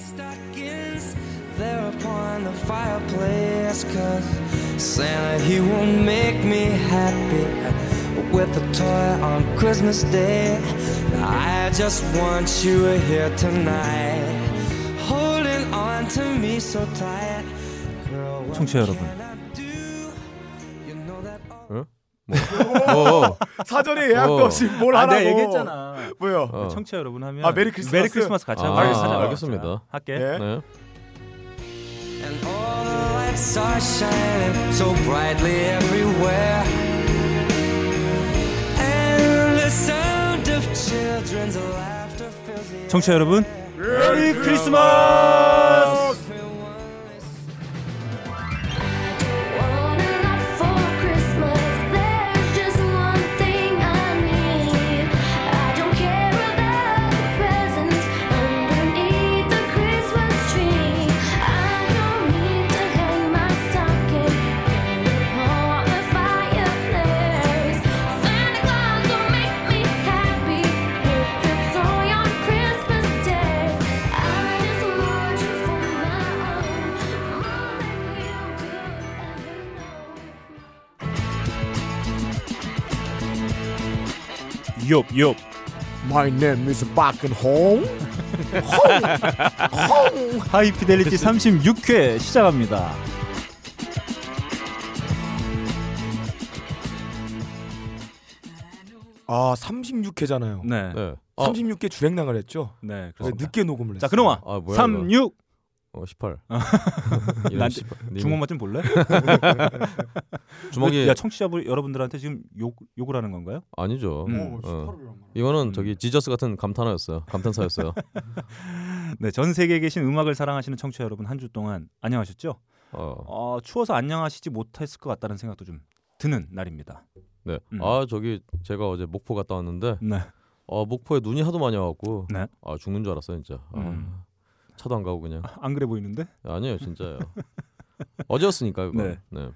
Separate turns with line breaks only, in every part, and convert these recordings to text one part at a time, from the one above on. stockings there upon the fireplace. Cause Santa, he will make me happy with a toy on Christmas Day. I just want you here tonight, holding on to me so tight. Girl, what
청취자 여러분.
can I do? You know that all
어,
사전에 예약도
어.
없이 뭘
아,
하라고
내가 얘기했잖아.
뭐요?
어.
청취자 여러분 하면
아, 메리 크리스마스?
메리 크리스마스 같이
아,
하고 하자.
알겠습니다.
할게.
예.
네.
And all the lights are shining so brightly everywhere. And the sound of children's laughter fills the
청취자 여러분 메리 크리스마스.
One enough for Christmas. There's just one thing I need. I don't care about the presents underneath the Christmas tree. I don't need to hang my stocking on the fireplace. Santa Claus will make me happy if it's only on Christmas Day. I just want you for my own, more than you could ever know.
욥욥.
My name is Bakken Hong.
하이피델리티 36회 시작합니다.
아 36회잖아요.
네. 네.
네. 어,
36회 주행랑을 했죠.
그렇습니다.
늦게 녹음을 했어요.
자, 그놈아.
아, 뭐야,
36.
어, 18.
난
이런 18. 님,
주먹 맞좀 볼래?
주먹이
야, 청취자 분- 여러분들한테 지금 욕 욕을 하는 건가요?
아니죠.
음.
어.
어.
이거는
음.
저기 지저스 같은 감탄어였어요. 감탄사였어요.
네, 전 세계에 계신 음악을 사랑하시는 청취자 여러분 한 주 동안 안녕하셨죠?
어.
어, 추워서 안녕하시지 못했을 것 같다는 생각도 좀 드는 날입니다.
네.
음.
아 저기 제가 어제 목포 갔다 왔는데
네.
어, 목포에 눈이 하도 많이 와갖고
네.
아 죽는 줄 알았어요 진짜. 아,
음.
차도 안 가고 그냥.
안 그래 보이는데?
아니에요 진짜요. 어제였으니까 이거.
네.
네.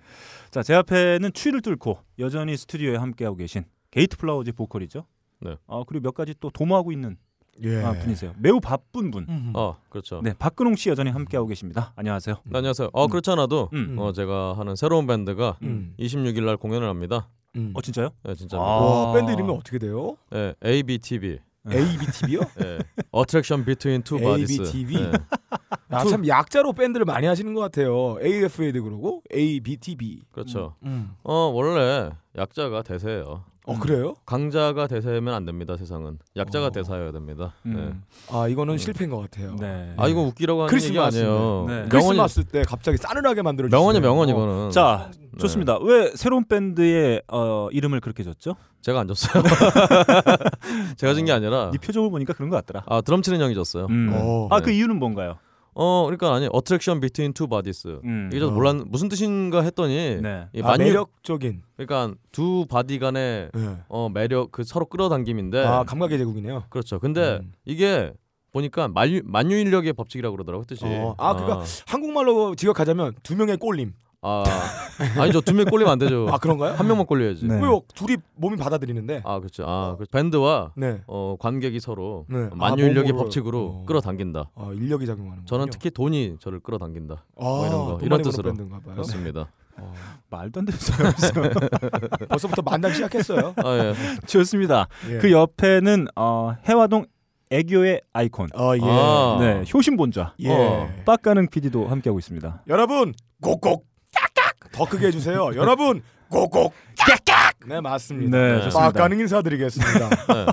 자, 제 앞에는 추위를 뚫고 여전히 스튜디오에 함께하고 계신 게이트 플라워즈 보컬이죠.
네.
어, 그리고 몇 가지 또 도모하고 있는
예.
아, 분이세요. 매우 바쁜 분.
아 그렇죠.
네, 박근홍 씨 여전히 함께하고 계십니다. 안녕하세요.
음.
네, 안녕하세요. 어 그렇지 않아도
음.
어 제가 하는 새로운 밴드가
음.
26일 날 공연을 합니다.
음.
어 진짜요?
네, 진짜.
아.
와, 밴드 이름이 어떻게 돼요?
네, ABTV.
ABTV요?
네. Attraction Between Two Bodies.
ABTV?
네.
아, 참 약자로 밴드를 많이 하시는 것 같아요. AFA도 그러고 ABTV.
그렇죠.
음.
어 원래 약자가 대세예요.
어 그래요?
강자가 대세면 안 됩니다. 세상은 약자가
어.
대사여야 됩니다. 네.
음.
아 이거는
음.
실패인 것 같아요.
네.
아 이거 웃기라고 하는 얘기
크리스마스.
아니에요.
네.
명언이
크리스마스 때 갑자기 싸늘하게 만들어 주시네요.
명언이 명언 이거는.
자,
네.
좋습니다. 왜 새로운 밴드의 어, 이름을 그렇게 줬죠?
제가 안 졌어요. 제가 진 게 아니라
네 표정을 보니까 그런 것 같더라.
아 네. 드럼 치는 형이 졌어요.
음.
어.
아, 그 이유는 뭔가요?
어 그러니까 아니 Attraction Between Two Bodies.
음.
이게 저도
어.
몰랐 무슨 뜻인가 했더니
네.
이
아,
만유
매력적인.
그러니까 두 바디 간의
네.
어 매력 그 서로 끌어당김인데
아 감각의 제국이네요.
그렇죠. 근데
음.
이게 보니까 만유 만유인력의 법칙이라고 그러더라고 뜻이.
어, 아, 그러니까 한국말로 지역하자면 두 명의 꼴림.
아, 아니 저 두 명 꼴리면 안 되죠.
아 그런가요?
어. 한 명만 꼴려야지.
네.
왜요? 둘이 몸이 받아들이는데.
아 그렇죠. 아 그 밴드와
네.
어, 관객이 서로
네.
만유인력의
아, 몸으로-
법칙으로
어.
끌어당긴다.
아 인력이 작용하는.
저는 특히 돈이 저를 끌어당긴다.
아,
뭐 이런 거,
돈
이런
많이 버는
뜻으로.
밴드인가 봐요.
그렇습니다.
어.
말도 안 되는 소리
벌써부터 만담 시작했어요.
아 예.
좋습니다.
예.
그 옆에는 어, 해화동 애교의 아이콘.
어, 예.
아.
네, 효심본좌.
예.
어.
빡가는 PD도 함께하고 있습니다.
여러분 꼭꼭 깍깍 더 크게 해주세요. 여러분 꼭꼭 깍깍. 네 맞습니다.
네,
네.
좋습니다.
빡가는 인사드리겠습니다.
네,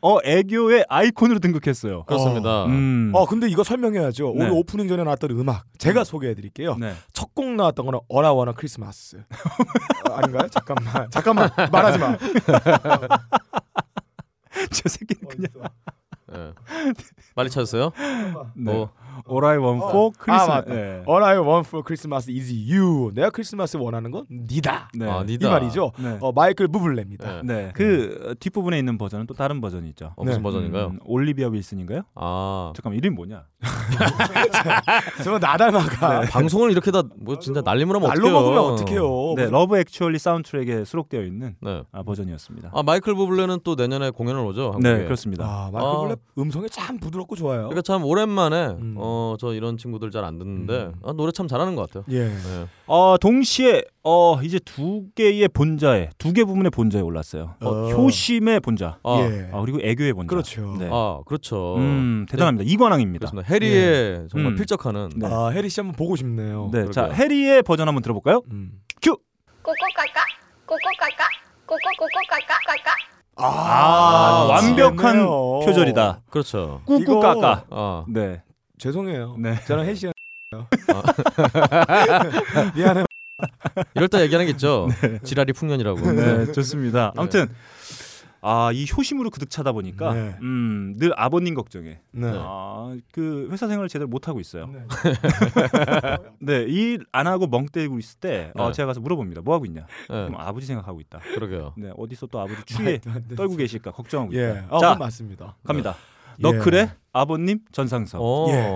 어, 애교의 아이콘으로 등극했어요.
그렇습니다.
음.
어 근데 이거 설명해야죠.
네.
오늘 오프닝 전에 나왔던 음악 제가 소개해드릴게요.
네.
첫 곡 나왔던 거는 어라 워나 크리스마스 어, 아닌가요? 잠깐만 잠깐만 말하지 마.
저
어,
새끼는 그냥
아,
예. 빨리 찾으세요.
네.
뭐
오라이 원포 크리스마스.
아, 맞다.
네.
All I want for Christmas is you. 내가 크리스마스 원하는 건니다.
네.
아,
이
니다.
말이죠.
네.
어, 마이클 부블레입니다.
네.
네. 그 어, 뒷부분에 있는 버전은 또 다른 버전이 있죠.
어, 무슨
네.
버전인가요?
음, 올리비아 윌슨인가요?
아
잠깐만 이름이 뭐냐?
저는 나닮아가
방송을 이렇게 다 뭐 진짜 날림을 하면
아, 날로
네. 어떡해요?
먹으면 어떡해요.
네, 러브 액츄얼리 사운드트랙에 수록되어 있는
네.
아, 버전이었습니다.
아 마이클 부블레는 또 내년에 공연을 오죠. 한국에.
네, 그렇습니다.
아, 마이클
아.
부블레 음성이 참 부드럽고 좋아요.
그러니까 참 오랜만에
음.
어 저 이런 친구들 잘 안 듣는데
음.
아, 노래 참 잘하는 것 같아요.
예.
네.
어, 동시에 어, 이제 두 개의 본자에 두 개 부문의 본자에 올랐어요. 어,
어.
효심의 본자,
아,
예.
아, 그리고 애교의 본자.
그렇죠.
네.
아 그렇죠.
음, 대단합니다. 이관왕입니다.
그렇습니다. 해리의 정말
음.
필적하는
네.
아 해리 씨 한번 보고 싶네요.
네, 자
어, 그러게요.
해리의 버전 한번 들어볼까요?
음.
큐. 아,
아,
완벽한
재밌네요.
표절이다.
그렇죠.
꾸꾸까까.
아
네,
죄송해요.
네.
저는 해리 씨. 미안해.
이럴 때 얘기하는 게 있죠. 지랄이 풍년이라고.
네, 좋습니다. 아무튼 아 이 효심으로 그득 차다 보니까
네.
음, 늘 아버님 걱정에
네.
아 그 회사 생활 을 제대로 못 하고 있어요.
네.
네, 일 안 하고 멍 때리고 있을 때 어,
네.
제가 가서 물어봅니다. 뭐 하고 있냐?
네,
그럼 아버지 생각하고 있다.
그러게요.
네, 어디서 또 아버지 추위에 떨고 계실까 걱정하고
예.
있다.
아,
자,
그건 맞습니다.
갑니다.
예.
너클의 아버님 전상석.
어.
예.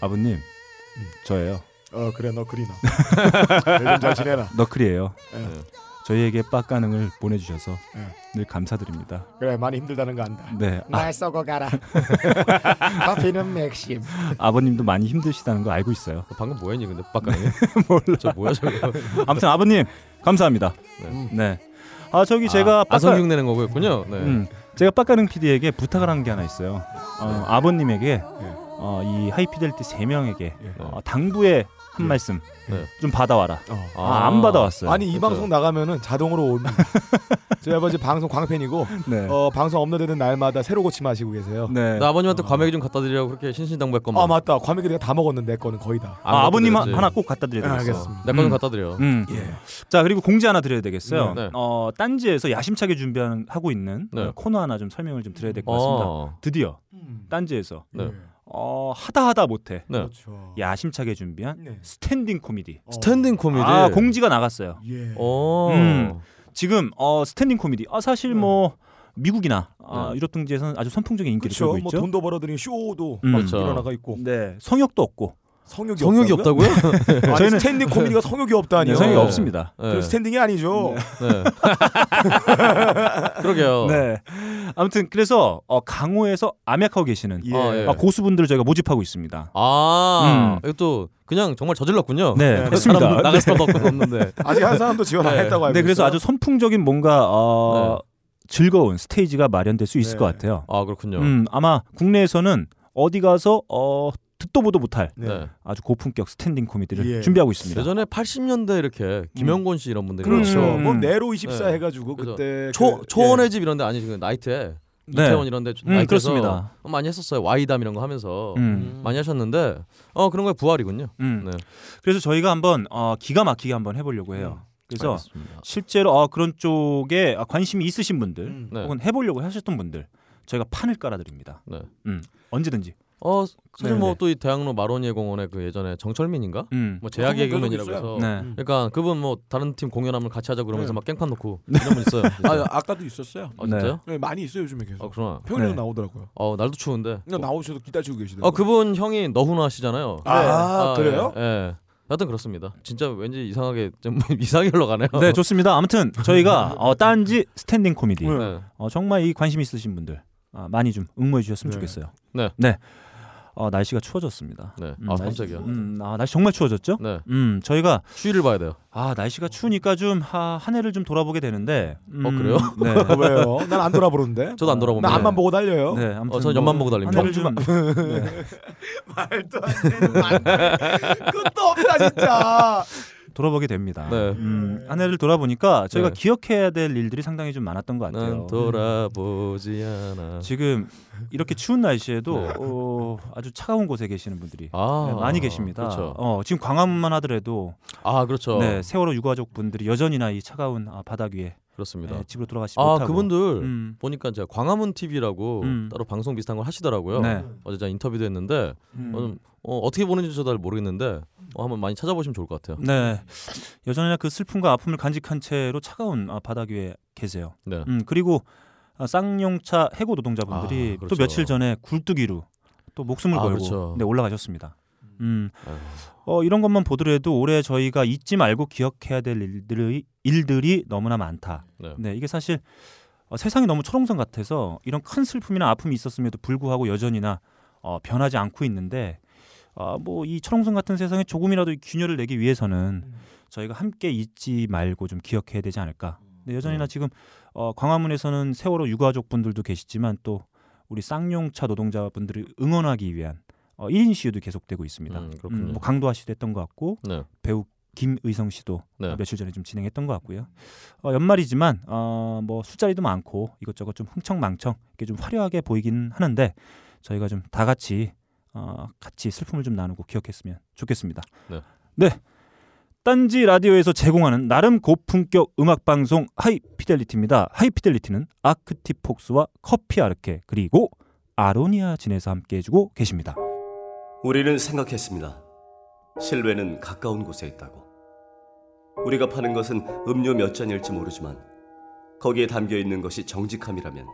아버님, 저예요.
어 그래 너 그리나. 요즘 잘 지내라.
너클이에요. 네.
예.
저희에게 빡가능을 보내주셔서
예.
늘 감사드립니다.
그래 많이 힘들다는 거 안다.
네,
아. 날 쏘고 가라. 커피는 맥심.
아, 버님도 많이 힘드시다는 거 알고 있어요.
그 방금 뭐했니 근데 빡가네. 몰라. 저 뭐야 저거.
아무튼 아버님 감사합니다. 네. 아 저기 제가
아,
빡가-
아성육 내는 거였군요. 네.
음, 제가 빡가능 PD에게 부탁을 한 게 하나 있어요. 어, 아버님에게 어, 이 하이피델티 세 명에게
예.
어, 당부의 한 말씀
네.
좀 받아와라.
어.
아, 안 받아왔어요.
아니 이
그렇죠.
방송 나가면은 자동으로 온. 저희 아버지 방송 광팬이고
네.
어 방송 업로드되는 날마다 새로 고침 하시고 계세요.
네.
나 아버님한테 과메기 좀 갖다 드리라고 그렇게 신신당부했건만.
아 맞다. 과메기 내가 다 먹었는데 내 거는 거의 다.
아, 아버님 하- 하나 꼭 갖다 드려야
아,
되겠어.
알겠습니다. 예.
내거좀
음.
갖다 드려.
음.
네.
자 그리고 공지 하나 드려야 되겠어요.
네.
어 딴지에서 야심차게 준비하는 하고 있는
네.
어, 코너 하나 좀 설명을 좀 드려야 될 것 같습니다.
어.
드디어
음.
딴지에서
네.
어 하다 하다 못해
네.
그렇죠.
야심차게 준비한
네.
스탠딩 코미디.
어.
스탠딩 코미디.
아 공지가 나갔어요.
예.
어.
음. 지금 어 스탠딩 코미디. 아 사실 뭐 미국이나 아,
네.
유럽 등지에서는 아주 선풍적인 인기를
그렇죠.
끌고
뭐
있죠.
돈도 벌어들이는 쇼도
음.
막
그렇죠.
일어나가 있고
네 성역도 없고
성욕이,
성욕이 없다고요?
아니,
저희는-
스탠딩 코미디가 성욕이 없다니요.
네, 성역이
네.
없습니다.
그럼
네.
스탠딩이 아니죠.
네. 그러게요.
네 아무튼 그래서 어, 강호에서 암약하고 계시는
예.
아, 예.
아, 고수분들을 저희가 모집하고 있습니다.
아,
음.
이것도 그냥 정말 저질렀군요.
네, 그렇습니다.
어, 사람도 나갈 수밖에 없는데.
아직 한 사람도 지원 안
네.
했다고 알고
네, 그래서
있어요.
아주 선풍적인 뭔가 어, 즐거운 스테이지가 마련될 수 있을
네.
것 같아요.
아, 그렇군요.
음, 아마 국내에서는 어디 가서 어, 듣도 보도 못할
네.
네. 그
아주 고품격 스탠딩 코미디를
예.
준비하고 있습니다.
예전에 80년대 이렇게 김영곤 씨 이런 분들이
그렇죠.
음. 예.
뭐 네로 24 해가지고
그래서
그때
초
그,
초원의 집 이런데 아니 그 나이트에
네.
이태원 이런데
음,
나이트에서
그렇습니다.
많이 했었어요. 와이담 이런 거 하면서
음,
많이 하셨는데 어 그런 거에 부활이군요.
음.
네.
그래서 저희가 한번 어, 기가 막히게 한번 해보려고 해요. 그래서
음, 알겠습니다.
실제로 어, 그런 쪽에 관심이 있으신 분들
음.
네.
혹은 해보려고 하셨던 분들 저희가 판을 깔아드립니다.
네.
음, 언제든지.
어 사실
네,
뭐
네.
또 이 대학로 마로니에 공원에 그 예전에 정철민인가
음.
뭐 제약
그분 계속
예금이라고
있어요.
해서
네.
그러니까 그분 뭐 다른 팀 공연하면 같이 하자 그러면서 막 깽판 놓고 이런 분 있어요.
아, 아까도 있었어요.
아 진짜요?
네, 많이 있어요 요즘에 계속.
어 그러나.
평일도
네.
나오더라고요.
어 날도 추운데.
그냥 나오셔서 기다리고 계시더라고요.
어 그분 형이 너훈아 씨잖아요.
아, 그래요?
예. 예. 하여튼 그렇습니다. 진짜 왠지 이상하게 좀 이상하게 흘러가네요.
네, 좋습니다. 아무튼 저희가 어, 딴지 스탠딩 코미디
네.
네.
어, 정말 이 관심 있으신 분들 아, 많이 좀 응모해 주셨으면
네.
좋겠어요.
네.
어, 날씨가 추워졌습니다.
네.
음,
아
날씨-
깜짝이야.
음, 아, 날씨 정말 추워졌죠?
네.
음, 저희가
추위를 봐야 돼요.
아 날씨가 추우니까 좀한 해를 좀 돌아보게 되는데. 음,
어, 그래요?
네.
왜요? 난 안 돌아보는데.
저도 안 돌아봅니다.
나 앞만 보고 달려요.
네, 아무튼
어, 저는 연만 보고 달립니다.
한 해를 좀, 네,
말도 안 되는 말. 끝도 없다 진짜.
돌아보게 됩니다.
네.
음, 한 해를 돌아보니까 저희가
네.
기억해야 될 일들이 상당히 좀 많았던 것 같아요.
난 돌아보지 않아.
지금 이렇게 추운 날씨에도 어, 아주 차가운 곳에 계시는 분들이
네. 아
네, 많이 계십니다.
그렇죠.
어, 지금 광화문만 하더라도
아 그렇죠.
네, 세월호 유가족 분들이 여전히나 이 차가운 아, 바닥 위에
그렇습니다.
네, 집으로 돌아가시지
아
못하고
그분들
음.
보니까 제가 광화문 TV라고
음.
따로 방송 비슷한 걸 하시더라고요. 음.
네.
어제 제가 인터뷰도 했는데
음.
어, 좀, 어, 어떻게 보는지 저도 잘 모르겠는데 어, 한번 많이 찾아보시면 좋을 것 같아요.
네, 여전히나 그 슬픔과 아픔을 간직한 채로 차가운 아, 바닥 위에 계세요.
네.
음, 그리고 아, 쌍용차 해고 노동자분들이
아, 그렇죠.
또 며칠 전에 굴뚝이로 또 목숨을
아,
걸고
그렇죠. 아.
네, 올라가셨습니다. 음. 어, 이런 것만 보더라도 올해 저희가 잊지 말고 기억해야 될 일들이, 일들이 너무나 많다.
네.
네, 이게 사실 어, 세상이 너무 초롱성 같아서 이런 큰 슬픔이나 아픔이 있었음에도 불구하고 여전히나 어, 변하지 않고 있는데 아, 뭐이 초롱성 같은 세상에 조금이라도 이 균열을 내기 위해서는 저희가 함께 잊지 말고 좀 기억해야 되지 않을까. 근데 여전히나 지금 어, 광화문에서는 세월호 유가족 분들도 계시지만 또 우리 쌍용차 노동자분들을 응원하기 위한 어, 1인 시위도 계속되고 있습니다.
음, 그렇군요.
뭐 강도아 씨도 했던 것 같고
네.
배우 김의성 씨도
네.
며칠 전에 좀 진행했던 것 같고요. 어, 연말이지만 어, 뭐 술자리도 많고 이것저것 좀 흥청망청 이렇게 좀 화려하게 보이긴 하는데 저희가 좀 다 같이 어, 같이 슬픔을 좀 나누고 기억했으면 좋겠습니다.
네.
네. 딴지 라디오에서 제공하는 나름 고품격 음악 방송 하이피델리티입니다. 하이피델리티는 아크티폭스와 커피 아르케 그리고 아로니아 진에서 함께 해주고 계십니다.
우리는 생각했습니다. 실외는 가까운 곳에 있다고. 우리가 파는 것은 음료 몇 잔일지 모르지만 거기에 담겨 있는 것이 정직함이라면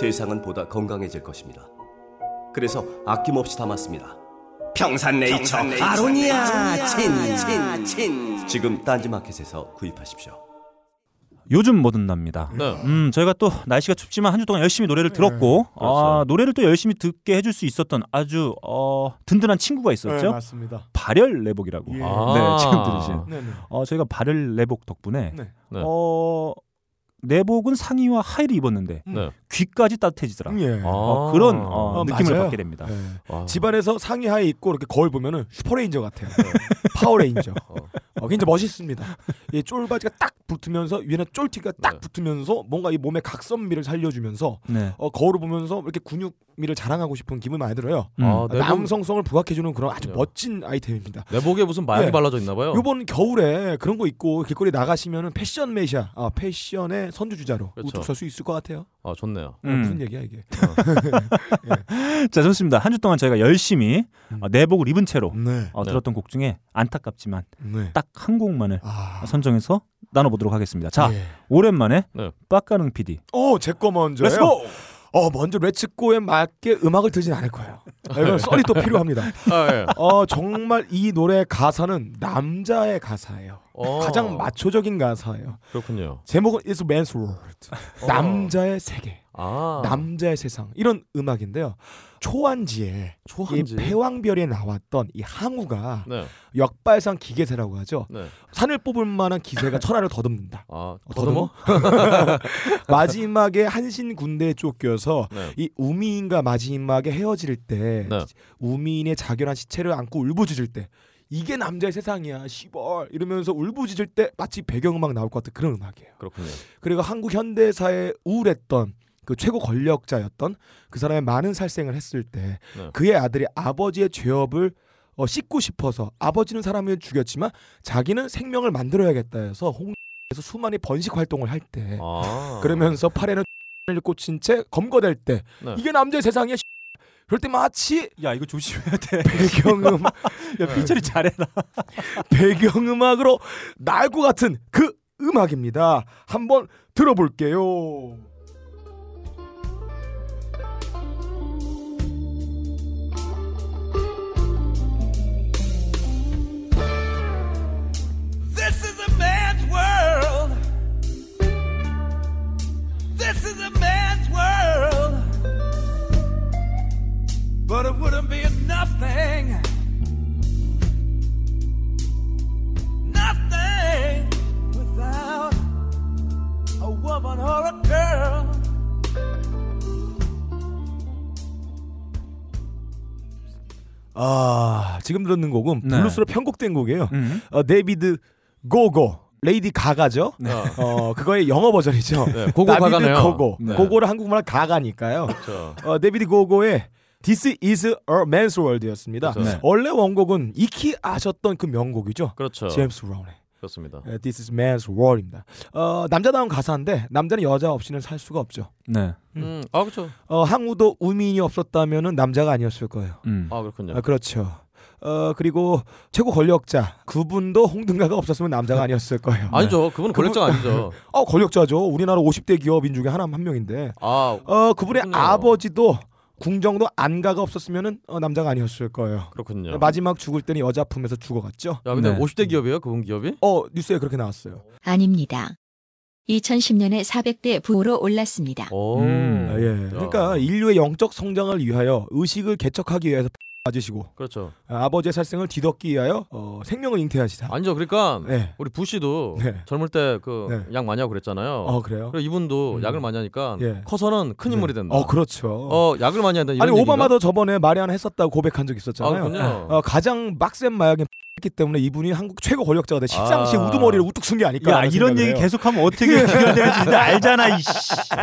세상은 보다 건강해질 것입니다. 그래서 아낌없이 담았습니다. 평산네이처 아로니아 친친친 지금 딴지마켓에서 구입하십시오.
요즘 뭐든 납니다.
네.
음, 저희가 또 날씨가 춥지만 한 주 동안 열심히
네.
노래를 들었고 아,
그렇죠.
노래를 또 열심히 듣게 해줄 수 있었던 아주 어, 든든한 친구가 있었죠.
네, 맞습니다.
발열 내복이라고.
예.
아.
네, 지금 들으신.
네, 네.
어, 저희가 발열 내복 덕분에
네.
네.
어, 내복은 상의와 하의를 입었는데
네.
귀까지 따뜻해지더라.
예.
음. 어, 그런 어,
아,
느낌을
맞아요.
받게 됩니다.
네.
와.
집안에서 상의하에 입고 이렇게 거울 보면은 슈퍼레인저 같아요. 네. 파워레인저.
어.
어, 굉장히 멋있습니다. 이 쫄바지가 딱 붙으면서 위에는 쫄티가 딱
네.
붙으면서 뭔가 이 몸의 각선미를 살려주면서
네.
어, 거울을 보면서 이렇게 근육미를 자랑하고 싶은 기분 많이 들어요.
음.
아, 내복,
남성성을 부각해주는 그런 아주
야.
멋진 아이템입니다.
내복에 무슨 마약이
네.
발라져 있나 봐요.
요번 겨울에 그런 거 입고 길거리 나가시면은 패션 메시아, 아, 패션의 선두주자로
그렇죠.
우뚝 설 수 있을 것 같아요.
아, 좋네요.
음.
무슨 얘기야 이게?
자, 좋습니다. 한 주 동안 저희가 열심히
음.
어, 내복을 입은 채로
네,
어,
네.
들었던 곡 중에 안타깝지만
네.
딱 한 곡만을
아,
선정해서 나눠보도록 하겠습니다.
아.
자,
예.
오랜만에
네.
빡가능 PD.
어, 제거 먼저요.
렛츠고!
어, 먼저 레츠고에 맞게 음악을 들진 않을 거예요. 아,
네.
이건 썰이 또 필요합니다.
아, 예.
어, 정말 이 노래 가사는 남자의 가사예요.
어.
가장 마초적인 가사예요.
그렇군요.
제목은 It's Man's World.
어.
남자의 세계,
아.
남자의 세상 이런 음악인데요. 초한지에
초한지.
예,
이 패왕별에 나왔던 이 항우가
네.
역발상 기계세라고 하죠.
네.
산을 뽑을 만한 기세가 천하를 더듬는다.
아,
어,
더듬어?
마지막에 한신 군대에 쫓겨서
네.
이 우미인과 마지막에 헤어질 때
네.
우미인의 자결한 시체를 안고 울부짖을 때 이게 남자의 세상이야 시벌 이러면서 울부짖을 때 마치 배경음악 나올 것 같은 그런 음악이에요
그렇군요.
그리고 한국 현대사에 우울했던 그 최고 권력자였던 그 사람의 많은 살생을 했을 때
네.
그의 아들이 아버지의 죄업을 어, 씻고 싶어서 아버지는 사람을 죽였지만 자기는 생명을 만들어야겠다 해서 홍에서 수많이 번식 활동을 할때
네.
아.
그러면서 팔에는 을 꽂힌 채 검거될 때
네.
이게 남자의 세상이야 X. 그럴 때 마치
야, 이거 조심해야 돼. 네.
배경음
야, 피처리 잘해라.
배경음악으로 날것 같은 그 음악입니다 한번 들어볼게요
This is a man's world. This is a man's world. But it wouldn't be nothing. Nothing without a woman or a girl.
아 지금 들었는 곡은
네.
블루스로 편곡된 곡이에요
음.
음.
어, 데이비드 고고 레이디 가가죠 어 그거의 영어 버전이죠
네, 고고
데이비드
가가네요.
고고
네.
고고를 한국말 가가니까요
그렇죠.
어, 데이비드 고고의 This is a man's world였습니다.
그렇죠. 네.
원래 원곡은 익히 아셨던 그 명곡이죠.
그렇죠.
제임스 브라운의
네.
그렇습니다.
에, 어, This is man's world입니다. 어, 남자다운 가사인데 남자는 여자 없이는 살 수가 없죠.
네.
음. 아, 그렇죠.
어, 항우도 우민이 없었다면은 남자가 아니었을 거예요.
음.
아, 그렇군요.
아, 그렇죠. 어, 그리고 최고 권력자 그분도 홍등가가 없었으면 남자가 아니었을 거예요. 네.
아니죠. 그분 권력자 아니죠.
어, 권력자죠. 우리나라 50대 기업인 중에 하나 한 명인데.
아,
어, 그분의
그렇군요.
아버지도 궁정도 안가가 없었으면은 어, 남자가 아니었을 거예요.
그렇군요.
마지막 죽을 때는 여자 품에서 죽어갔죠.
야, 근데
네.
50대 기업이에요? 그분 기업이?
어 뉴스에 그렇게 나왔어요.
아닙니다. 2010년에 400대 부호로 올랐습니다.
오.
음.
아, 예. 그러니까 인류의 영적 성장을 위하여 의식을 개척하기 위해서 맞으시고
그렇죠.
아, 아버지의 살생을 뒤덮기 위하여 어, 생명을 잉태하시다.
아니죠. 그러니까
네.
우리 부시도
네.
젊을 때 그 약
네.
많이 하고 그랬잖아요.
어 그래요.
그리고 이분도
음.
약을 많이 하니까
예.
커서는 큰
네.
인물이 된다.
어 그렇죠.
어, 약을 많이 한다. 이런
아니
얘기가?
오바마도 저번에 마리아나 했었다고 고백한 적
아,
있었잖아요.
그렇군요.
어, 가장 막센 마약인 했기 때문에 이분이 한국 최고 권력자가 돼 십상시
아.
우두머리를 우뚝 쓴 게 아닐까.
야 이런 얘기 계속하면 어떻게 귀결되는지 나 알잖아 이씨.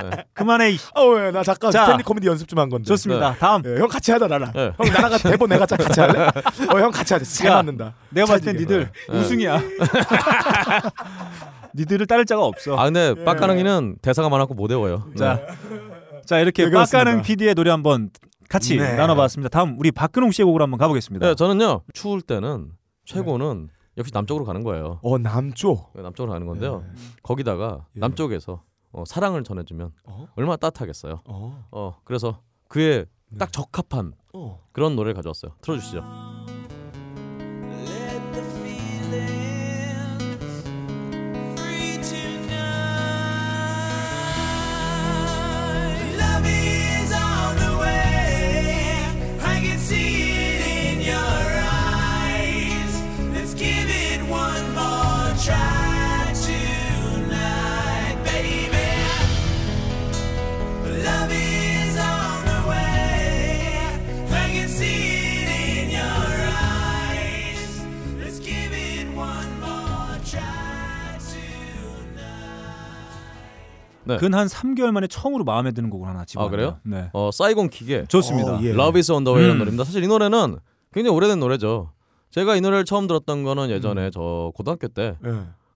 네.
그만해 이씨.
어왜나 잠깐
자.
스탠드 코미디 연습 좀 한 건데.
좋습니다. 다음
예, 형 같이 하자 나랑.
네.
형 나랑 같이 대본 내가 짜 같이 할래? 어 형 같이 하자. 잘
야.
맞는다.
내가 봤을 땐
잘
니들
네.
우승이야. 니들을 따를 자가 없어.
아 근데
예.
빡가능이는 대사가 많았고 못 외워요. 네.
자, 자 이렇게
네, 그렇습니다.
빡가는 PD의 노래 한번 같이
네.
나눠봤습니다. 다음 우리 박근홍 씨의 곡으로 한번 가보겠습니다.
네, 저는요 추울 때는 최고는 역시 남쪽으로 가는 거예요.
어 남쪽.
남쪽으로 가는 건데요. 거기다가
예.
남쪽에서 어, 사랑을 전해주면
어?
얼마나 따뜻하겠어요.
어.
어 그래서 그에 딱 적합한
어.
그런 노래를 가져왔어요. 틀어주시죠.
Let the feelings free tonight. Love is on the way. I can see it in your eyes. Let's give it one more try tonight, baby. Love is on the way. I can see it in your eyes. Let's give it one more try tonight.
근 한 3개월 만에 처음으로 마음에 드는 곡을 하나 집어.
아, 그래요?
네.
어 사이공 킥의
좋습니다.
어, 예.
Love Is On The Way라는
음.
노래입니다. 사실 이 노래는 굉장히 오래된 노래죠. 제가 이 노래를 처음 들었던 거는 예전에 저 고등학교
예.
때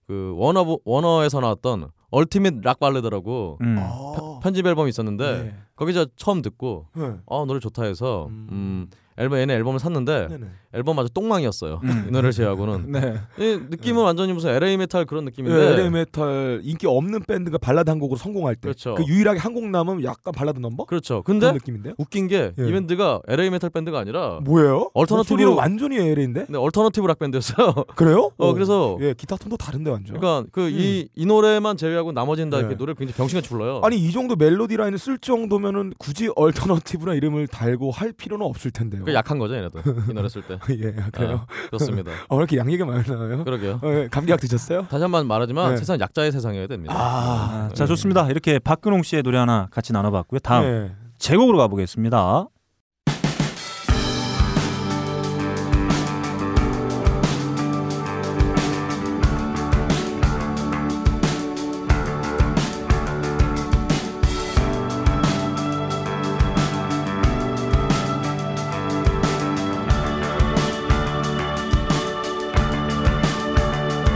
그 워너 워너에서 나왔던 얼티밋 락 발레드라고
음.
아.
어.
편집 앨범이 있었는데
네.
거기서 처음 듣고
네.
아 노래 좋다 해서
음.
음, 앨범 얘네 앨범을 샀는데
네네.
앨범 아주 똥망이었어요
음.
이 노래를 제외하고는
네.
이 느낌은 완전히 무슨 LA 메탈 그런 느낌인데
음. 예, LA 메탈 인기 없는 밴드가 발라드 한 곡으로 성공할 때
그렇죠.
그 유일하게 한 곡 남은 약간 발라드 넘버
그렇죠
그런
근데
느낌인데요.
웃긴 게 이
예.
밴드가 LA 메탈 밴드가 아니라
뭐예요?
얼터너티브-
목소리는 완전히 LA인데
근데 얼터너티브 락 밴드였어요
그래요?
어,
오.
그래서-
예 기타 톤도 다른데 완전.
그러니까 그 이 이 노래만 제외하고 나머지는 다 이렇게
네.
노래를 굉장히 병신같이 불러요
아니 이 정도 멜로디 라인을 쓸 정도면은 굳이 얼터너티브나 이름을 달고 할 필요는 없을 텐데요.
그 약한 거죠 얘네도 이 노래 쓸때 아,
예 그래요.
그렇습니다
어, 왜 이렇게 양 얘기 많이 나와요?
그러게요
어, 예, 감기약 드셨어요?
다시 한 번 말하지만
네.
세상 약자의 세상이어야 됩니다
아,
아,
자 좋습니다. 이렇게 박근홍 씨의 노래 하나 같이 나눠봤고요. 다음
예.
제 곡으로 가보겠습니다.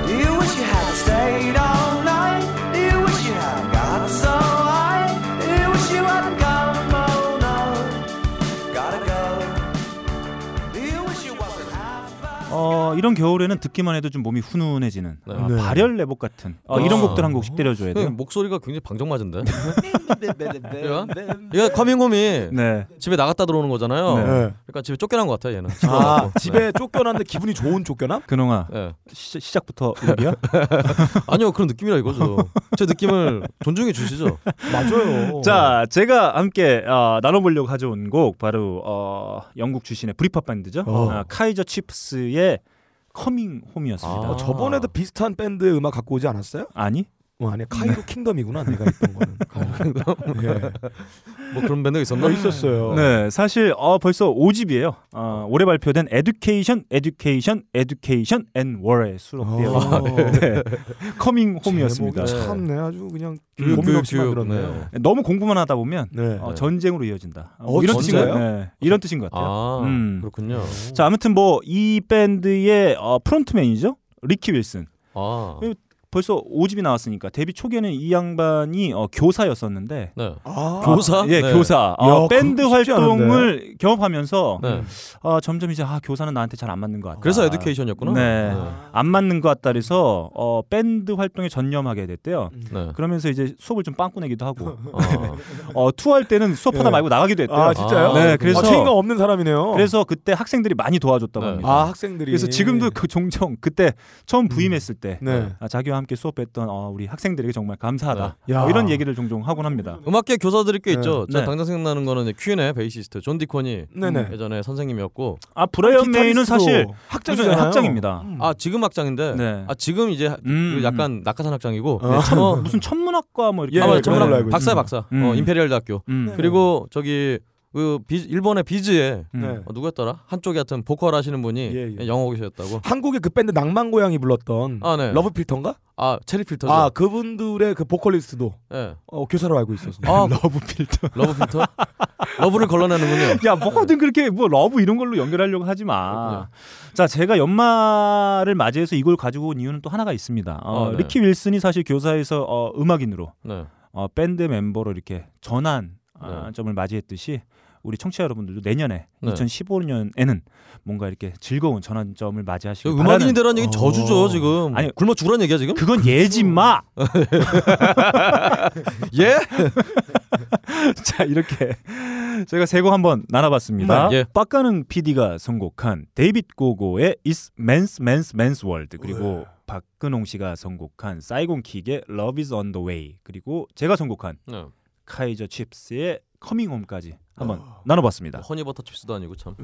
Do you wish you had stayed all night? Do you wish you had got so high? Do you wish you hadn't come? Oh no, gotta go. Do you wish you wasn't half fast?
어, 이런 겨울에는 듣기만 해도 좀 몸이 훈훈해지는
네.
아,
네.
발열 내복 같은 어, 이런
아.
곡들 한 곡씩 때려줘야
형,
돼요.
목소리가 굉장히 방정맞은데 얘가 커밍홈이
네.
집에 나갔다 들어오는 거잖아요
네.
예.
그러니까 집에 쫓겨난 것 같아요 얘는
아 집에 쫓겨났는데 기분이 좋은 쫓겨남?
근홍아
예.
시, 시작부터 여기야?
아니요 그런 느낌이라 이거죠 제 느낌을 존중해 주시죠
맞아요.
자, 제가 함께 어, 나눠보려고 가져온 곡 바로 어, 영국 출신의 브리팝 밴드죠.
어.
아, 카이저 칩스의 커밍 홈이었습니다.
어, 저번에도 비슷한 밴드의 음악 갖고 오지 않았어요?
아. 니
어, 아니 카이로
네.
킹덤이구나 내가 있던 거는. 예.
뭐 그런 밴드가 있었나
어, 있었어요.
네, 사실 어, 벌써 5집이에요. 어, 올해 발표된 Education, Education, Education and War에 수록되어
어.
있는 네, 커밍 홈이었습니다.
제목이 참네 아주 그냥
교육,
음, 고민
교육,
없이
교육.
만들었네요.
너무 공부만 하다 보면
네.
어,
네.
전쟁으로 이어진다.
어,
뭐 이런
전쟁이요?
뜻인 네, 이런 뜻인 것 같아요.
아
음.
그렇군요
자, 아무튼 뭐 이 밴드의 어, 프론트맨이죠. 리키 윌슨.
아
벌써 5집이 나왔으니까 데뷔 초기에는 이 양반이 어, 교사였었는데
네.
아,
교사?
예,
네.
교사. 어,
야,
밴드
그거 쉽지
활동을 경험하면서
네.
음.
아, 점점 이제 아, 교사는 나한테 잘 안 맞는 것 같다.
그래서 에듀케이션이었구나.
네. 안 맞는 것 같다 그래서 어, 밴드 활동에 전념하게 됐대요.
네.
그러면서 이제 수업을 좀 빵꾸내기도 하고
어.
어, 투어할 때는 수업하다
예.
말고 나가기도 했대요.
아 진짜요?
아,
네,
아,
그래서
책임감 없는 사람이네요.
그래서 그때 학생들이 많이 도와줬다고
네.
합니다.
어. 아 학생들이
그래서 지금도 그 종종 그때 처음 부임했을 때
네.
아, 자기와 함께 수업했던 어, 우리 학생들에게 정말 감사하다.
네. 야.
뭐 이런 얘기를 종종 하곤 합니다.
음악계 교사들이 꽤
네. 음.
있죠. 제가
네.
당장 생각나는 거는 퀸의 베이시스트 존 디콘이
네네.
음.
예전에 선생님이었고
아 브라이언 메이는 사실
학장이잖아요. 음.
학장이잖아요. 학장입니다.
아 지금 학장인데
네.
아 지금 이제 하-
음,
그 약간 낙하산 학장이고
어.
참- 어,
무슨 천문학과 뭐 이렇게
예,
아, 맞아,
그런
전문
걸로
학-
알고
박사야
있습니다.
박사
음.
어, 임페리얼 대학교
음.
네.
그리고 저기 그 비, 일본의 비즈에
음.
네.
어, 누구였더라 한쪽에 하여튼 보컬 하시는 분이
예, 예.
영어 고시였다고
한국의 그 밴드 낭만 고양이 불렀던
아, 네.
러브 필터인가?
아 체리 필터죠
아 그분들의 그 보컬리스트도
예.
어, 교사로 알고 있어서.
아,
러브 필터.
러브 필터 러브를 걸러내는군요
야 뭐든 그렇게 뭐 러브 이런 걸로 연결하려고 하지 마. 자 제가 연말을 맞이해서 이걸 가지고 온 이유는 또 하나가 있습니다. 어,
아, 네.
리키 윌슨이 사실 교사에서 어, 음악인으로
네.
어, 밴드 멤버로 이렇게 전환 아, 점을 맞이했듯이 우리 청취자 여러분들도 내년에
네.
2015년에는 뭔가 이렇게 즐거운 전환점을
저
맞이하시길
음악인이
바라는
되라는 얘기 저주죠 지금
아니,
굶어 죽으란 얘기야 지금
그건 예지 마.
예?
자 이렇게 제가 세 곡 한번 나눠봤습니다.
네, 예.
빡가는 PD가 선곡한 데이빗 고고의 It's Men's Men's Men's World 그리고
네.
박근홍 씨가 선곡한 사이공킥의 Love Is On The Way 그리고 제가 선곡한
네.
카이저 칩스의 Coming Home까지 한번 나눠봤습니다.
허니버터 칩스도 아니고 참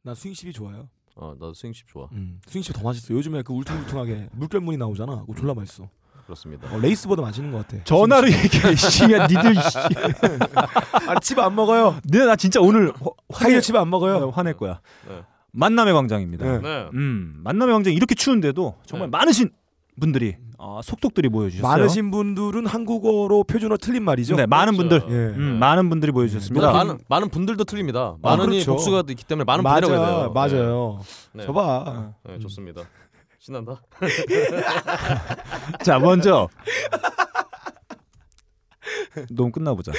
나 수익십이 좋아요.
어, 나도 스윙십 좋아
음. 수익십 더 맛있어. 요즘에 그 울퉁불퉁하게 물결무늬 나오잖아. 그거 졸라 맛있어.
그렇습니다
어, 레이스보다 맛있는 것 같아.
전화로 얘기해 씨야 니들 씨.
아집안 먹어요.
네, 나 진짜 오늘 화-
하이어 집안
화-
먹어요.
화낼 거야.
네.
만남의 광장입니다.
네.
네.
음, 만남의 광장 이렇게 추운데도 정말
네.
많으신 분들이 어, 속독들이 모여주셨어요.
많으신 분들은 한국어로 표준어 틀린 말이죠.
네, 많은 분들, 예.
그렇죠.
예.
음, 많은 분들이
물론
모여주셨습니다.
많은 많은 분들도 틀립니다. 많은이
그렇죠.
복수가 있기 때문에 많은
맞아,
분이라고 해야 돼요.
맞아요.
네.
저봐.
네. 네, 좋습니다. 신난다.
자, 먼저 너무 끝나보자.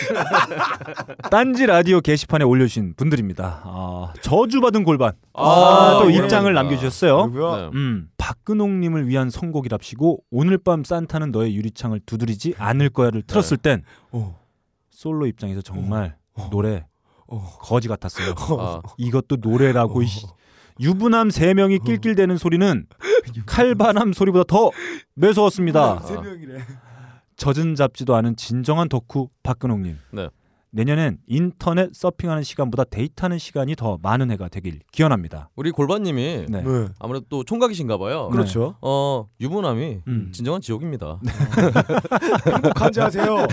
딴지 라디오 게시판에 올려주신 분들입니다. 아, 저주받은 골반
아,
또
오랜만이다.
입장을 남겨주셨어요.
누구요?
네.
음, 박근홍님을 위한 선곡이랍시고 오늘 밤 산타는 너의 유리창을 두드리지 않을 거야를 틀었을
네.
땐
어.
솔로 입장에서 정말
어.
노래
어.
거지 같았어요.
아,
이것도
어.
노래라고 이씨. 유부남 세 명이 낄낄대는 소리는 칼바람 소리보다 더 매서웠습니다.
세
명이래.
젖은 잡지도 않은 진정한 덕후 박근홍님.
네.
내년엔 인터넷 서핑하는 시간보다 데이트하는 시간이 더 많은 해가 되길 기원합니다.
우리 골반님이
네.
네.
아무래도 또 총각이신가 봐요.
그렇-
그렇죠.
어 유부남이
음.
진정한 지옥입니다.
한하세요 어,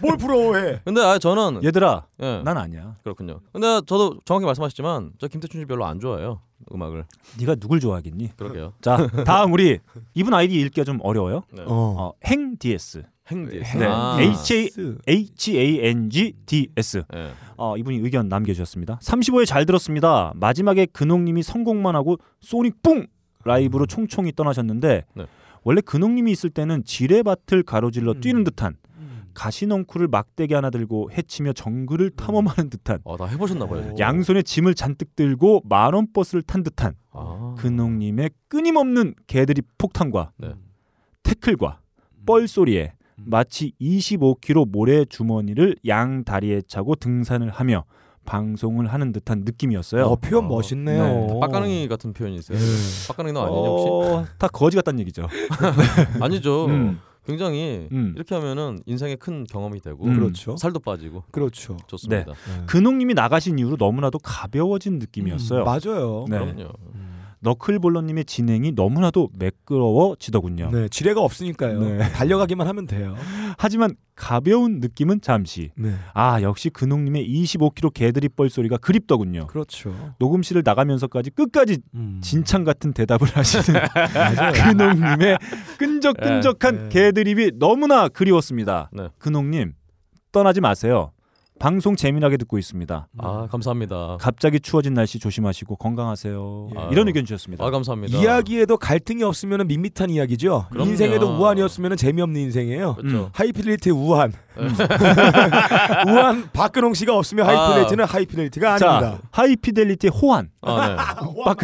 뭘 부러워해?
근데 아 저는
얘들아,
예,
난 아니야.
그렇군요. 근데 저도 정확히 말씀하셨지만 저 김태춘 씨 별로 안 좋아해요 음악을.
네가 누굴 좋아하겠니?
그러게요.
자, 다음 우리 이분 아이디 읽기가 좀 어려워요.
네.
어.
어, 행 DS.
행디.
네.
아.
H A H A N G D S.
예.
어, 이분이 의견 남겨주셨습니다. 35회 잘 들었습니다. 마지막에 근홍님이 성공만 하고 소닉 뿡 라이브로 총총히 떠나셨는데
네.
원래 근홍님이 있을 때는 지뢰밭을 가로질러 뛰는 듯한 음. 가시넝쿨을 막대기 하나 들고 해치며 정글을 탐험하는 듯한
아나 어, 해보셨나
어.
봐요.
양손에 짐을 잔뜩 들고 만원 버스를 탄 듯한
아.
근홍님의 끊임없는 개들이 폭탄과
네. 음.
태클과 뻘 소리에 마치 25kg 모래 주머니를 양 다리에 차고 등산을 하며 방송을 하는 듯한 느낌이었어요.
어, 표현
어.
멋있네요.
네.
빡가능이 같은 표현이세요. 빡가능이 너 아니냐 혹시?
어, 다 거지 같다는 얘기죠.
아니죠.
음.
굉장히
음.
이렇게 하면은 인생에 큰 경험이 되고
음.
그렇죠.
살도 빠지고
그렇죠.
좋습니다.
근홍님이 나가신 이후로 너무나도 가벼워진 느낌이었어요.
음, 맞아요.
네.
그럼요.
너클볼러님의 진행이 너무나도 매끄러워지더군요.
네, 지뢰가 없으니까요.
네.
달려가기만 하면 돼요.
하지만 가벼운 느낌은 잠시.
네,
아 역시 근홍님의 25kg 개들이 뻘 소리가 그립더군요.
그렇죠.
녹음실을 나가면서까지 끝까지
음.
진창 같은 대답을 하시는 근홍님의 끈적끈적한
네.
개드립이 너무나 그리웠습니다.
네.
근홍님 떠나지 마세요. 방송 재미나게 듣고 있습니다.
아 감사합니다.
갑자기 추워진 날씨 조심하시고 건강하세요.
어. 예.
이런 의견 주셨습니다.
아 감사합니다.
이야기에도 갈등이 없으면 밋밋한 이야기죠.
그럼요.
인생에도 우한이었으면 재미없는 인생이에요.
그렇죠. 네.
하이피델리티의 우한. 우한 박근홍 씨가
아.
없으면 하이피델리티는 하이피델리티가
자,
아닙니다. 아,
하이피델리티 호환
아 네.
우한.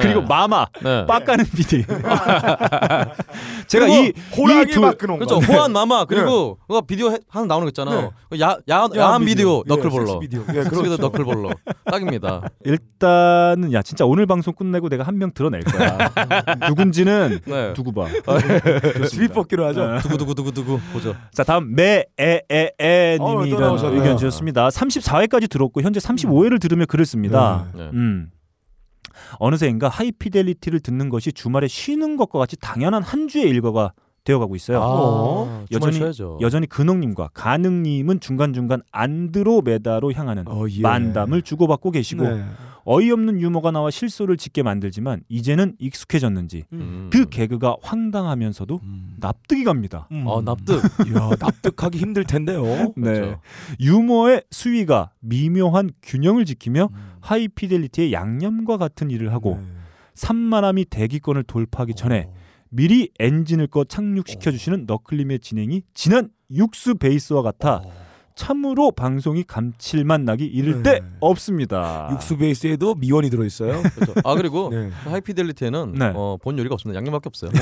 그리고 마마
네.
빡가는 비디. 제가 이
호랑이
두-
박근홍.
그렇죠. 호환 마마 그리고 그거 비디오 해- 하나 나오는 거 있잖아요. 야야 야한 비디오, 너클볼러.
예, 섹스 비디오. 예,
그래도
그렇죠.
너클볼러 딱입니다.
일단은 야 진짜 오늘 방송 끝내고 내가 한 명 드러낼 거야. 누군지는
네.
두고
아,
봐.
예. 집이 뽑기로 하죠.
두구 두구 두구 두구 보죠.
자 다음 매에에에
어우, 또
님이 이런
나오셨네.
의견 주셨습니다. 34회까지 들었고 현재
음.
35회를 들으며 글을 씁니다.
네.
음. 어느새인가 하이피델리티를 듣는 것이 주말에 쉬는 것과 같이 당연한 한 주의 일과가 되어가고 있어요.
아,
여전히-
여전히 쉬어야죠.
여전히 근홍님과 가능님은 중간중간 안드로메다로 향하는
어, 예.
만담을 주고받고 계시고
네.
어이없는 유머가 나와 실소를 짓게 만들지만 이제는 익숙해졌는지
음.
그 개그가 황당하면서도 납득이 갑니다.
음.
아 납득.
이야, 납득하기 힘들 텐데요.
네.
그렇죠.
유머의 수위가 미묘한 균형을 지키며
음.
하이피델리티의 양념과 같은 일을 하고
네.
산만함이 대기권을
어.
돌파하기 전에 미리 엔진을 꺼 착륙시켜 주시는 너클림의 진행이 진한 육수 베이스와 같아 참으로 방송이 감칠맛 나기 이를 때
어. 네.
없습니다.
육수 베이스에도 미원이 들어 있어요.
그렇죠. 아 그리고
네.
하이피델리티에는
네.
어, 본 요리가 없습니다. 양념밖에 없어요. 네.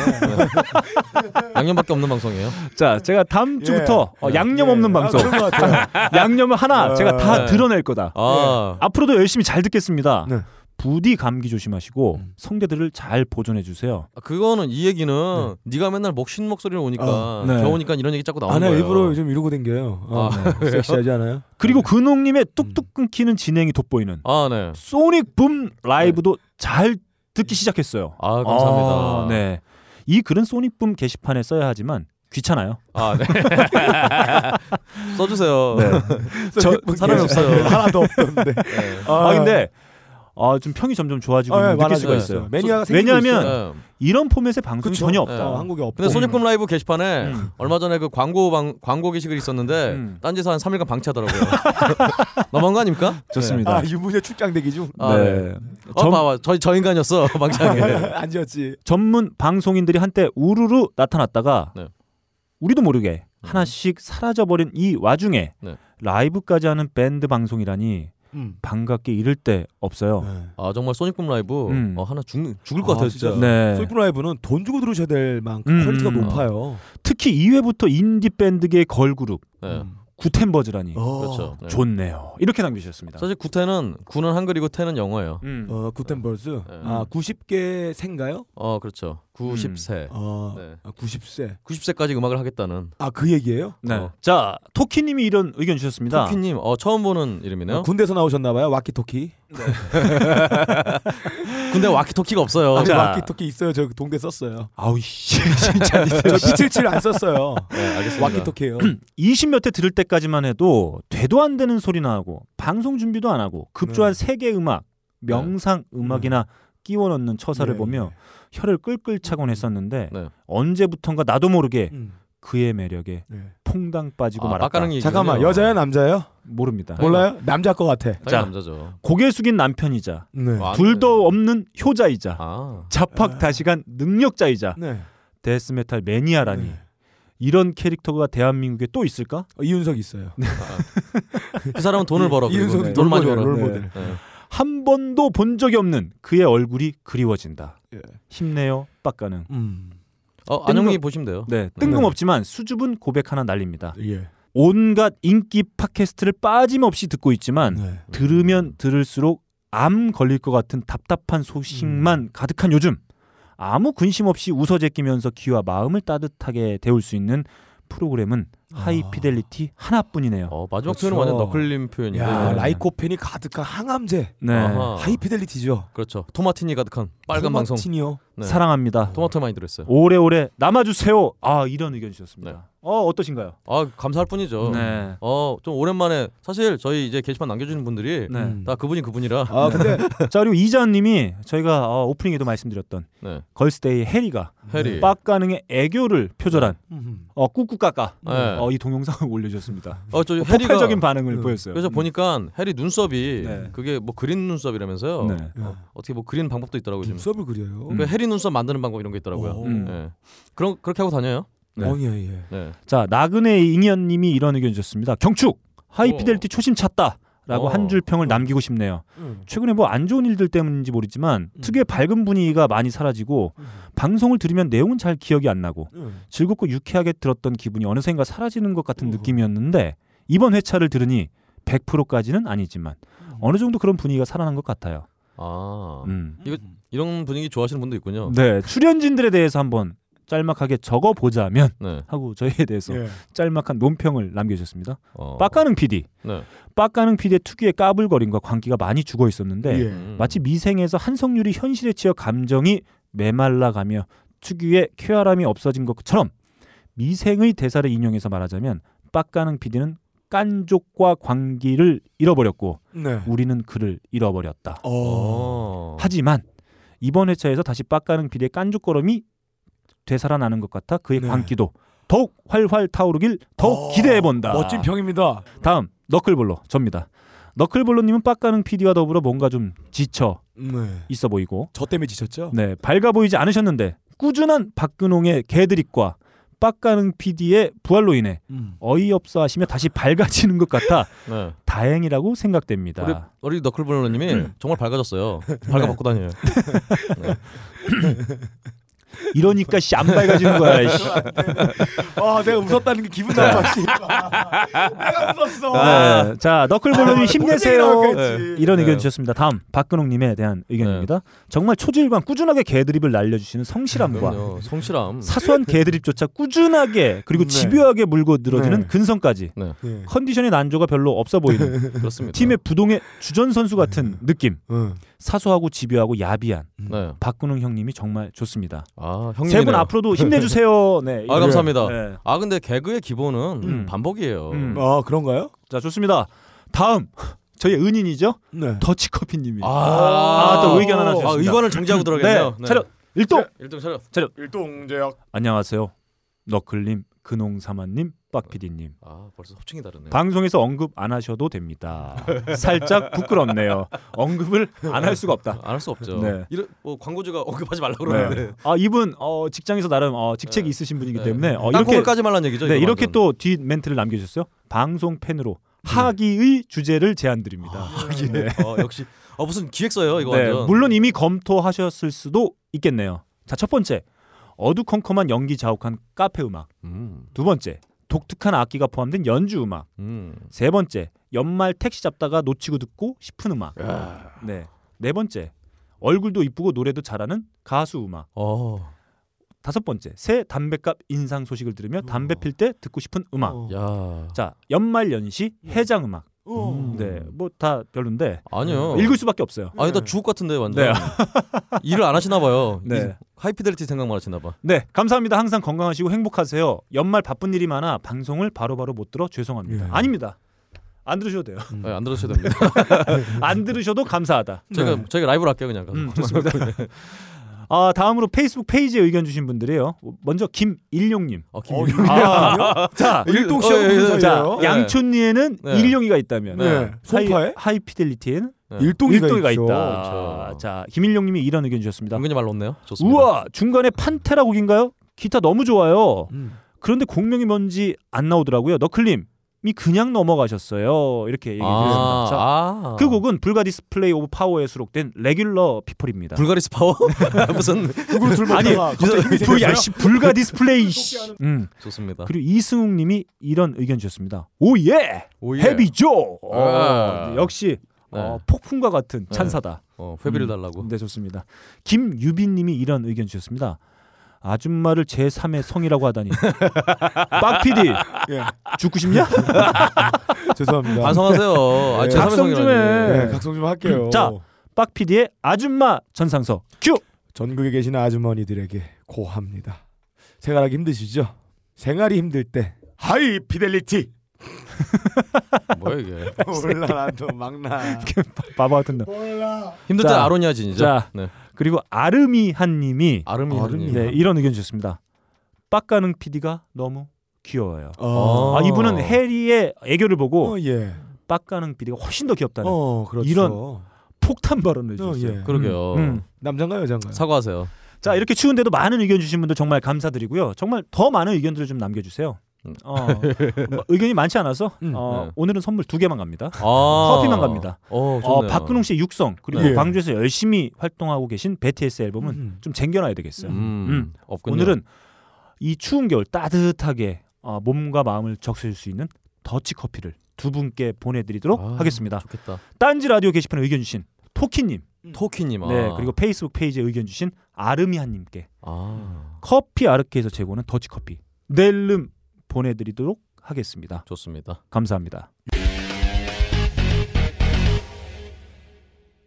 양념밖에 없는 방송이에요.
자, 제가 다음
예.
주부터 어, 양념 없는
예.
방송,
아, 그런 것 같아요. 어.
양념을 하나 제가 다
네.
드러낼 거다.
아,
앞으로도 열심히 잘 듣겠습니다.
네. 음.
부디 감기 조심하시고 성대들을 잘 보존해 주세요.
아, 그거는 이 얘기는 네. 가 맨날 목신 목소리로 오니까
어,
네.
겨우니까 이런 얘기 자꾸 나오는
아, 나
거예요. 아,
일부러 요즘 이러고 댕겨요. 어, 섹시하지 않아요?
음.
그리고 근홍님의 뚝뚝 끊기는 진행이 돋보이는
아 네.
소닉 붐 라이브도 잘 듣기 시작했어요.
아 감사합니다.
아, 네. 이 글은 소닉 붐 게시판에 써야 하지만 귀찮아요.
아 네. 써주세요.
저-
사람이 없어요.
하나도 없던데.
네.
아, 근데 아, 좀 평이 점점 좋아지고
아, 예,
있는 느낄
많아지고
수가
있어요.
있어요.
매니아가 생기고
왜냐하면
있어요.
네.
이런 포맷의 방송이
그쵸?
전혀
아,
어,
없다.
한국에 없고.
근데 소닉붐 라이브 게시판에
음.
얼마 전에 그 광고 방 광고 게시글이 있었는데
음.
딴지에서 한 3일간 방치하더라고요. 너무한 거 아닙니까?
좋습니다.
아, 유부녀 출장대기 중.
아, 네. 어,
전-
봐봐. 저, 저 인간이었어. 방치한 게.
안 지었지.
전문 방송인들이 한때 우르르 나타났다가
네. 음.
우리도 모르게 하나씩 사라져버린 이 와중에
네.
라이브까지 하는 밴드 방송이라니
음.
반갑게 이를 데 없어요.
아, 정말 소닉붐 라이브
음.
어, 하나 죽, 죽을 것
네. 아,
같아요,
진짜.
진짜.
네.
소닉붐 라이브는 돈 주고 들으셔야 될 만큼
음,
퀄리티가
음.
높아요.
특히 2회부터 인디 밴드계 걸그룹
네.
음.
구텐버즈라니
어.
그렇죠. 네.
좋네요. 이렇게 남기셨습니다.
사실 구태는 구는 한글이고 태는 영어예요.
음.
어, 구텐버즈. 아, 90개 생가요?
어, 그렇죠. 90세.
어,
네.
아, 90세.
90세까지 음악을 하겠다는
아, 그 얘기예요?
네.
어.
자 토키님이 이런 의견 주셨습니다.
토키 님. 어, 처음 보는 이름이네요.
아, 군대에서 나오셨나 봐요. 와키토키.
근데 와키토키가 없어요.
아, 저
자.
와키토키 있어요. 저 동대 썼어요.
아우 씨 진짜
저 P77 안 썼어요.
네, 알겠습니다.
와키토키예요.
음. 20몇 회 들을 때까지만 해도 되도 안 되는 소리나 하고 방송 준비도 안 하고 급조한 세계 음악, 명상 음악이나 끼워 넣는 처사를
예,
보며 혀를 끌끌 차곤 했었는데
네.
언제부턴가 나도 모르게
음.
그의 매력에
네.
퐁당 빠지고
아,
말았다.
빡가는 얘기.
잠깐만 여자예요 남자예요?
모릅니다.
네.
몰라요? 남자 것 같아.
자.
남자죠.
고개 숙인 남편이자
네.
와,
둘도 없는 효자이자
아.
자팍 다시간 능력자이자
네.
데스메탈 매니아라니
네.
이런 캐릭터가 대한민국에 또 있을까?
어, 이윤석 있어요.
네.
그 사람은 돈을 벌어. 그리고. 네.
이윤석이
돈 많이 벌어.
롤모델.
네.
한 번도 본 적이 없는 그의 얼굴이 그리워진다.
예.
힘내요, 빡가능.
음.
어, 안영이 보시면 돼요.
네, 뜬금없지만 수줍은 고백 하나 날립니다.
예.
온갖 인기 팟캐스트를 빠짐없이 듣고 있지만
네.
들으면 들을수록 암 걸릴 것 같은 답답한 소식만
음.
가득한 요즘 아무 근심 없이 웃어 제끼면서 귀와 마음을 따뜻하게 데울 수 있는 프로그램은
아.
하이피델리티 하나뿐이네요.
어, 마지막
그렇죠.
표현은 완전 너클림 표현인데.
야
네.
라이코펜이 가득한 항암제.
네,
아하.
하이피델리티죠.
그렇죠. 토마티니 가득한 빨간 방송.
토마티니요.
네.
사랑합니다.
토마토 많이 들었어요.
오래오래 남아주세요. 아 이런 의견 주셨습니다. 어 어떠신가요?
아 감사할 뿐이죠.
네.
네. 어 좀 오랜만에 사실 저희 이제 게시판 남겨주는 분들이
네.
음.
다 그분이 그분이라.
아 근데
자 그리고 이자님이 저희가 어, 오프닝에도 말씀드렸던
네.
걸스데이 해리가
네.
해리.
빡가능의 애교를 표절한
음.
어 꾹꾹깎아
네.
어, 이 동영상을 올려주셨습니다.
어저
뭐
어,
해리가
폭발적인 반응을 보였어요.
음.
그래서 보니까 해리 눈썹이
네.
그게 뭐 그린 눈썹이라면서요.
네.
어, 어떻게 뭐 그린 방법도 있더라고요. 지금.
눈썹을 그려요.
그 해리 눈썹 만드는 방법 이런 게 있더라고요.
오.
음.
예. 그런 그렇게 하고 다녀요.
네.
어, 예, 예.
네.
자 나그네 잉현님이 이런 의견 주셨습니다. 경축 하이피델티 초심 찾다라고
어.
한 줄 평을 남기고 싶네요.
음.
최근에 뭐 안 좋은 일들 때문인지 모르지만
음.
특유의 밝은 분위기가 많이 사라지고 방송을 들으면 내용은 잘 기억이 안 나고
음.
즐겁고 유쾌하게 들었던 기분이 어느샌가 사라지는 것
음.
같은 느낌이었는데 이번 회차를 들으니 100%까지는 아니지만
음.
어느 정도 그런 분위기가 살아난 것 같아요.
어.
아
음.
이런 분위기 좋아하시는 분도 있군요.
네 출연진들에 대해서 한번 짤막하게 적어보자면
네.
하고 저희에 대해서
예.
짤막한 논평을 남겨주셨습니다.
어.
빡가능 PD.
네.
빡가능 PD의 특유의 까불거림과 광기가 많이 죽어 있었는데
예.
음.
마치 미생에서 한성률이 현실에 치여 감정이 메말라가며 특유의 쾌활함이 없어진 것처럼 미생의 대사를 인용해서 말하자면 빡가능 PD는 깐족과 광기를 잃어버렸고
네.
우리는 그를 잃어버렸다.
어.
하지만 이번 회차에서 다시 빡가는 비리의 깐죽거름이 되살아나는 것 같아 그의
네. 어,
광기도 더욱 활활 타오르길 더욱 기대해 본다.
멋진 평입니다.
다음 너클볼로 접니다. 너클볼로님은 빡가는 PD와 더불어 뭔가 좀 지쳐
네.
있어 보이고
저 때문에 지쳤죠?
네 밝아 보이지 않으셨는데 꾸준한 박근홍의 개드립과 빡가는 PD의 부활로 인해
음.
어이없어 하시며 다시 밝아지는 것 같아
네.
다행이라고 생각됩니다. 네.
우리 우리 너클블러님이 정말 밝아졌어요. 밝아 받고 다녀요.
이러니까 씨 안 밝아지는 거야. 씨.
아 내가 웃었다는 게 기분 나빠. 씨. 내가 웃었어.
아.
네. 자 너클볼로님 힘내세요. 이런
네.
의견 주셨습니다. 다음 박근홍님에 대한 의견입니다. 정말 초질관 꾸준하게 개드립을 날려주시는 성실함과
그럼요. 성실함.
사소한 개드립조차 꾸준하게 그리고
네.
집요하게 물고 늘어지는
네.
근성까지
네.
네.
컨디션의 난조가 별로 없어 보이는
그렇습니다. 음.
팀의 부동의 주전 선수 같은 느낌
응.
사소하고 집요하고 야비한
네.
박근홍 형님이 정말 좋습니다.
아 형님.
세 분 앞으로도 힘내주세요. 네,
아
이런-
감사합니다.
네.
아 근데 개그의 기본은
음.
반복이에요.
음.
아 그런가요?
자 좋습니다. 다음 저희 은인이죠
네.
더치커피님이
아,
아, 또 의견 하나 주셨습니다.
아, 의견을 정지하고 들어가겠네요.
네, 차렷 일동
일등 차렷.
일동제약
안녕하세요. 너클님, 근홍사마님, 빡피디님.
아, 벌써 호칭이 다르네요.
방송에서 언급 안 하셔도 됩니다. 살짝 부끄럽네요. 언급을 안 할 수가 없다.
안 할 수 없죠.
네.
이런 뭐 광고주가 언급하지 말라고 그러는데.
네. 아 이분 어, 직장에서 나름 어, 직책이
네.
있으신 분이기
네.
때문에 어, 이렇게
땅콩을까지 말란 얘기죠.
네,
이거
이렇게
완전.
또 뒷 멘트를 남겨주셨어요. 방송 팬으로 하기의 주제를 제안드립니다. 네.
어, 역시 어, 무슨 기획서예요, 이거
네,
완전.
물론 이미 검토하셨을 수도 있겠네요. 자, 첫 번째 어두컴컴한 연기 자욱한 카페 음악.
음.
두 번째 독특한 악기가 포함된 연주 음악.
음.
세 번째 연말 택시 잡다가 놓치고 듣고 싶은 음악. 네. 네 번째 얼굴도 이쁘고 노래도 잘하는 가수 음악.
어.
다섯 번째 새 담배값 인상 소식을 들으며 담배 필 때 듣고 싶은 음악.
어.
야.
자 연말 연시 해장 음악.
음.
어.
네, 뭐 다 별론데
아니요.
읽을 수밖에 없어요.
아니 나 주옥 같은데 완전. 일을 안 하시나 봐요.
네.
하이피델리티 생각만 하시나 봐.
네, 감사합니다. 항상 건강하시고 행복하세요. 연말 바쁜 일이 많아 방송을 바로바로 못 들어 죄송합니다.
예.
아닙니다. 안 들으셔도 돼요.
네, 안 들으셔도 됩니다.
안 들으셔도 감사하다.
저희가 저희가 라이브로 할게요 그냥.
네. 음, 좋습니다. 아 다음으로 페이스북 페이지에 의견 주신 분들이에요. 먼저 김일용님.
어, 김...
어,
아, 자,
일동
어, 예,
씨하고
예,
무슨
자
사이예요?
예.
양촌리에는
네.
일용이가 있다면
네.
송파에?
하이, 피델리티에는
네.
일동이가,
일동이가
있죠.
있다.
그렇죠.
자 김일용님이 이런 의견 주셨습니다.
은근히 말로 없네요. 좋습니다. 아,
우와 중간에 판테라 곡인가요? 기타 너무 좋아요.
음.
그런데 공명이 뭔지 안 나오더라고요. 너클림이 그냥 넘어가셨어요. 이렇게 얘기해 주셨습니다. 자,
아, 아.
그 곡은 불가 디스플레이 오브 파워에 수록된 레귤러 피플입니다.
불가리스 파워
네.
무슨
누구를
아니,
둘러보다가 갑자기 힘이
불- 야,
생겼어요? 그
씨, 불가 디스플레이. 씨. 음.
좋습니다.
그리고 이승욱님이 이런 의견 주셨습니다. 오예,
오예.
헤비죠.
아.
어, 역시
네.
어, 폭풍과 같은 찬사다.
어, 회비를
음.
달라고.
네 좋습니다. 김유빈님이 이런 의견 주셨습니다. 아줌마를 제 3의 성이라고 하다니. 빡피디
예.
죽고 싶냐?
죄송합니다.
반성하세요. 아,
네.
제 삼의
각성 좀
성이라니.
해.
네, 각성 좀 할게요.
자. 빡피디의 아줌마 전상서 큐.
전국에 계신 아주머니들에게 고합니다. 생활하기 힘드시죠? 생활이 힘들 때 하이 피델리티
뭐야 이게?
몰라 나도 막나.
바보 같은 놈.
몰라.
힘들 때
자,
아로니아 진이죠.
자.
네.
그리고 아르미한님이
아름이
아름이.
네, 이런 의견 주셨습니다. 빡가능 PD가 너무 귀여워요.
어,
아, 이분은 해리의 애교를 보고
어, 예.
빡가능 PD가 훨씬 더 귀엽다는
어, 그렇죠.
네. 이런- 폭탄 발언을
어,
주셨어요.
예.
그러게요.
음.
남장가요, 여장가요?
사과하세요.
자 이렇게 추운데도 많은 의견 주신 분들 정말 감사드리고요. 정말 더 많은 의견들을 좀 남겨주세요.
음.
어, 뭐 의견이 많지 않아서
음,
어,
네.
오늘은 선물 두 개만 갑니다.
아.
커피만 갑니다.
어, 좋네요.
어, 박근홍 씨의 육성 그리고
네.
광주에서 열심히 활동하고 계신 베티에스 앨범은
음.
좀 쟁겨놔야 되겠어요.
음.
음.
없군요.
오늘은 이 추운 겨울 따뜻하게 어, 몸과 마음을 적셔줄 수 있는 더치 커피를 두 분께 보내드리도록
아유,
하겠습니다.
좋겠다.
딴지 라디오 게시판에 의견 주신 토키님,
토키님. 아.
네 그리고 페이스북 페이지에 의견 주신 아르미한님께
아.
커피 아르케에서 제공하는 더치커피 넬름 보내드리도록 하겠습니다.
좋습니다.
감사합니다.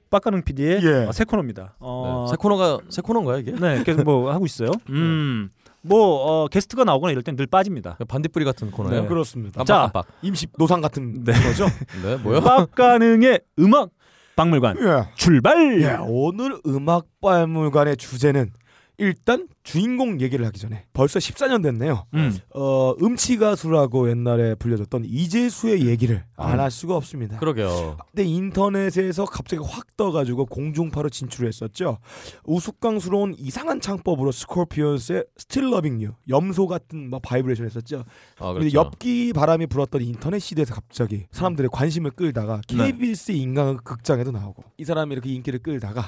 빡가능 PD의
예.
새 코너입니다. 어,
네. 새 코너가 새 코너인가요 이게?
네, 계속 뭐 하고 있어요. 음, 뭐 어, 게스트가 나오거나 이럴 땐 늘 빠집니다.
그 반딧불이 같은 코너예요.
네.
그렇습니다.
자. 음.
깜빡깜빡.
임시 노상 같은
네.
거죠?
네, 뭐야?
빡가능의 음악 박물관
예.
출발.
예, 오늘 음악 박물관의 주제는 일단 주인공 얘기를 하기 전에 벌써 14년 됐네요.
음,
어, 음치 가수라고 옛날에 불려졌던
네.
이재수의 얘기를
아.
안 할 수가 없습니다.
그러게요.
근데 인터넷에서 갑자기 확 떠가지고 공중파로 진출했었죠. 우스꽝스러운 이상한 창법으로 스콜피언스의 Still Loving You, 염소 같은 막 바이브레이션 했었죠.
아,
근데
그렇죠. 음.
엽기 바람이 불었던 인터넷 시대에서 갑자기 사람들의 관심을 끌다가
네.
KBS 인강 극장에도 나오고 이 사람이 이렇게 인기를 끌다가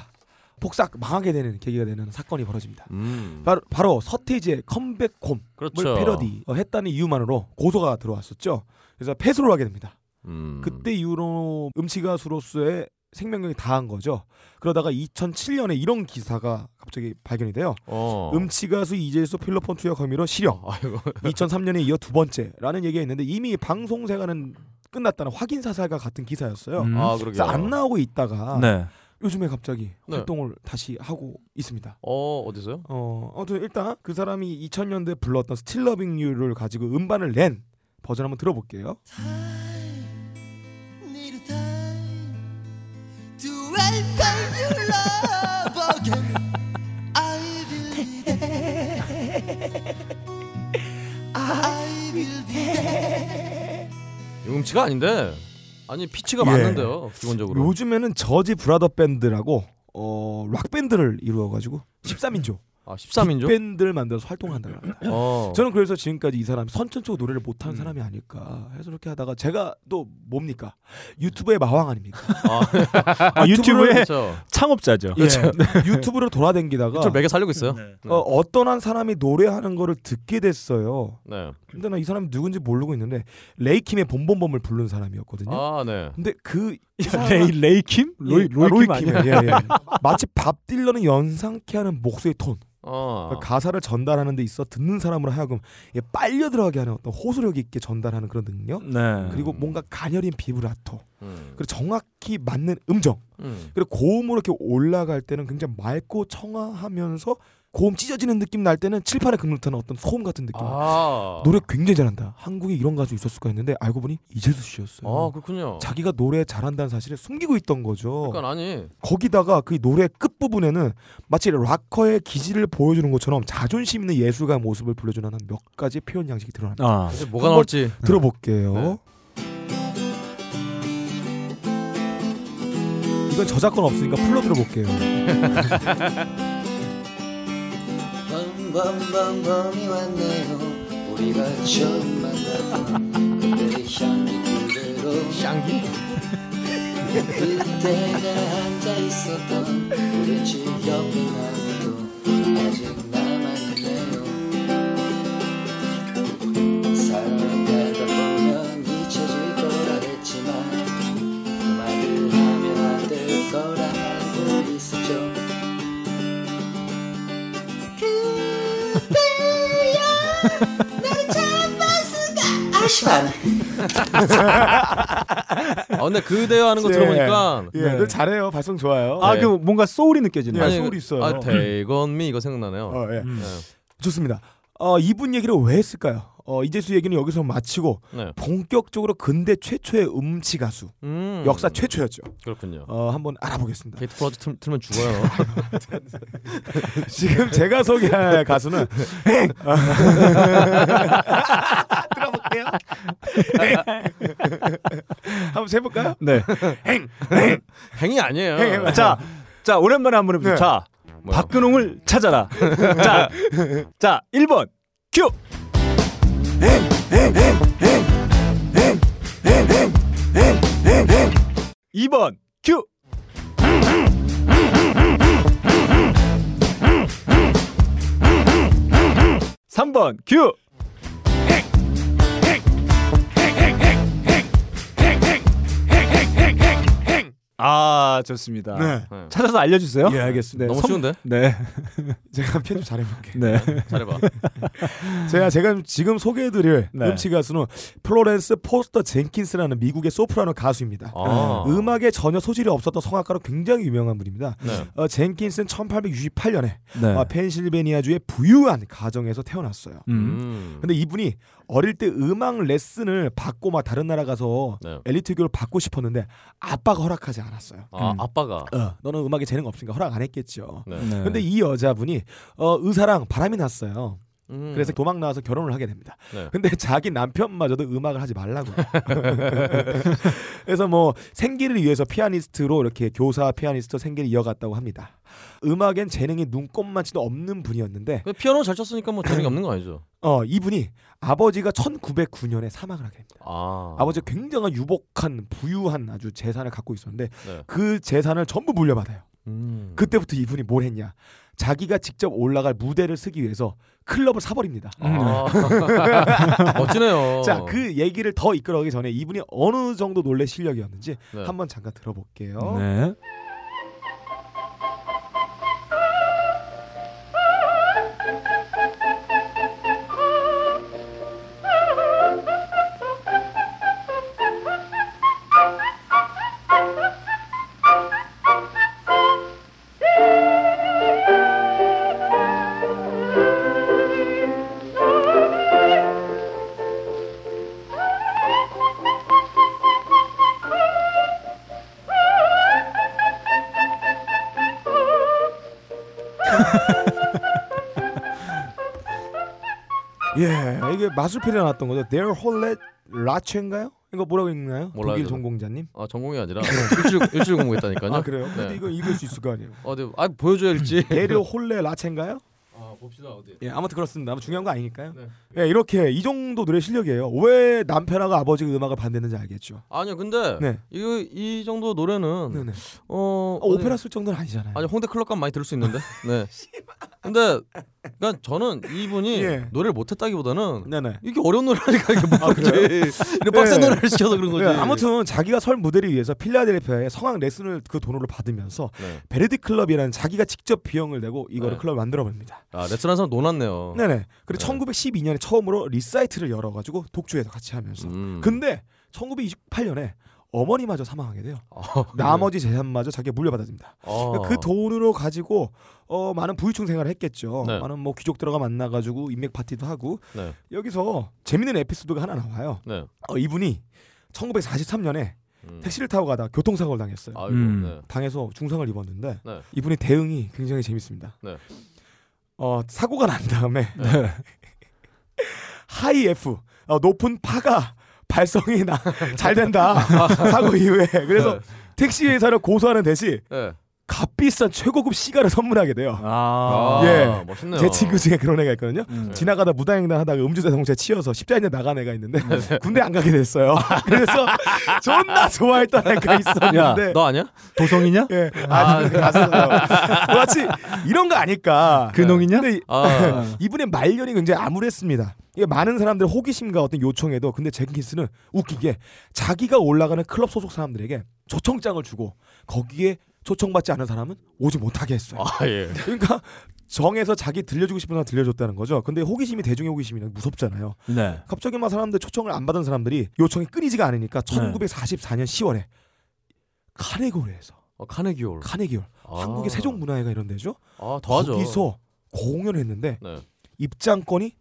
폭삭 망하게 되는 계기가 되는 사건이 벌어집니다.
음.
바로, 바로 서태지의 컴백홈을
그렇죠.
패러디 어, 했다는 이유만으로 고소가 들어왔었죠. 그래서 패소를 하게 됩니다.
음.
그때 이후로 음치가수로서의 생명력이 다한 거죠. 그러다가 2007년에 이런 기사가 갑자기 발견이 돼요.
어.
음치가수 이재수 필로폰 투약 혐의로 실형.
아이고.
2003년에 이어 두 번째라는 얘기가 있는데 이미 방송 세관은 끝났다는 확인 사살과 같은 기사였어요.
음.
아, 그러게요.
그래서 안 나오고 있다가
네.
요즘에 갑자기
네.
활동을 다시 하고 있습니다.
어, 어디서요?
어, 아무튼 일단 그 사람이 2000년대 불렀던 스틸러빙 유를 가지고 음반을 낸 버전 한번 들어볼게요.
음치가 아닌데. 아니, 피치가
예.
맞는데요. 기본적으로.
요즘에는 저지 브라더 밴드라고 어, 락 밴드를 이루어 가지고 13인조
아, 13인조?
밴드를 만들어서 활동한다고 합니다.
어.
저는 그래서 지금까지 이 사람이 선천적으로 노래를 못하는
음.
사람이 아닐까 해서 이렇게 하다가 제가 또 뭡니까 유튜브의 마왕 아닙니까?
아,
아, 유튜브의
그렇죠.
창업자죠.
예, 유튜브로 돌아다니다가
저 맥에 살리고 있어요. 네.
어, 어떤 한 사람이 노래하는 거를 듣게 됐어요.
네.
근데 나 이 사람이 누군지 모르고 있는데 레이킴의 봄봄봄을 부른 사람이었거든요.
아, 네.
근데 그
레이 레이킴, 로이
아,
로이킴 예. 아니야?
예, 예. 마치 밥 딜러는 연상케 하는 목소리 톤
아.
어.
그러니까 가사를 전달하는 데 있어 듣는 사람으로 하여금 예, 빨려 들어가게 하는 어떤 호소력 있게 전달하는 그런 능력
네.
그리고 뭔가 가녀린 비브라토
음.
그리고 정확히 맞는 음정
음.
그리고 고음으로 이렇게 올라갈 때는 굉장히 맑고 청아하면서 고음 찢어지는 느낌 날 때는 칠판에 긁는다는 어떤 소음 같은 느낌
아.
노래 굉장히 잘한다 한국에 이런 가수 있었을까 했는데 알고 보니 이재수 씨였어요
아, 그렇군요.
자기가 노래 잘한다는 사실을 숨기고 있던 거죠
그러니까 아니.
거기다가 그 노래 끝부분에는 마치 락커의 기질을 보여주는 것처럼 자존심 있는 예술가 모습을 보여주는 한 몇 가지 표현 양식이 드러납니다
아,
이제 뭐가
한번-
나올지.
들어볼게요.
네.
이건 저작권 없으니까 풀로 들어볼게요.
벙벙벙벙이 왔네요 우리가 처음 만났던 그때의 향기 그대로 향기? 그때가 앉아 있었던 우리 집 옆이 나무도 아직 남아있네요 살아가다 보면 잊혀질 거라 했지만 그 말을 하면 안 될 거라 알고 있었죠 아시만
아, 근데 그대여 하는 거 들어보니까
예, 늘 잘해요. 발성 좋아요.
아,
네.
그 뭔가 소울이 느껴지네.
예.
요
아니,
소울이 있어요.
아, 대건미 이거 생각나네요.
어, 예.
네.
좋습니다. 어, 이분 얘기를 왜 했을까요? 어, 이재수 얘기는 여기서 마치고
네.
본격적으로 근대 최초의 음치 가수
음.
역사 최초였죠.
그렇군요.
어, 한번 알아보겠습니다.
게이트 플러즈 틀, 틀면 죽어요.
지금 제가 소개할 가수는 들어볼게요. 한번 해볼까요?
네.
행위 아니에요.
행위 맞-
자, 자 오랜만에 한번 해보죠.
네.
자,
뭐야?
박근홍을 찾아라. 자, 자 1번 큐. 이번 큐. 3번 큐. 아 좋습니다.
네.
네.
찾아서 알려주세요.
예, 알겠습니다.
너무
선-
쉬운데?
네,
제가 편집 잘해볼게요.
네.
잘해봐.
음,
네.
제가 제가 지금 소개해드릴
네.
음치 가수는 플로렌스 포스터 젠킨스라는 미국의 소프라노 가수입니다.
어.
아.
음악에 전혀 소질이 없었던 성악가로 굉장히 유명한 분입니다.
네.
어, 젠킨스는 1868년에 어,
네.
아,
펜실베니아주의 부유한 가정에서 태어났어요.
음.
음.
근데 이분이 어릴 때 음악 레슨을 받고 막 다른 나라 가서
네.
엘리트 교육을 받고 싶었는데 아빠가 허락하지 않았어요.
아
음.
아빠가.
어, 너는 음악에 재능 없으니까 허락 안 했겠죠.
네.
음.
네.
근데 이 여자분이 어, 의사랑 바람이 났어요.
음.
그래서 도망 나와서 결혼을 하게 됩니다.
네.
근데 자기 남편마저도 음악을 하지 말라고. 그래서 뭐 생계를 위해서 피아니스트로 이렇게 교사 피아니스트 생계를 이어갔다고 합니다. 음악엔 재능이 눈꼽만치도 없는 분이었는데
근데 피아노 잘 쳤으니까 뭐 재능이 없는 거 아니죠?
어 이분이 아버지가 1909년에 사망을 하게 됩니다.
아.
아버지가 굉장한 유복한 부유한 아주 재산을 갖고 있었는데
네.
그 재산을 전부 물려받아요.
음.
그때부터 이분이 뭘 했냐? 자기가 직접 올라갈 무대를 쓰기 위해서 클럽을 사버립니다.
아. 멋지네요.
음. 자, 그 얘기를 더 이끌어가기 전에 이분이 어느 정도 놀래 실력이었는지
네.
한번 잠깐 들어볼게요.
네.
예, 이게 마술필에 나왔던 거죠. 데어 홀렛 라체인가요? 이거 뭐라고 읽나요?
몰라요,
독일
저는.
전공자님.
아 전공이 아니라 일주일 일주일 공부했다니까요.
아 그래요? 근데
네.
이거 읽을 수 있을 거 아니에요.
어, 네. 아 보여줘야 일지.
데르 홀레 라체인가요?
아 봅시다 어디.
예, 아무튼 그렇습니다. 아무 중요한 거 아니니까요.
네.
예, 이렇게 이 정도 노래 실력이에요. 왜 남편하고 아버지가 음악을 반대했는지 알겠죠.
아니요 근데
네.
이거 이 정도 노래는
네네.
어
어, 오페라 쓸 정도는 아니잖아요.
아니 홍대 클럽 가면 많이 들을 수 있는데. 네. 근데 그러니까 저는 이분이
예. 아,
노래를 못했다기보다는
네네.
이게 어려운 노래니까 이게 못 부르지. 이런 빡센
예.
노래를 시켜서 그런 거지.
예, 아무튼 자기가 설 무대를 위해서 필라델피아의 성악 레슨을 그 돈으로 받으면서
네.
베르디 클럽이라는 자기가 직접 비용을 내고 이거를
네.
클럽 만들어 봅니다.
아 레스토랑 사람 논았네요.
네네. 그리고
네.
1912년에 처음으로 리사이트를 열어가지고 독주에서 같이 하면서.
음.
근데 1928년에 어머니마저 사망하게 돼요.
아,
나머지 재산마저 자기가 물려받아집니다.
아.
그 돈으로 가지고 어, 많은 부유층 생활을 했겠죠.
네.
많은 뭐 귀족들과 만나가지고 인맥 파티도 하고
네.
여기서 재밌는 에피소드가 하나 나와요.
네.
어, 이분이 1943년에
음.
택시를 타고 가다 교통사고를 당했어요.
아유,
음.
네.
당해서 중상을 입었는데
네.
이분의 대응이 굉장히 재밌습니다.
네.
어, 사고가 난 다음에 하이 F 어, 높은 파가 발성이 나 잘 된다 사고 이후에 그래서 택시 회사를 고소하는 대신
네.
값비싼 최고급 시가를 선물하게 돼요.
아.
아,
예.
멋있네요.
제 친구 중에 그런 애가 있거든요.
음.
지나가다 무단횡단하다가 음주자 동체 치여서 십자인에 나간 애가 있는데 군대 안 가게 됐어요. 그래서 존나 좋아했던 애가 있었는데
너 아니야?
도성이냐?
예, 아직 갔어요. 뭐 마치 이런 거 아닐까.
근홍이냐?
근데 이-
아,
이분의 말년이 굉장히 암울했습니다. 이게 많은 사람들의 호기심과 어떤 요청에도 근데 잭킨스는 웃기게 자기가 올라가는 클럽 소속 사람들에게 초청장을 주고 거기에 초청받지 않은 사람은 오지 못하게 했어요.
아 예.
그러니까 정해서 자기 들려주고 싶은 사람 들려줬다는 거죠. 근데 호기심이 대중의 호기심이라 무섭잖아요.
네.
갑자기 막 사람들 초청을 안 받은 사람들이 요청이 끊이지가 않으니까
네.
1944년 10월에 카네고르에서
어, 카네기홀.
카네기홀
아.
한국의 세종문화회가 이런 데죠.
아 더하죠.
거기서 공연했는데
네.
입장권이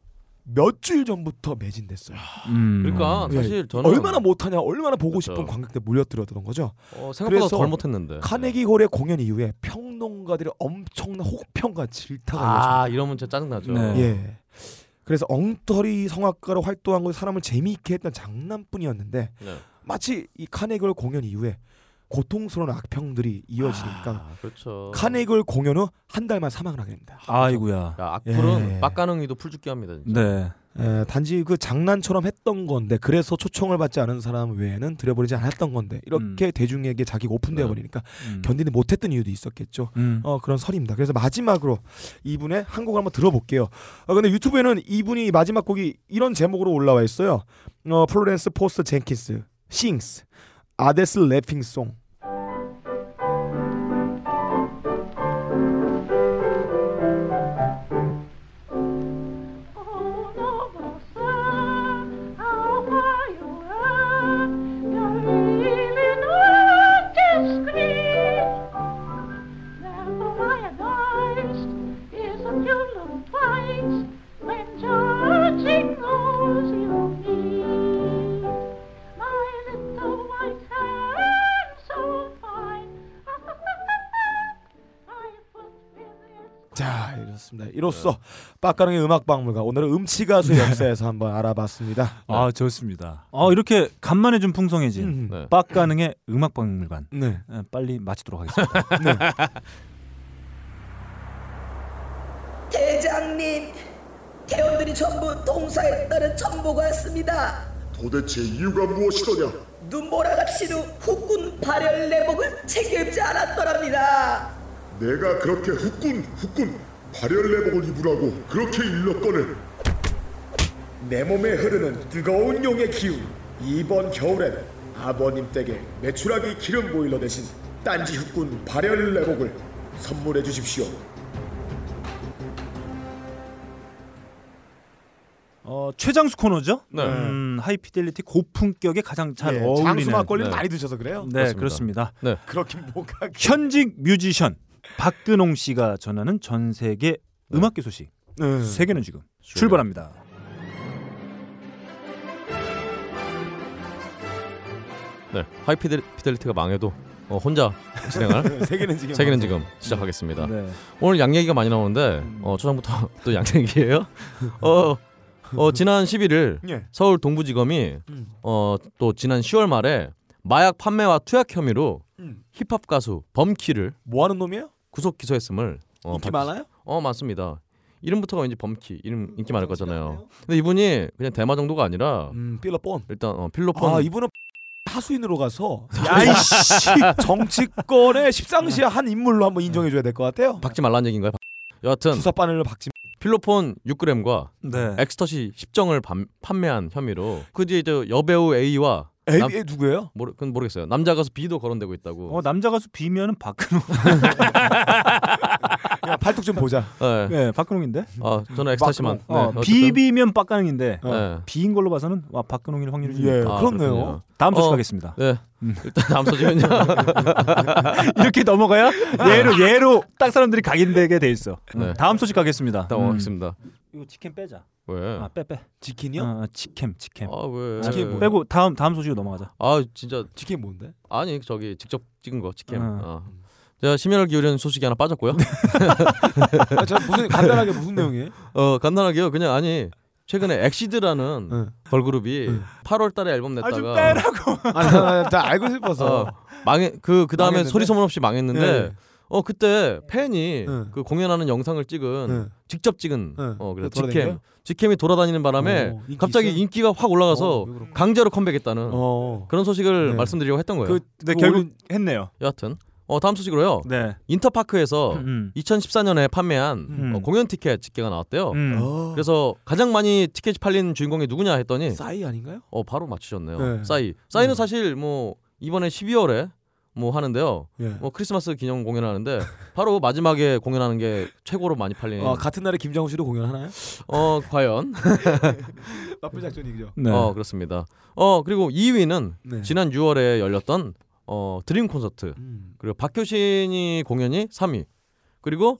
몇 주일 전부터 매진됐어요.
음.
그러니까
예.
사실 저는
얼마나 못하냐, 얼마나 보고
그렇죠.
싶은 관객들 몰려들었던 거죠.
어, 생각보다
그래서
덜 못했는데.
카네기 홀의 공연 이후에 평론가들의 엄청난 혹평과 질타가 이어집니다.
아 이러면 진짜 짜증나죠.
네.
예. 그래서 엉터리 성악가로 활동한 건 사람을 재미있게 했던 장난뿐이었는데
네.
마치 이 카네기 홀 공연 이후에 고통스러운 악평들이 이어지니까
아, 그렇죠.
카네기 홀 공연 후 한 달만 사망을 하게 됩니다.
아이고야.
야, 악플은
예.
빡가능이도 풀죽기 합니다. 진짜.
네.
에, 단지 그 장난처럼 했던 건데 그래서 초청을 받지 않은 사람 외에는 들여버리지 않았던 건데 이렇게 대중에게 자기가 오픈되어
네.
버리니까
음.
견디지 못했던 이유도 있었겠죠.
음.
어 그런 설입니다. 그래서 마지막으로 이분의 한 곡을 한번 들어볼게요. 어, 근데 유튜브에는 이분이 마지막 곡이 이런 제목으로 올라와 있어요. 어 플로렌스 포스터 젠킨스 싱스 아데스 래핑송 자 이렇습니다.
네.
이로써 빡가능의 음악박물관 오늘은 음치가수 역사에서 한번 알아봤습니다.
아 좋습니다. 어 이렇게 간만에 좀 풍성해진
음.
네.
빡가능의 음악박물관
네.
예, 빨리 마치도록 하겠습니다.
대장님, 대원들이 전부 동사에 따른 전보가 왔습니다.
도대체 이유가 무엇이더냐?
눈보라가 치루 후군 발열 내복을 챙겨 입지 않았더랍니다.
내가 그렇게 후군 후군 발열내복을 입으라고 그렇게 일렀거늘
내 몸에 흐르는 뜨거운 용의 기운. 이번 겨울엔 아버님 댁에 메추라기 기름 보일러 대신 딴지 흑군 발열 내복을 선물해 주십시오.
어 최장수 코너죠?
네.
음, 하이피델리티 고품격에 가장 잘
예,
어울리는
장수 막걸리를
네.
많이 드셔서 그래요.
네
그렇습니다.
그렇습니다.
그렇긴 뭐가
현직 뮤지션 박근홍 씨가 전하는 전 세계
네.
음악계 소식
네.
세계는 지금 출발합니다.
네. 하이피델리티가 망해도 어, 혼자 진행할
세계는 지금
세계는 지금 시작하겠습니다.
네.
오늘 양 얘기가 많이 나오는데
음.
어, 초장부터 또 양 얘기예요. 어, 어, 지난 11일
예.
서울 동부지검이
음.
어, 또 지난 10월 말에 마약 판매와 투약 혐의로
음.
힙합 가수 범키를
뭐 하는 놈이에요?
구속 기소했음을 어,
인기
밝혔-
많아요?
어 맞습니다. 이름부터가 왠지 범키 이름 인기 많을 거잖아요. 근데 이분이 그냥 대마 정도가 아니라
음, 필러폰.
일단 어, 필로폰
아 이분은 하수인으로 가서
야이씨.
정치권의 십상시에 한 인물로 한번 인정해줘야 될 것 같아요.
박지 말란 얘기인가요? 박- 여하튼
수사 바늘로 박지.
필로폰 6g과
네.
엑스터시 10정을 밤- 판매한 혐의로 그 뒤에 저 여배우 A와
에이
남-
얘 누구예요?
모르 그건 모르겠어요. 남자 가수 B도 거론되고 있다고.
어 남자 가수 비면은 박근홍.
야, 발톱 아, 좀 보자.
네.
네 박근홍인데.
아 저는 엑스터시만. 네,
어,
어쨌든.
비비면 빡가능인데
네.
비인 걸로 봐서는 와 박근홍일 확률이 좀
예,
있다.
아,
그렇네요.
그렇군요.
다음 소식
어.
가겠습니다.
네. 일단 다음 소식은요.
이렇게 넘어가야 예로 예로 딱 사람들이 각인되게 돼 있어.
네.
다음 소식 가겠습니다.
일단 오겠습니다.
이거 치킨 빼자.
왜?
아, 빼 빼.
지킨이요?
어, 치캠 치캠.
아 왜?
치킨 뭐예요?
빼고 다음 다음 소식으로 넘어가자.
아 진짜
지킨 뭔데?
아니 저기 직접 찍은 거 치킨.
음.
어. 제가 심혈을 기울이는 소식이 하나 빠졌고요.
네. 아, 저 무슨 간단하게 무슨 내용이에요?
어 간단하게요. 그냥 아니 최근에 엑시드라는
응.
걸그룹이
네.
8월달에
아,
앨범 냈다가
아니, 나, 나 알고 싶어서.
어, 망해 그그 다음에
망했는데?
소리 소문 없이 망했는데
예.
어 그때 팬이
응.
그 공연하는 영상을 찍은
응.
직접 찍은
응.
어
네.
그래
돌아다니는
직캠
거야?
직캠이 돌아다니는 바람에
어, 인기
갑자기
있어요?
인기가 확 올라가서
어, 왜 그럴까?
강제로 컴백했다는
어.
그런 소식을
네.
말씀드리려고 했던 거예요.
그, 네,
그
결국
오늘-
했네요.
여하튼 어 다음 소식으로요.
네.
인터파크에서
음.
2014년에 판매한
음.
어, 공연 티켓 집계가 나왔대요.
음.
어.
그래서 가장 많이 티켓이 팔린 주인공이 누구냐 했더니
싸이 아닌가요?
어 바로 맞추셨네요.
네.
싸이. 싸이는
음.
사실 뭐 이번에 12월에 뭐 하는데요.
예.
뭐 크리스마스 기념 공연하는데 바로 마지막에 공연하는 게 최고로 많이 팔린.
어,
어,
같은 날에 김장훈 씨도 공연하나요?
과연.
나쁜 작전이죠.
네.
어 그렇습니다. 어 그리고 2위는
네.
지난 6월에 열렸던 어 드림 콘서트
음.
그리고 박효신이 공연이 3위. 그리고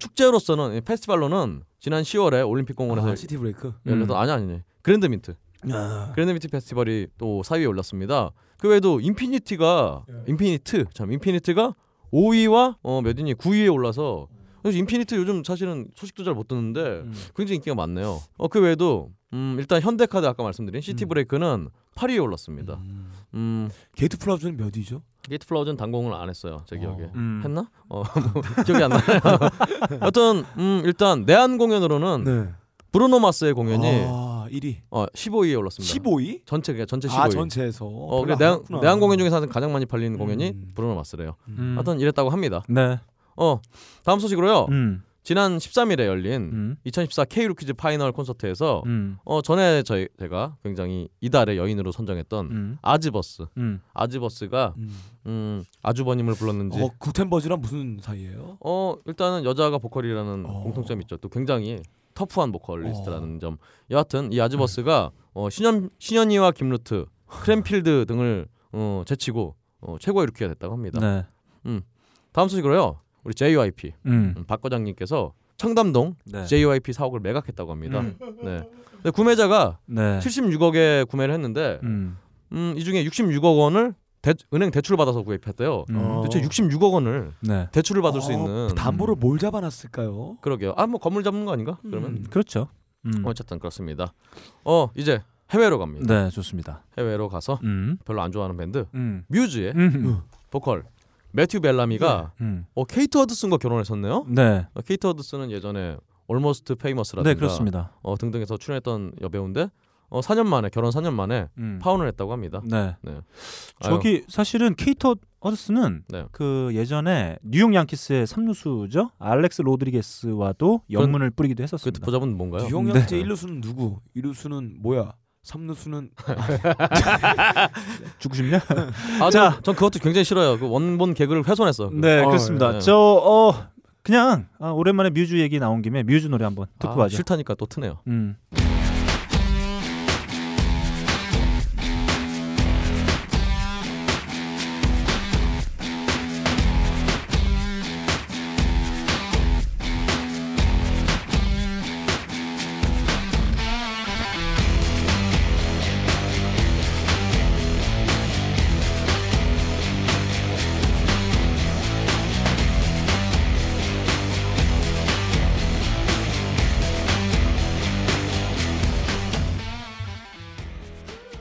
축제로서는 이 페스티벌로는 지난 10월에 올림픽 공원에서
아, 시티 브레이크?
열려서
음.
아니 아니 그랜드 민트
아.
그랜드 민트 페스티벌이 또 4위에 올랐습니다. 그 외에도 인피니티가
예.
인피니트 참 인피니트가 5위와 어 몇위니 9위에 올라서 그래서 인피니트 요즘 사실은 소식도 잘 못 듣는데
음.
굉장히 인기가 많네요. 어 그 외에도 음 일단 현대카드 아까 말씀드린
음.
시티 브레이크는 8위에 올랐습니다. 음.
게이트 플라우즈는 몇 위죠?
게이트 플라우즈는 단공을 안 했어요 제 기억에
음.
했나? 어 뭐, 기억이 안 나요. 여튼 음 일단 내한 공연으로는 브루노 마스의 음. 공연이
네. 아, 1위.
어 15위에 올랐습니다.
15위?
전체 그냥 전체 15위.
아, 전체에서. 별로
어 그래
안
내한
했구나.
내한 공연 중에서 사실 가장 많이 팔리는 공연이 브루노 마스래요.
음.
하여튼 이랬다고 합니다.
네.
어 다음 소식으로요.
음.
지난 13일에 열린 2014 K 루키즈 파이널 콘서트에서
음.
어 전에 저희 제가 굉장히 이달의 여인으로 선정했던
음.
아즈버스
음.
아즈버스가 음. 아주버님을 불렀는지
어, 구텐버즈랑 무슨 사이예요?
어 일단은 여자가 보컬이라는
어.
공통점이 있죠. 또 굉장히 터프한 보컬리스트라는 점. 여하튼 이 아즈버스가 어, 신현 신현이와 김루트, 크랜필드 등을 어, 제치고 어, 최고의 루키가 됐다고 합니다.
네.
음 다음 소식으로요. 우리 JYP
음.
음, 박 과장님께서 청담동
네.
JYP 사옥을 매각했다고 합니다.
음.
네. 근데 구매자가
네.
76억에 구매를 했는데
음.
음, 이 중에 66억 원을 대- 은행 대출을 받아서 구입했대요.
음.
대체 66억 원을
네.
대출을 받을 수
어,
있는
담보를 뭘 잡아놨을까요?
그러게요. 아 뭐 건물 잡는 거 아닌가? 그러면
그렇죠. 음.
어쨌든 그렇습니다. 어 이제 해외로 갑니다.
네, 좋습니다.
해외로 가서
음.
별로 안 좋아하는 밴드
음.
뮤즈의
음.
보컬 매튜 벨라미가
네. 음.
어, 케이트 허드슨과 결혼했었네요.
네.
어, 케이트 허드슨은 예전에 얼머스트 페이머스라든가
네, 그렇습니다.
어, 등등에서 출연했던 여배우인데 어, 4년 만에 결혼 4년 만에
음.
파혼을 했다고 합니다.
네.
아유,
저기 사실은 케이터 어드스는
네.
그 예전에 뉴욕 양키스의 삼루수죠 알렉스 로드리게스와도 영문을 뿌리기도 했었습니다.
그 보잡은 뭔가요?
뉴욕
네.
양제 1루수는 누구? 2루수는 뭐야? 3루수는
죽고 싶냐?
아, 자, 전 그것도 굉장히 싫어요. 그 원본 개그를 훼손했어.
네,
어,
그렇습니다.
네.
저 어, 그냥 아, 오랜만에 뮤즈 얘기 나온 김에 뮤즈 노래 한번 듣고
아,
가죠.
싫다니까 또 트네요.
음.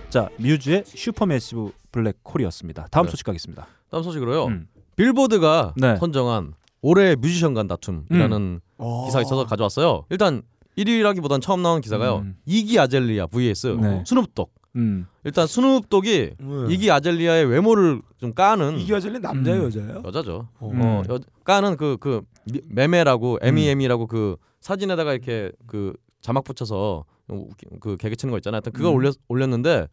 자, 뮤즈의 슈퍼매시브 블랙홀이었습니다. 다음
네.
소식 가겠습니다.
다음 소식으로요. 빌보드가
네.
선정한 올해의 뮤지션 간 다툼이라는
음.
기사가
아,
있어서 가져왔어요. 일단 1위라기보단 처음 나온 기사가요.
음.
이기 아젤리아 vs
네.
스눕독.
음.
일단 스눕독이
네.
이기 음. 아젤리아의 외모를 좀 까는
이기 아젤리 남자예요, 여자예요?
여자죠. 어,
음.
여- 까는 그 그 매매라고
음.
에미에미라고 그 사진에다가 이렇게 그 자막 붙여서 웃기- 그 개그 치는 거 있잖아요. 하여튼 그걸
음.
올렸, 올렸는데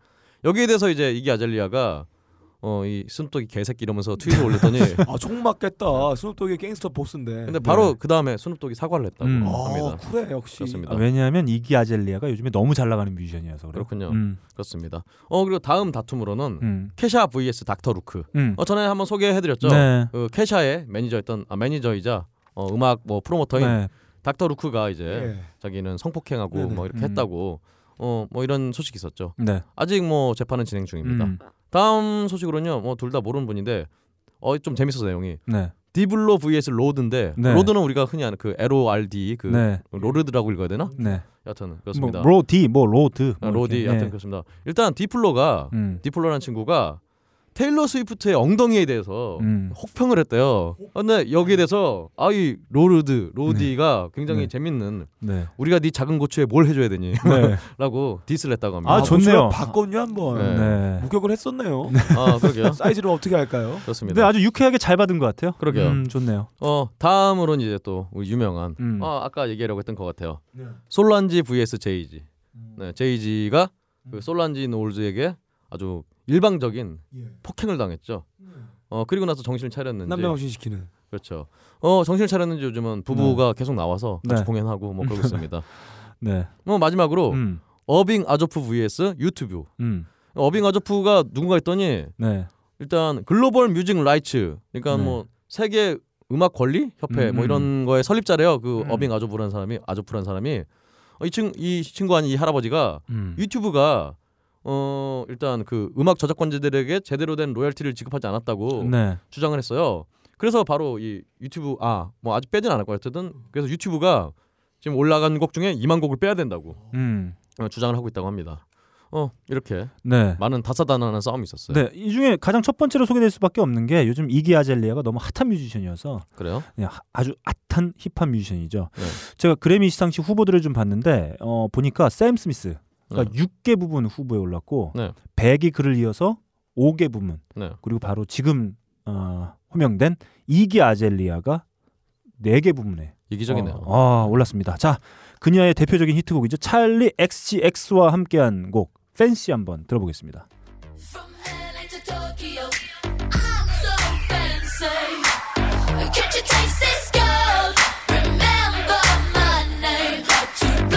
여기에 대해서 이제 이기 아젤리아가 어이 스눕독이 개새끼 이러면서 트윗을 올렸더니
네.
아총 맞겠다. 스눕독이 갱스터 보스인데.
근데 바로 그 다음에 스눕독이 사과를 했다고
음.
합니다.
아, 그래 역시.
그렇습니다.
아, 왜냐하면 이기 아젤리아가 요즘에 너무 잘 나가는 뮤지션이어서 그래요.
그렇군요.
음.
그렇습니다. 어 그리고 다음 다툼으로는
음.
캐샤 vs 닥터 루크.
음.
어 전에 한번 소개해드렸죠.
네.
그 캐샤의 매니저였던 아, 매니저이자 어, 음악 뭐 프로모터인
네.
닥터 루크가 이제
예.
자기는 성폭행하고
네네.
뭐 이렇게
음.
했다고 어 뭐 이런 소식이 있었죠.
네.
아직 뭐 재판은 진행 중입니다.
음.
다음 소식으로는요. 뭐 둘 다 모르는 분인데 어 좀 재밌어서 내용이
네.
디블로 vs 로드인데
네.
로드는 우리가 흔히 아는 그 L O R D 그
네.
로르드라고 읽어야 되나?
네.
여튼 그렇습니다.
뭐, 로디, 뭐 로드,
아,
뭐
로디
이렇게.
하여튼
예.
그렇습니다. 일단 디플로가
음.
디플로라는 친구가 테일러 스위프트의 엉덩이에 대해서
음.
혹평을 했대요. 아, 근데 여기에 대해서 아이 로르드 로디가 굉장히
네.
재밌는
네.
우리가 네 작은 고추에 뭘 해줘야 되니
네.
라고 디스를 했다고 합니다.
아, 좋네요. 바꿨냐 한번.
네. 네.
목욕을 했었네요.
아, 그러게요.
사이즈를 어떻게 할까요?
그렇습니다.
근데 아주 유쾌하게 잘 받은 것 네, 같아요.
그러게요.
음, 좋네요.
어 다음으로는 이제 또 우리 유명한
음.
어, 아까 얘기하려고 했던 것 같아요.
네.
솔란지 vs 제이지.
음.
네, 제이지가 그 솔란지 노울즈에게 아주 일방적인
예.
폭행을 당했죠.
음.
어 그리고 나서 정신을 차렸는지
남녀방신 시키는.
그렇죠. 어 정신을 차렸는지 요즘은 부부가 계속 나와서 같이
네.
공연하고 뭐 그러고 있습니다.
네.
뭐 마지막으로
음.
어빙 아조프 vs 유튜브.
음.
어빙 아조프가 누군가 했더니
네.
일단 글로벌 뮤직 라이츠 그러니까 뭐 세계 음악 권리 협회
음,
뭐
음.
이런 거에 설립자래요. 그 어빙 아조프라는 사람이 아조프라는 사람이 어, 이 친구 이 친구 아니 이 할아버지가
음.
유튜브가 어 일단 그 음악 저작권자들에게 제대로 된 로열티를 지급하지 않았다고
네.
주장을 했어요. 그래서 바로 이 유튜브 아 뭐 아직 빼진 않을 것 같거든. 그래서 유튜브가 지금 올라간 곡 중에 2만 곡을 빼야 된다고
음.
어, 주장을 하고 있다고 합니다. 어 이렇게
네.
많은 다사다난한 싸움이 있었어요.
네, 이 중에 가장 첫 번째로 소개될 수밖에 없는 게 요즘 이기 아젤리아가 너무 핫한 뮤지션이어서
그래요?
그냥 하- 아주 핫한 힙합 뮤지션이죠.
네.
제가 그래미 시상식 후보들을 좀 봤는데 어, 보니까 샘 스미스 가
네.
6개 부분 후보에 올랐고
네.
백이 그를 이어서 5개 부문
네.
그리고 바로 지금 어, 호명된 이기 아젤리아가 4개 부문에
이기적이네요.
어, 아, 올랐습니다. 자, 그녀의 대표적인 히트곡이죠. 찰리 XCX와 함께한 곡 팬시 한번 들어보겠습니다.
LA to Tokyo. I'm so fancy. Can't you taste this gold? Remember my name. Let you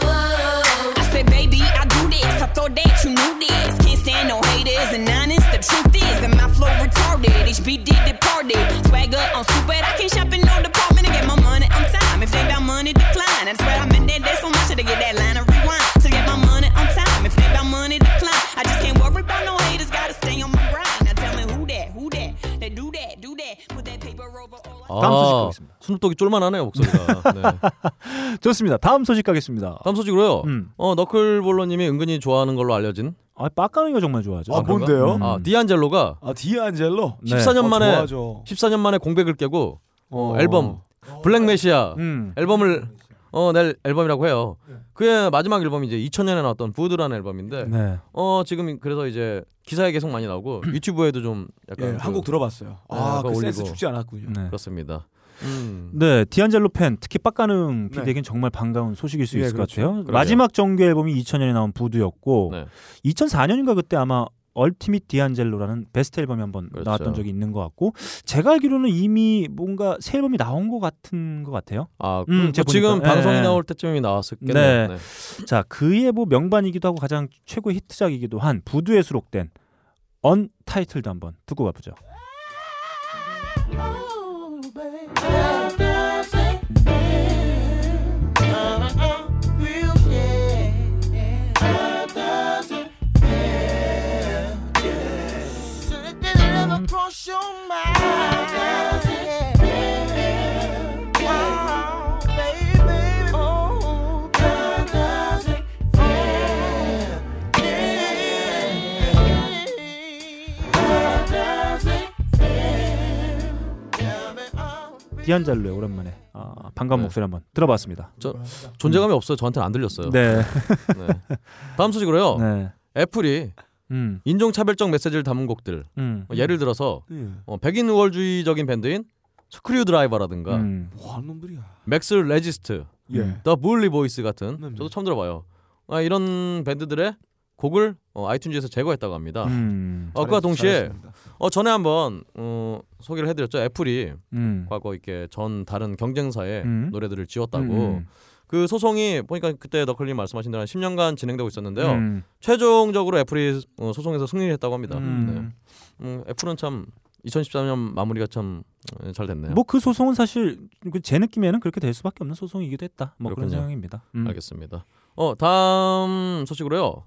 blow.
I said, baby, I do this. I thought that you knew this. Can't stand no haters and honest. The truth is that my flow retarded. HB did departed. Swagger on stupid. I can't shop in no department to get my money on time. If they got money, decline. I swear I'm in there. There's so much to get that line of rewind. To get my money on time. If they got money, decline. I just can't worry about no haters. Gotta stay on my grind. Now tell me who that, who that. They do that, do that. Put that paper over all I
다음 소식 가겠습니다.
아, 순둑독이 쫄만하네요 목소리가. 네.
좋습니다. 다음 소식 가겠습니다.
다음 소식으로요.
음.
어 너클볼러님이 은근히 좋아하는 걸로 알려진.
아 빡가능이가 정말 좋아하죠. 음.
아, 뭔데요?
아 디안젤로가
아 디아안젤로
네.
14년
어,
만에
좋아하죠.
14년 만에 공백을 깨고 어,
어.
앨범 블랙 메시아
음.
앨범을 어낼 앨범이라고 해요. 그의 마지막 앨범이 이제 2000년에 나왔던 부드라는 앨범인데
네.
어 지금 그래서 이제 기사에 계속 많이 나오고
음.
유튜브에도 좀 약간
예,
그-
한곡 들어봤어요. 아,
약간
그 센스
올리고.
죽지 않았군요.
네.
예, 그렇습니다. 음.
네, 디안젤로 팬 특히 빡가능
네.
PD에겐 정말 반가운 소식일 수
예,
있을
그렇죠.
것 같아요.
그러게요.
마지막 정규 앨범이 2000년에 나온 부드였고
네.
2004년인가 그때 아마 얼티밋 디안젤로라는 베스트 앨범이 한번
그렇죠.
나왔던 적이 있는 것 같고 제가 알기로는 이미 뭔가 새 앨범이 나온 것 같은 것 같아요.
아,
음,
음,
제가
지금
보니까.
방송이
예, 예.
나올 때쯤이 나왔었겠네요.
네.
네.
자, 그의 뭐 명반이기도 하고 가장 최고의 히트작이기도 한 부두에 수록된 언타이틀도 한번 듣고 가보죠. 디안젤로의 오랜만에 아, 반가운
네.
목소리 한번 들어봤습니다.
저, 존재감이 없어요. 저한테는 안 들렸어요.
네.
네. 다음 소식으로요.
네.
애플이
음.
인종차별적 메시지를 담은 곡들
음.
어, 예를 들어서
예.
어, 백인 우월주의적인 밴드인 스크류 드라이버라든가
음.
뭐하는 놈들이야.
맥스 레지스트,
예.
더 물리 보이스 같은 저도 처음 들어봐요. 아, 이런 밴드들의 곡을 어, 아이튠즈에서 제거했다고 합니다.
음.
어, 그와
잘했-
동시에
잘했습니다.
어, 전에 한번 어, 소개를 해드렸죠. 애플이
음.
과거 이렇게 전 다른 경쟁사의
음.
노래들을 지웠다고
음.
그 소송이 보니까 그때 너클님 말씀하신 대로 한 10년간 진행되고 있었는데요.
음.
최종적으로 애플이 어, 소송에서 승리를 했다고 합니다.
음.
네. 음, 애플은 참 2013년 마무리가 참 어, 잘 됐네요.
뭐 그 소송은 사실 그제 느낌에는 그렇게 될 수밖에 없는 소송이기도 했다. 뭐 그런
그렇군요.
상황입니다. 음.
알겠습니다. 어 다음 소식으로요.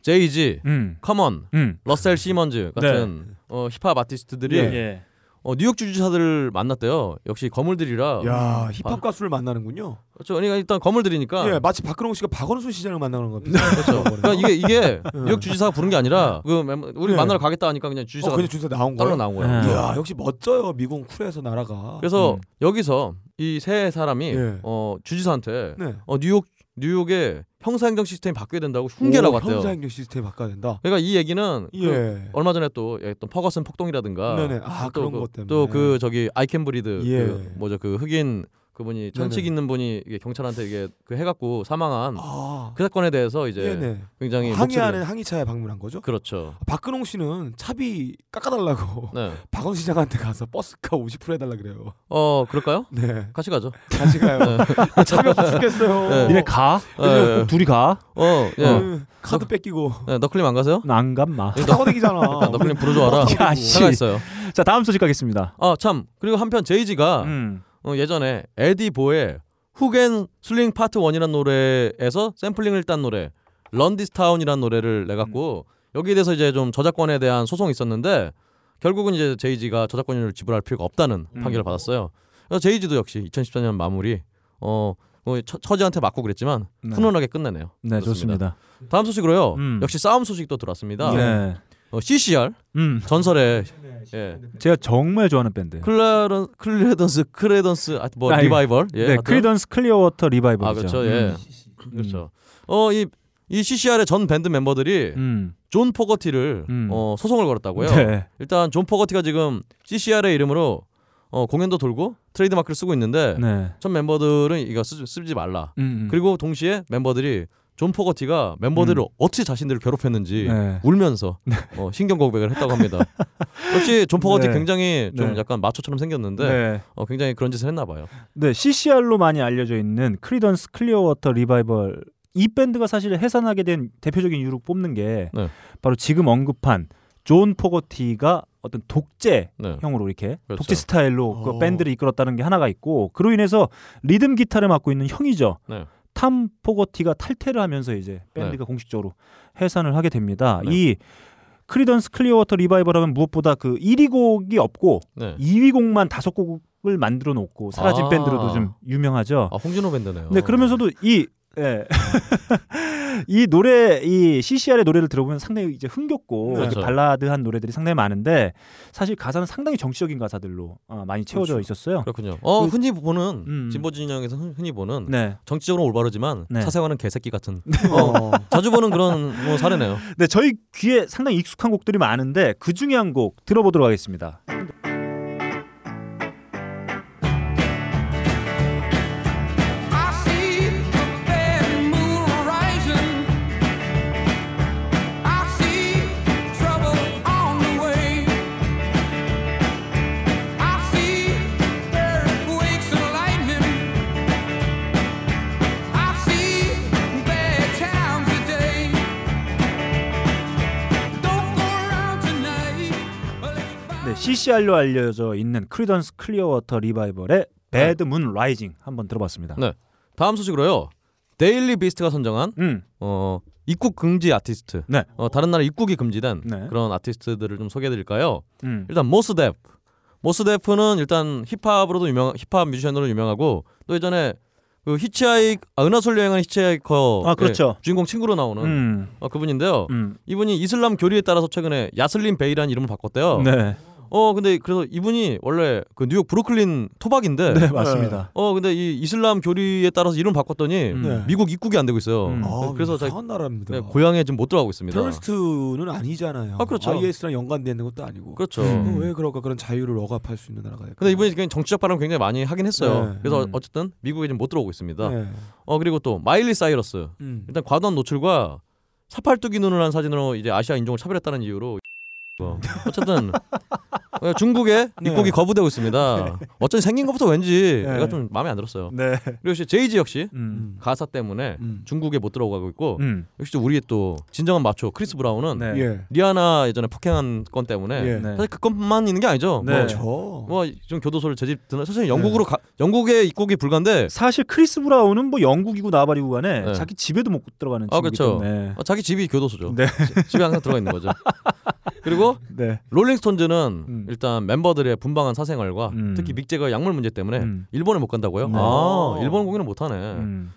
제이지,
음.
커먼,
음.
러셀 시먼즈 같은 어, 힙합 아티스트들이
네. 예.
어, 뉴욕 주지사들을 만났대요. 역시 거물들이라.
야 힙합
바-
가수를 만나는군요.
그렇죠. 그러니까 일단 거물들이니까.
예, 마치 박근홍 씨가 박원순 시장을 만나는 겁니다.
그렇죠. 그러니까 이게
예.
이게 뉴욕 주지사가 부른 게 아니라 그 멤버- 우리
네.
만나러 가겠다 하니까 그냥 주지사가
어, 그냥 주지사 나온
따로
거예요?
나온 거예요.
예. 이야 역시 멋져요 미국 쿨해서 나라가.
그래서
음.
여기서 이 세 사람이
예.
어, 주지사한테
네.
어, 뉴욕 뉴욕의 형사행정 시스템이 바뀌어야 된다고 훈계라고
오,
왔대요.
형사행정 시스템 바꿔야 된다.
그러니까 이 얘기는 그
예.
얼마 전에 또 예, 또 퍼거슨 폭동이라든가
네네. 아, 그런 것 때문에.
또그 저기 아이캔브리드
예.
그 뭐죠 그 흑인 그분이 천식
네네.
있는 분이 이게 경찰한테 이게 그 해갖고 사망한
아.
그 사건에 대해서 이제
네네.
굉장히
항의하는
목소리를-
항의차에 방문한 거죠.
그렇죠.
박근홍 씨는 차비 깎아달라고
네.
박원 시장한테 가서 버스카 50% 해달라 그래요.
어 그럴까요?
네.
같이 가죠.
같이 가요. 차비 없어 죽겠어요.
예.
니네 가?
네.
둘이 가?
어, 예.
어, 카드 뺏기고
네, 너클림 안 가세요?
나안 간마.
타고 다니잖아.
그러니까 너클림 부르줘와라.
야,
차가
씨.
있어요.
자 다음 소식 가겠습니다. 음.
아참 그리고 한편
음.
제이지가 어, 예전에 에디 보의 훅앤 슬링 파트 1이라는 노래에서 샘플링을 딴 노래 런디스타운이라는 노래를 내갖고
음.
여기에 대해서 이제 좀 저작권에 대한 소송이 있었는데 결국은 이제 제이지가 저작권료를 지불할 필요가 없다는
음.
판결을 받았어요. 그래서 제이지도 역시 2014년 마무리 어, 어, 처, 처지한테 맞고 그랬지만
네.
훈훈하게 끝내네요.
네, 좋습니다.
다음 소식으로요.
음.
역시 싸움 소식도 들어왔습니다.
네.
어, CCR
음.
전설의 예.
제가 정말 좋아하는 밴드.
클레런 클레던스 크레던스 하여튼 뭐
아,
리바이벌 예,
네,
하여튼.
크리던스 클리어워터 리바이벌이죠. 음.
아 그렇죠 예 그렇죠 어이 이 CCR의 전 밴드 멤버들이 존 포거티를 어, 소송을 걸었다고요.
음. 네.
일단 존 포거티가 지금 CCR의 이름으로 어, 공연도 돌고 트레이드 마크를 쓰고 있는데
네.
전 멤버들은 이거 쓰, 쓰지 말라.
음, 음.
예. 그리고 동시에 멤버들이 존 포거티가 멤버들을 어떻게 자신들을 괴롭혔는지
네.
울면서 어, 신경 고백을 했다고 합니다. 역시 존 포거티
네.
굉장히 좀
네.
약간 마초처럼 생겼는데
네.
어, 굉장히 그런 짓을 했나 봐요.
네, CCR로 많이 알려져 있는 크리던스 클리어워터 리바이벌 이 밴드가 사실 해산하게 된 대표적인 이유를 뽑는 게
네.
바로 지금 언급한 존 포거티가 어떤 독재 형으로 이렇게
그렇죠.
독재 스타일로 그 밴드를 이끌었다는 게 하나가 있고 그로 인해서 리듬 기타를 맡고 있는 형이죠.
네.
탐 포거티가 탈퇴를 하면서 이제 밴드가 공식적으로 해산을 하게 됩니다.
네.
이 크리던스 클리어워터 리바이벌 하면 무엇보다 그 1위 곡이 없고
네.
2위 곡만 다섯 곡을 만들어 놓고 사라진
아.
밴드로도 좀 유명하죠.
아, 홍진호 밴드네요.
네, 그러면서도 이 예. 이 노래 이 CCR의 노래를 들어보면 상당히 이제 흥겹고
네.
그렇죠.
이렇게 발라드한 노래들이 상당히 많은데 사실 가사는 상당히 정치적인 가사들로 어, 많이 채워져
그렇죠.
있었어요.
그렇군요. 어,
그-
흔히 보는 진보 진영에서 흔- 흔히 보는
네.
정치적으로 올바르지만
네.
사생활은 개새끼 같은 어, 자주 보는 그런 뭐 사례네요.
네, 저희 귀에 상당히 익숙한 곡들이 많은데 그 중에 한 곡 들어보도록 하겠습니다.
I see the bad moon rising. I see trouble on the way. I see earthquakes and lightning. I see bad times today. Don't go around tonight.
네, CCR로 알려져 있는 크리던스 클리어워터 리바이벌의 Bad Moon Rising 한번 들어봤습니다.
네. 다음 소식으로요. 데일리 비스트가 선정한
음,
어, 입국 금지 아티스트.
네.
어, 다른 나라 입국이 금지된 그런 아티스트들을 좀 소개해 드릴까요?
음.
일단 모스뎁. 모스뎁은 일단 힙합으로도 유명 힙합 뮤지션으로 유명하고 또 예전에 그 히치하이 아, 은하수를 여행하는 히치하이커
아, 그렇죠.
예, 주인공 친구로 나오는
음.
어, 그분인데요.
음.
이분이 이슬람 교리에 따라서 최근에 야슬린 베이라는 이름을 바꿨대요.
네.
어 근데 그래서 이분이 원래 그 뉴욕 브루클린 토박인데
네, 맞습니다.
어 근데 이 이슬람 교리에 따라서 이름 바꿨더니
네.
미국 입국이 안 되고 있어요.
아,
그래서 자기
이상한 나라입니다.
네, 고향에 지금 못 들어가고 있습니다.
테러리스트는 아니잖아요.
아, 그렇죠.
IS랑 연관되는 것도 아니고.
그렇죠.
음. 왜 그럴까 그런 자유를 억압할 수 있는 나라가.
근데 이분이 굉장히 정치적 발언 굉장히 많이 하긴 했어요.
네.
그래서 어쨌든 미국에 지금 못 들어오고 있습니다.
네.
어 그리고 또 마일리 사이러스
음.
일단 과도한 노출과 사팔뚝이 눈을 한 사진으로 이제 아시아 인종을 차별했다는 이유로 어쨌든 어, 중국에
네.
입국이 거부되고 있습니다. 어쩐지 생긴 것부터 왠지
네.
내가 좀 마음에 안 들었어요.
네.
그리고 역시 제이지 역시
음.
가사 때문에 중국에 못 들어가고 있고
음.
역시 또 우리의 또 진정한 마초 크리스 브라운은
네. 예.
리아나 예전에 폭행한 건 때문에
예.
네. 사실 그것만 있는 게 아니죠.
네.
뭐, 뭐 지금 교도소를 제집 드는 사실 영국으로 가, 영국에 입국이 불가인데
사실 크리스 브라운은 뭐 영국이고 나발이고 간에
네.
자기 집에도 못 들어가는
아
친구이기
그렇죠.
때문에
어, 자기 집이 교도소죠. 지- 집에 항상 들어가 있는 거죠. 그리고
네.
롤링스톤즈는
음.
일단 멤버들의 분방한 사생활과 특히 믹재가 약물 문제 때문에 일본에 못 간다고요.
음. 네. 음.
아 일본 공연을 못 하네.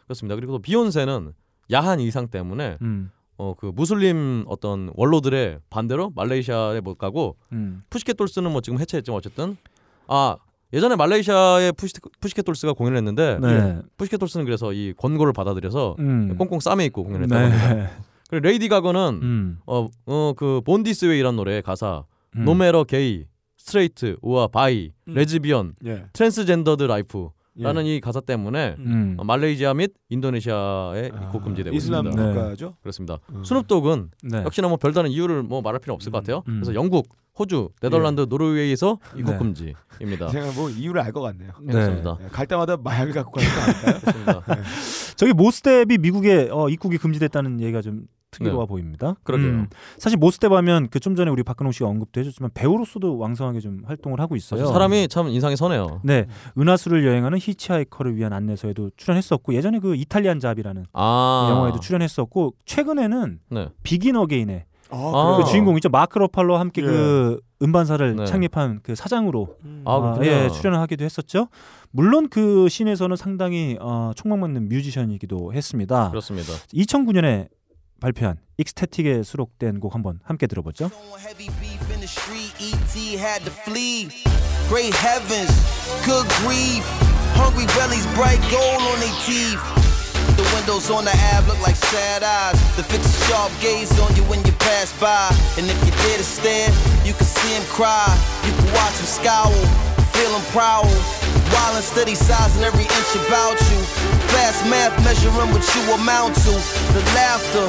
그렇습니다. 그리고 또 비욘세는 야한 이상 때문에
음.
어 그 무슬림 어떤 원로들의 반대로 말레이시아에 못 가고
음.
푸시켓돌스는 뭐 지금 해체했지만 어쨌든 아 예전에 말레이시아에 푸시, 푸시켓돌스가 공연을 했는데
네.
푸시켓돌스는 그래서 이 권고를 받아들여서
음.
꽁꽁 싸매 입고 공연을
네.
했다고 합니다. 그리고 레이디 가거는
음.
어어그 본디스웨이라는 노래 가사
음.
노메러 게이 스트레이트 우아 바이 레즈비언
예.
트랜스젠더드
예.
라이프라는 이 가사 때문에
음.
어, 말레이시아 및 인도네시아에 입국 금지되고
이슬람
있습니다.
국가죠? 네.
그렇습니다.
음.
스눕독은
네.
역시나 뭐 별다른 이유를 뭐 말할 필요 없을 것 같아요.
음.
그래서 영국, 호주, 네덜란드, 노르웨이에서 입국
네.
금지입니다.
제가 뭐 이유를 알 것 같네요.
아. 네. 그렇습니다.
네, 갈 때마다 마약을 네. 갖고 가는 거 아닐까요?
저기 모스텝이 미국에 어, 입국이 금지됐다는 얘기가 좀 특이로워
네.
보입니다. 음.
그러게요.
사실 모스텝 하면 그 좀 전에 우리 박근홍 씨가 언급도 해줬지만 배우로서도 왕성하게 좀 활동을 하고 있어요.
사람이 참 인상이 서네요.
네,
음.
은하수를 여행하는 히치하이커를 위한 안내서에도 출연했었고 예전에 그 이탈리안 잡이라는
아.
영화에도 출연했었고 최근에는
네.
비긴 어게인의
아,
그
그래요?
주인공 있죠 마크 러팔로와 함께
예.
그 음반사를
네.
창립한 그 사장으로
아, 그렇군요.
예, 출연을 하기도 했었죠. 물론 그 씬에서는 상당히 어, 총망맞는 뮤지션이기도 했습니다.
그렇습니다.
2009년에 발표한 익스테틱에 수록된 곡 한번 함께 들어보죠.
E.T. had to flee. Great heavens, good grief. Hungry bellies, bright gold on their teeth. The windows on the ab look like sad eyes. The fix a sharp gaze on you when you pass by. And if you dare to stare, you can see him cry. You can watch him scowl, feel him prowl. While and steady sizing every inch about you. Fast math measuring what you amount to. The laughter,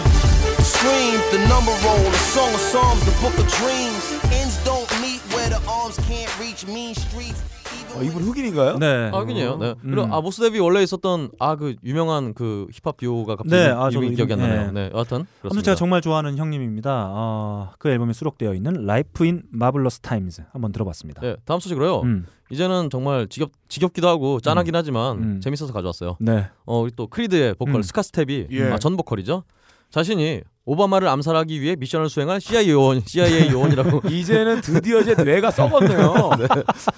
screams, the number roll, the song of psalms, the book of dreams. Ends don't meet where the arms can't reach mean streets.
어, 이분 흑인인가요?
네.
아, 흑인이에요. 네.
음.
그리고 아 모스데비 원래 있었던 아 그 유명한 그 힙합 듀오가 갑자기
네, 아, 저도
이름이 기억이 안
이름-
나네요.
예.
네, 여하튼
아무튼
그렇습니다.
제가 정말 좋아하는 형님입니다. 어, 그 앨범에 수록되어 있는 Life in Marvelous Times 한번 들어봤습니다.
네, 다음 소식으로요.
음.
이제는 정말 지겹 지겹기도 하고 짠하긴 하지만
음.
재밌어서 가져왔어요.
네.
어, 우리 또 크리드의 보컬
음.
스카스텝이
예.
아, 전 보컬이죠. 자신이 오바마를 암살하기 위해 미션을 수행할 CIA 요원, CIA 요원이라고.
이제는 드디어 이제 뇌가 썩었네요.
네.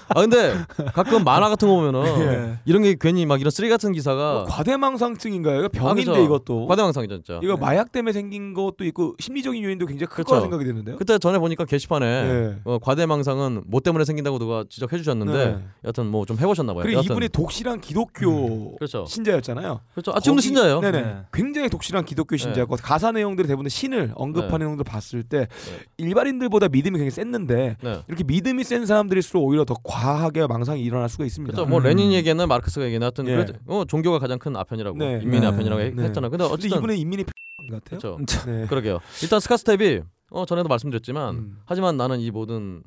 아 근데 가끔 만화 같은 거 보면은
예.
이런 게 괜히 막 이런 쓰레기 같은 기사가
과대망상증인가요? 이거 병인데
어. 아, 그죠.
이것도.
과대망상이죠, 진짜.
이거
네.
마약 때문에 생긴 것도 있고 심리적인 요인도 굉장히 클 거라 생각이 드는데요.
그때 전에 보니까 게시판에
예.
어, 과대망상은 뭐 때문에 생긴다고 누가 지적해 주셨는데
네.
여하튼 뭐 좀 해보셨나 봐요.
그리고
여하튼.
이분이 독실한 기독교
그렇죠.
신자였잖아요.
그렇죠. 아, 지금도 신자예요.
네네.
네.
굉장히 독실한 기독교 신자였고 가사 내용들이 대부분 신을 언급하는
네.
내용들 봤을 때 일반인들보다 믿음이 굉장히 셌는데
네.
이렇게 믿음이 센 사람들일수록 오히려 더 과하게 망상이 일어날 수가 있습니다.
그렇죠. 뭐 레닌에게는 마르크스에게는 하여튼
예.
그래도, 어, 종교가 가장 큰 아편이라고
네.
인민의
네.
아편이라고 했-
네.
했잖아요. 근데
근데
어쨌든
이분의 인민이 X 같아요.
그렇죠.
네. 음.
그러게요. 일단 스카스텝이 어, 전에도 말씀드렸지만 하지만 나는 이 모든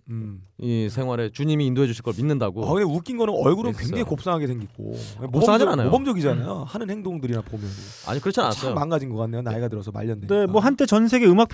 이 생활에 주님이 인도해 주실 걸 믿는다고.
아, 근데 웃긴 거는 얼굴은
있어요.
굉장히 곱상하게 생기고
곱상하진 않아요. 음.
모범적이잖아요. 하는 행동들이나 보면
아니 그렇지 않았어요.
참 망가진 것 같네요. 나이가 들어서 아. 말년되니까.
네, 뭐 한때 전 세계 음악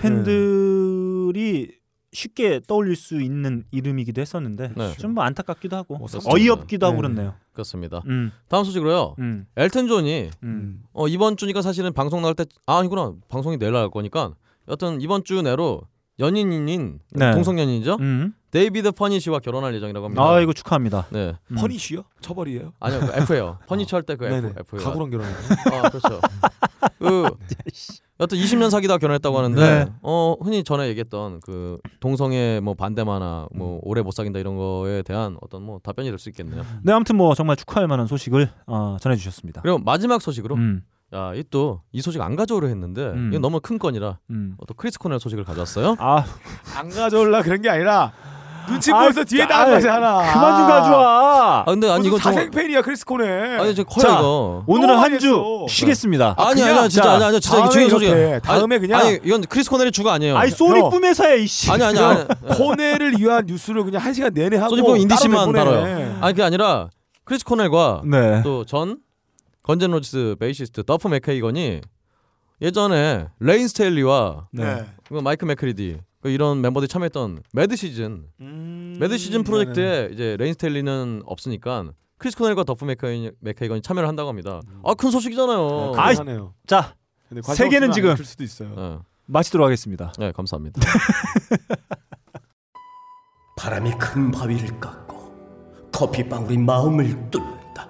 팬들이 쉽게 떠올릴 수 있는 이름이기도 했었는데
네.
좀뭐 안타깝기도 하고
그렇습니다.
어이없기도 하고
네.
그렇네요.
그렇습니다.
음.
다음 소식으로요.
음.
엘튼 존이
음.
어, 이번 주니까 사실은 방송 나올 때 아, 아니구나 방송이 내일 나올 거니까 여튼 이번 주 내로 연인인
네.
동성 연인이죠.
음.
데이비드 퍼니시와 결혼할 예정이라고 합니다.
아 이거 축하합니다.
네.
음.
퍼니쉬요? 처벌이에요?
아니요, 그 F예요. 퍼니처 할때 그 F,
네네.
F예요.
가구랑 결혼해요.
아, 그렇죠. 그 여튼 20년 사귀다 결혼했다고 하는데
네.
어 흔히 전에 얘기했던 그 동성애 뭐 반대마나
음.
뭐 오래 못 사귄다 이런 거에 대한 어떤 뭐 답변이 될 수 있겠네요.
네, 아무튼 뭐 정말 축하할 만한 소식을 어, 전해주셨습니다.
그리고 마지막 소식으로
음.
야, 이 또 이 소식 안 가져오려 했는데
음.
이건 너무 큰 건이라
음.
어, 또 크리스 코넬 소식을 가져왔어요.
아,
안 가져올라 그런 게 아니라 눈치
아,
보여서 뒤에
아이,
나온 거잖아.
그만 좀 가져와.
아 근데 아니
무슨
이거 저
자생 팬이야 크리스 코넬.
아니 저 커요
자,
이거.
오늘은
너무
한 주
많이
쉬겠습니다.
아니
그냥-
아니 진짜
자,
아니 아니 진짜 이게
다음에
중요한 소식이야.
이렇게,
아니,
다음에 그냥-
아니 이건 크리스 코넬의 주가 아니에요.
아니 소니
형.
뿜에서야 이씨.
아니 아니 아니.
코넬을 위한 뉴스를 그냥 한 시간 내내 하고
소지품 인디씨만
따로 내보내.
다뤄요. 아니 그게 아니라 크리스 코넬과
네.
또 전 건젠 로지스 베이시스트 더프 맥케이건이 예전에 레인 스테일리와
네.
그 마이크 맥크리디 그 이런 멤버들이 참여했던 매드 시즌
음,
매드 시즌 프로젝트에 이제 레인 스테일리는 없으니까 크리스 코넬과 더프 맥케이- 맥케이건이 참여를 한다고 합니다.
음.
아 큰 소식이잖아요.
네,
아,
그렇긴 하네요.
자,
근데 관심
세계는
없으면
지금
안줄 수도 있어요.
네.
마치도록 하겠습니다.
네, 감사합니다.
바람이 큰 바위를 깎고 커피방울이 마음을 뚫는다.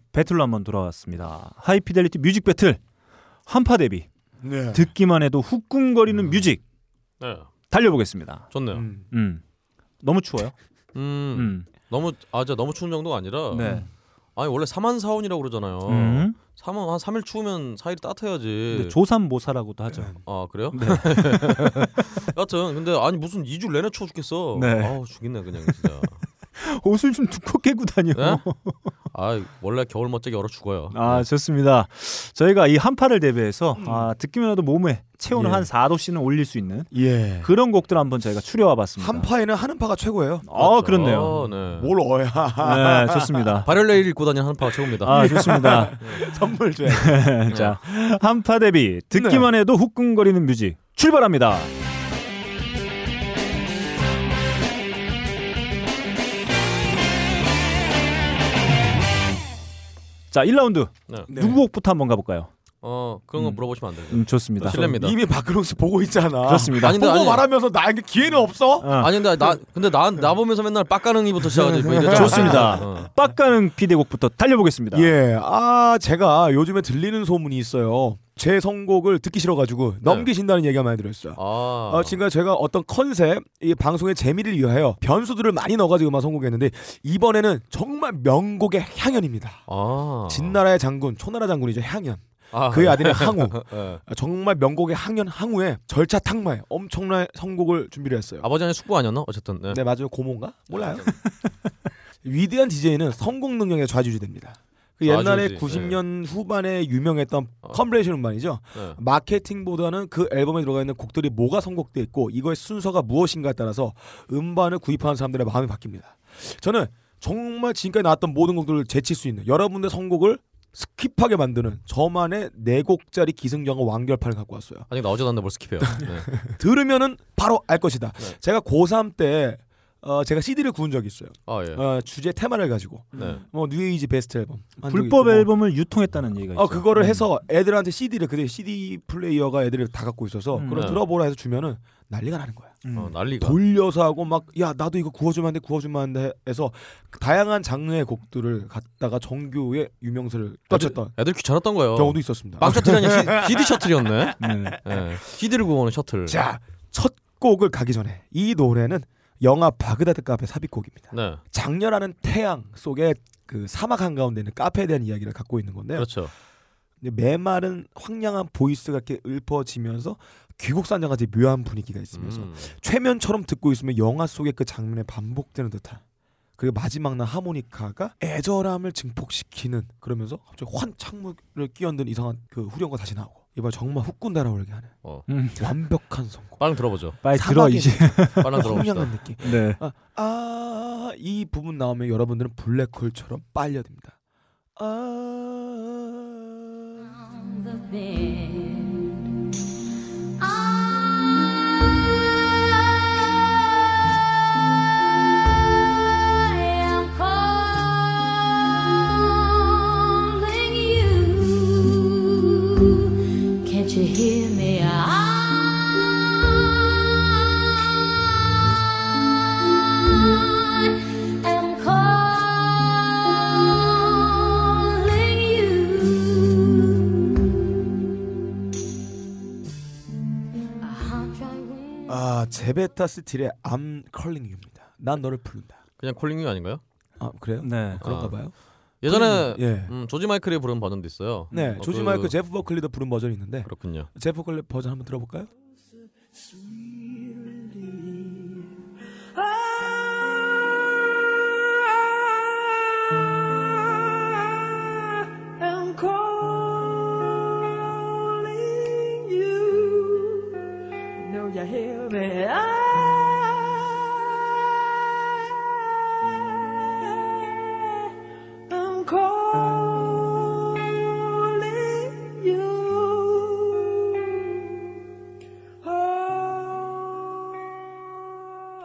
배틀로 한번 돌아왔습니다. 하이피델리티 뮤직 배틀 한파 대비
네.
듣기만 해도 후끈거리는 뮤직
네.
달려보겠습니다.
좋네요.
음.
음. 너무 추워요.
음.
음.
어.
너무 아 진짜 너무 추운 정도가 아니라
네.
아니 원래 4만 4원이라고 그러잖아요.
음.
삼월한 3일 추우면 4일이 따뜻해야지.
근데 조삼모사라고도 하죠.
아 그래요?
네.
여튼 근데 아니 무슨 2주 내내 추워 죽겠어.
네.
아우 죽겠네 그냥 진짜.
옷을 좀 두껍게 입고 다녀.
네? 아 원래 겨울 멋지게 얼어 죽어요.
아 좋습니다. 저희가 이 한파를 대비해서 아, 듣기만 해도 몸에 체온을
예.
한 4도씨는 올릴 수 있는
예.
그런 곡들 한번 저희가 추려와봤습니다.
한파에는 한파가 최고예요.
아 그렇네요.
뭘 어야?
네, 좋습니다.
발열레일 입고 다니는 한파가 최고입니다.
아 좋습니다.
선물 줘야
네, 자 한파 대비 듣기만 해도 후끈거리는 뮤직 출발합니다. 자 1라운드
네.
누구 곡부터 한번 가볼까요?
어 그런 거 물어보시면 안 돼요.
음, 좋습니다.
실례입니다.
이미 박근홍 씨 보고 있잖아.
그렇습니다.
아니, 근데
보고
아니-
말하면서 나에게 기회는 없어?
아니 근데 나 근데 나 나 보면서 맨날 빡가능이부터 시작하지 뭐 이래서. 어.
좋습니다. 빡가는 비대곡부터 달려보겠습니다.
예, 아 제가 요즘에 들리는 소문이 있어요. 제 선곡을 듣기 싫어가지고 넘기신다는 얘기가 많이 들었어요.
아.
어, 지금까지 제가 어떤 컨셉, 이 방송의 재미를 위하여 변수들을 많이 넣어가지고 음악 선곡했는데 이번에는 정말 명곡의 향연입니다.
아.
진나라의 장군, 초나라 장군이죠 향연.
아.
그의 아들은 항우.
예.
아, 정말 명곡의 항연 항우의 절차 탕마에 엄청난 선곡을 준비를 했어요.
아버지는 숙부 아니었나? 어쨌든. 네.
네 맞아요 고모인가 몰라요 위대한 DJ는 성공 능력에 좌지우지됩니다 그 옛날에
좌지우지, 어.
90년 후반에 유명했던 컴브레이션 음반이죠
네.
마케팅보다는 그 앨범에 들어가 있는 곡들이 뭐가 선곡돼 있고 이거의 순서가 무엇인가에 따라서 음반을 구입하는 사람들의 마음이 바뀝니다 저는 정말 지금까지 나왔던 모든 곡들을 제칠 수 있는 여러분의 선곡을 스킵하게 만드는 저만의 네 곡짜리 기승전과 완결판을 갖고 왔어요
아직 나오지도 않는데 뭘 스킵해요. 네.
들으면은 바로 알 것이다. 제가 고3 때 어, 제가 CD를 구운 적이 있어요.
아 예.
어, 주제 테마를 가지고
네.
뭐 뉴에이지 베스트 앨범 한 적이
불법 네.
있고 뭐.
앨범을 유통했다는 얘기가 있죠.
어 그거를 해서 애들한테 CD를 그때 CD 플레이어가 애들을 다 갖고 있어서
음.
그걸
네.
들어보라 해서 주면은 난리가 나는 거야.
어,
음.
난리가.
돌려서 하고 막 야 나도 이거 구워주면 안 돼, 구워주면 안 돼 해서 다양한 장르의 곡들을 갖다가 정규의 유명세를 떨쳤던
애들 귀찮았던 거예요.
경우도 있었습니다.
빵 셔틀이 아, 어. 아니라 히드 셔틀이었네.
네.
예. 히드를 구하는 셔틀.
자첫 곡을 가기 전에 이 노래는 영화 바그다드 카페 삽입곡입니다.
네.
장렬하는 태양 속에 그 사막 한가운데 있는 카페에 대한 이야기를 갖고 있는 건데요.
그렇죠.
근데 메마른 황량한 보이스가 이렇게 읊어지면서 귀국산장 같이 묘한 분위기가 있으면서
음.
최면처럼 듣고 있으면 영화 속의 그 장면에 반복되는 듯한 그리고 마지막 난 하모니카가 애절함을 증폭시키는 그러면서 갑자기 환 창문을 끼얹은 이상한 그 후렴가 다시 나오고 이번 정말 후끈 달아오르게 하는
어.
음.
완벽한 성공
빨리 들어보죠.
빨리 들어
사막의 그
이제.
빨리 아, 들어봅시다.
황량한 느낌
네.
아, 이 부분 나오면 여러분들은 블랙홀처럼 빨려듭니다. 아,
the bed. I am calling you. Can't you hear me? I am calling you. A hot dry wind.
아 제베타 스틸의 암 컬링유입니다. 난 너를 부른다.
그냥 콜링유 아닌가요?
아 그래요?
네.
그런가
아.
봐요.
예전에
콜링유, 예.
음, 조지 마이클이 부른 버전도 있어요.
네,
어,
조지
그-
마이크 제프 버클리도 부른 버전이 있는데
그렇군요.
제프 버클리 버전 한번 들어볼까요?
am calling you. Know you hear me? I am calling you.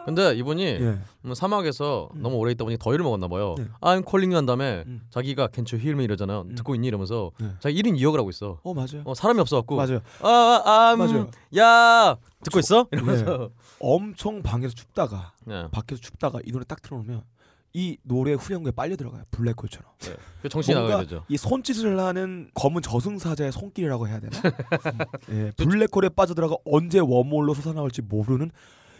근데 이분이
예.
음, 사막에서 너무 오래 있다 보니 더위를 먹었나 봐요.
네.
I'm calling you 한 다음에
음.
자기가 Can't you hear me 이러잖아요. 듣고 있니 이러면서
네.
자기 1인 2역을 하고 있어.
어 맞아요.
어, 사람이 없어갖고
맞아요.
아, 아, 아, 음,
맞아요.
야 듣고 있어? 이러면서
네. 엄청 방에서 춥다가
네.
밖에서 춥다가 이 노래 딱 틀어놓으면 이 노래 후렴구에 빨려 들어가요. 블랙홀처럼.
네. 그 정신이 나가야 되죠.
이 손짓을 하는 검은 저승사자의 음, 손길이라고 해야 되나? 예, 블랙홀에 빠져들어가 언제 웜홀로 솟아나올지 모르는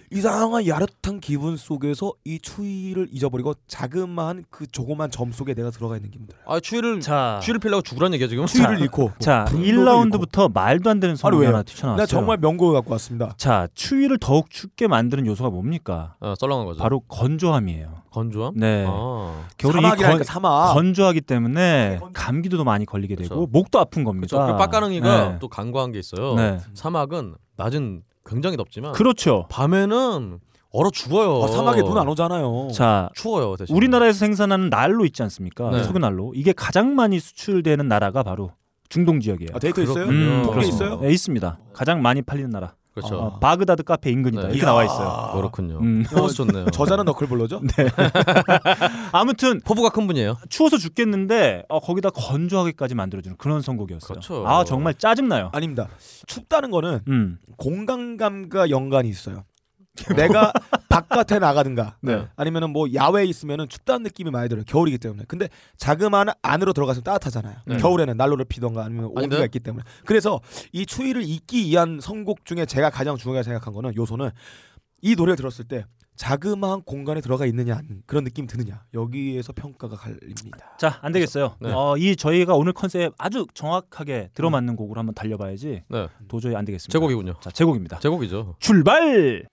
이상한 야릇한 기분 속에서 이 추위를 잊어버리고 자그마한 그 조그만 점 속에 내가 들어가 있는 기분 들어요.
아 추위를 추위를 필라고 죽으란 얘기야 지금.
추위를 잃고
자, 1라운드부터 말도 안 되는 소리 하나 튀쳐나왔어요.
나 정말 명곡을 갖고 왔습니다.
자, 추위를 더욱 춥게 만드는 요소가 뭡니까?
어, 썰렁한 거죠.
바로 건조함이에요.
건조함?
네.
아.
겨울이
사막이라니까,
건-
사막.
건조하기 때문에 감기도 더 많이 걸리게 되고 목도 아픈 겁니다.
그렇죠. 그 빡가능이가
네.
또 간과한 게 있어요.
네.
사막은 낮은 굉장히 덥지만
그렇죠.
밤에는 얼어 죽어요.
아, 사막에 눈안
오잖아요.
자,
추워요. 대신.
우리나라에서 생산하는 난로 있지 않습니까?
그렇죠. 네.
석유 난로. 이게 가장 많이 수출되는 나라가 바로 중동 지역이에요.
아, 데이터 있어요?
음,
통계
그렇습니다.
있어요?
네, 있습니다. 가장 많이 팔리는 나라.
그렇죠.
어, 바그다드 카페 인근이다.
네.
이렇게
이야.
나와 있어요.
그렇군요.
음.
어, 좋네요.
아, 저자는 너클볼러죠?
네. 아무튼
포부가 큰 분이에요.
추워서 죽겠는데 어, 거기다 건조하게까지 만들어주는 그런 선곡이었어요.
그렇죠.
아 정말 짜증나요.
아닙니다. 춥다는 거는
음.
공간감과 연관이 있어요. 내가 바깥에 나가든가
네.
아니면은 뭐 야외에 있으면은 춥다는 느낌이 많이 들어요. 겨울이기 때문에. 근데 자그마한 안으로 들어가서 따뜻하잖아요.
네.
겨울에는 난로를 피던가 아니면
아니,
온기가
네.
있기 때문에. 그래서 이 추위를 잊기 위한 선곡 중에 제가 가장 중요하게 생각한 거는 요소는 이 노래를 들었을 때 자그마한 공간에 들어가 있느냐 안- 그런 느낌 드느냐 여기에서 평가가 갈립니다.
자, 안 되겠어요.
네.
어, 이 저희가 오늘 컨셉 아주 정확하게 들어맞는 곡으로 한번 달려봐야지.
네.
도저히 안 되겠습니다.
제곡이군요.
자, 제곡입니다.
제곡이죠.
출발.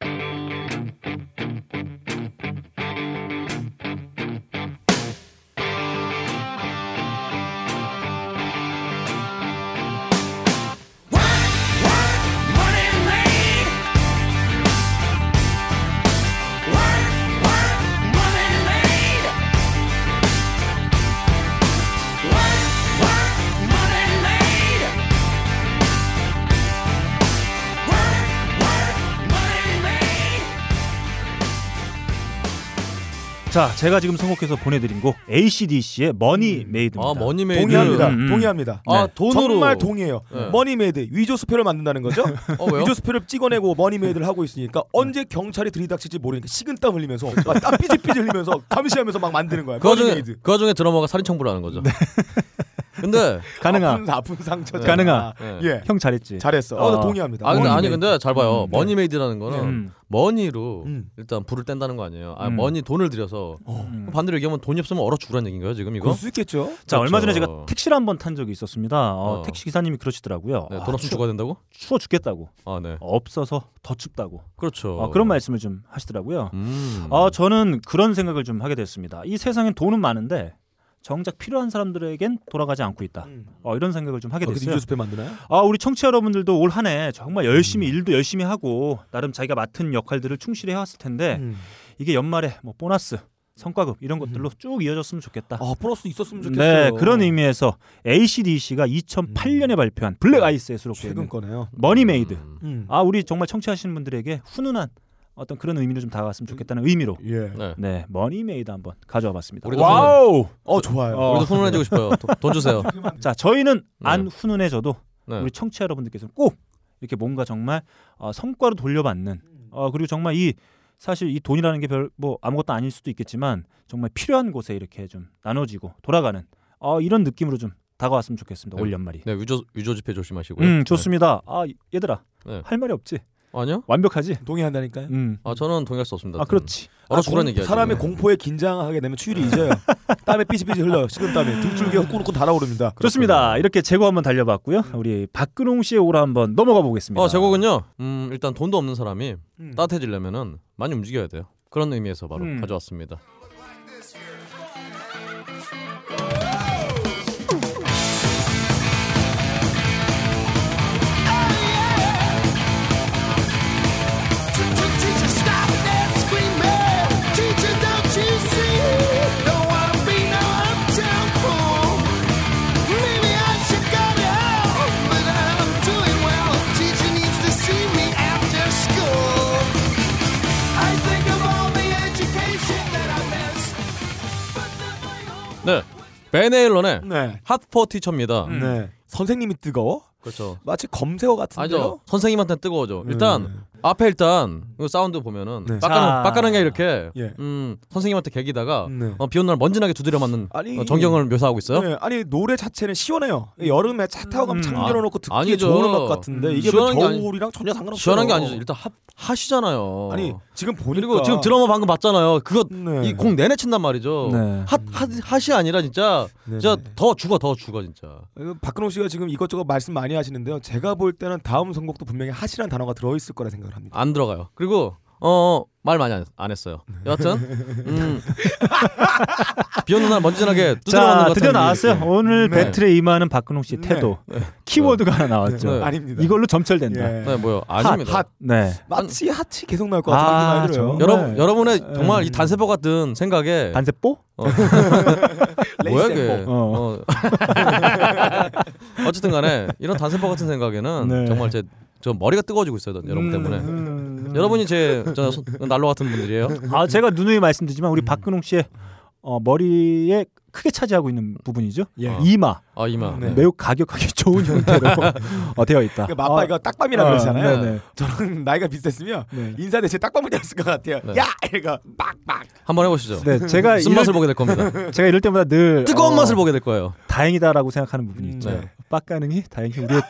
자, 제가 지금 선곡해서 보내드린 곡 ACDC의 머니 메이드입니다.
아, 머니 메이드.
동의합니다. 동의합니다.
네.
아, 돈으로.
정말 동의해요.
네.
머니메이드 위조 수표를 만든다는 거죠.
어, 왜요? 네.
위조 수표를 찍어내고 머니메이드를 하고 있으니까 언제 경찰이 들이닥칠지 모르니까 식은땀 흘리면서 막 땀 삐질삐질 흘리면서 감시하면서 막 만드는 거야.
그 와중에
머니메이드.
그 와중에 드러머가 살인 청부를 하는 거죠. 근데 그
아픈, 아픈 상처.
네. 가능아.
예.
형 잘했지.
잘했어. 어, 나 동의합니다.
네. 아, 근데, 아니
머니메이드.
근데 잘 봐요.
음, 네.
머니메이드라는 거는
네. 음. 어.
머니로 일단 불을 뗀다는 거 아니에요. 아,
음.
머니 돈을 들여서 그럼 반대로 얘기하면 돈이 없으면 얼어 죽으라는 얘기인가요 지금 이거?
그럴 수 있겠죠.
자, 얼마 전에
그렇죠.
제가 택시를 한번 탄 적이 있었습니다. 어,
어.
택시 기사님이 그러시더라고요.
네,
아,
돈 없으면
추워-
죽어야 된다고?
추워 죽겠다고.
아, 네.
없어서 더 춥다고.
그렇죠.
어, 그런 말씀을 좀 하시더라고요.
음.
아, 저는 그런 생각을 좀 하게 됐습니다. 이 세상엔 돈은 많은데 정작 필요한 사람들에겐 돌아가지 않고 있다.
음.
어, 이런 생각을 좀 하게
어, 그래서
됐어요.
위조 수표 만드나요?
아, 우리 청취자 여러분들도 올 한 해 정말 열심히
음.
일도 열심히 하고 나름 자기가 맡은 역할들을 충실히 해왔을 텐데
음.
이게 연말에 뭐 보너스, 성과급 이런 것들로 쭉 이어졌으면 좋겠다.
아, 보너스 있었으면
네,
좋겠어요. 음.
그런 의미에서 ACDC가 2008년에 발표한 블랙 아이스에 수록된
네. 최근 거네요.
머니메이드.
음.
아, 우리 정말 청취하시는 분들에게 훈훈한 어떤 그런 의미로 좀 다가갔으면 좋겠다는 의미로
예.
네.
머니메이드 한번 가져와봤습니다.
우리도
와우,
어 좋아요.
우리도 훈훈해지고 싶어요. 돈- 돈 주세요.
자, 저희는 안 훈훈해져도
네.
우리 청취 자 여러분들께서는 꼭 이렇게 뭔가 정말 어, 성과로 돌려받는 어, 그리고 정말 이 사실 이 돈이라는 게 별 뭐 아무것도 아닐 수도 있겠지만 정말 필요한 곳에 이렇게 좀 나눠지고 돌아가는 어, 이런 느낌으로 좀 다가왔으면 좋겠습니다. 올 연말이.
네, 유조 유조 집회 조심하시고요.
음, 좋습니다. 아, 얘들아.
네.
할 말이 없지.
아니요.
완벽하지.
동의한다니까요.
음.
아, 저는 동의할 수 없습니다.
아, 그렇지.
얼어
아,
죽으라는
공-
얘기야.
사람이
지금.
공포에 긴장하게 되면 추위를 잊어요. 땀에 삐질삐질 흘러요. 식은땀이
음.
등줄기가 꾸르꾸 달아오릅니다.
좋습니다. 이렇게 재고 한번 달려봤고요. 우리 박근홍 씨의 오라 한번 넘어가 보겠습니다.
네. 어, 제곡은요. 음, 일단 돈도 없는 사람이
음.
따뜻해지려면은 많이 움직여야 돼요. 그런 의미에서 바로
음.
가져왔습니다.
Teacher, stop that screaming. Teacher, don't you see? Don't wanna be no uptown fool. Maybe I should go to hell, but I'm doing well. Teacher needs to see me after school. I think of all the education that I missed.
네. 베네일런의
네.
핫포 티처입니다. 음.
음. 네. 선생님이 네. 뜨거워?
그렇죠.
마치 검색어 같은데요.
아니죠. 선생님한테 뜨거워져. 일단 앞에 일단 이거 사운드 보면은
네.
빡가는
아.
빡가는게 이렇게
예. 네.
음, 선생님한테 개기다가 어, 비오는 날 먼지나게 두드려 맞는
아니,
어, 정경을 묘사하고 있어요.
네, 아니 노래 자체는 시원해요. 여름에 차 타고 가면 창
아,
열어놓고 듣기
아니죠.
좋은 음악 같은데 이게 뭐
시원한 게 아니-
겨울이랑 전혀 상관없어요.
시원한 게 아니죠. 일단 핫 핫이잖아요.
아니, 지금 보니까
그리고 지금 드러머 방금 봤잖아요. 그거 이 공 내내 친단 말이죠.
네.
핫, 핫 핫이 아니라 진짜
네,
진짜 더 죽어 더 죽어 진짜.
이거 그 박근홍 씨가 지금 이것저것 말씀 많이 하시는데요. 제가 볼 때는 다음 선곡도 분명히 핫이라는 단어가 들어있을 거라 생각을 합니다.
안 들어가요. 그리고 어 말 많이 안, 안 했어요. 여하튼 음, 비 오는 날 먼지나게 두드려 맞는 것
자
같은
드디어
이-
나왔어요.
네.
오늘
네.
배틀에 임하는 박근홍 씨 태도 키워드가 하나 나왔죠.
네. 아닙니다.
이걸로 점철된다.
네, 뭐요? 아닙니다.
핫. 네.
예. 마치 핫이 계속 나올 것
아,
같은 느낌 많이 들어요.
여러분 여러분의 정말 이 단세포 같은 생각에
네. 단세포?
어. 뭐야 이게?
레이세포.
어. 어쨌든 간에 이런 단세포 같은 생각에는
네. 음,
정말 제 저 머리가 뜨거워지고 있어요, 여러분 때문에. 음, 여러분이 제저 난로 같은 분들이에요.
아 제가 누누이 말씀드리지만 우리 박근홍 씨의 어, 머리에 크게 차지하고 있는 부분이죠. 이마.
아 이마. 네.
매우 가격하게 좋은 형태로 어, 되어 있다.
그러니까 마빠
어,
이거 딱밤이라
어,
그러잖아요.
네네.
저는 나이가 비슷했으면
네.
인사 대신 딱밤을 때렸을 것 같아요.
네.
야, 이거 빡빡.
한번 해보시죠.
네, 제가
쓴 맛을 보게 될 겁니다.
제가 이럴 때마다 늘 어,
뜨거운 맛을 보게 될 거예요.
다행이다라고 생각하는 부분이 있죠.
네.
빡가능이 다행히 우리의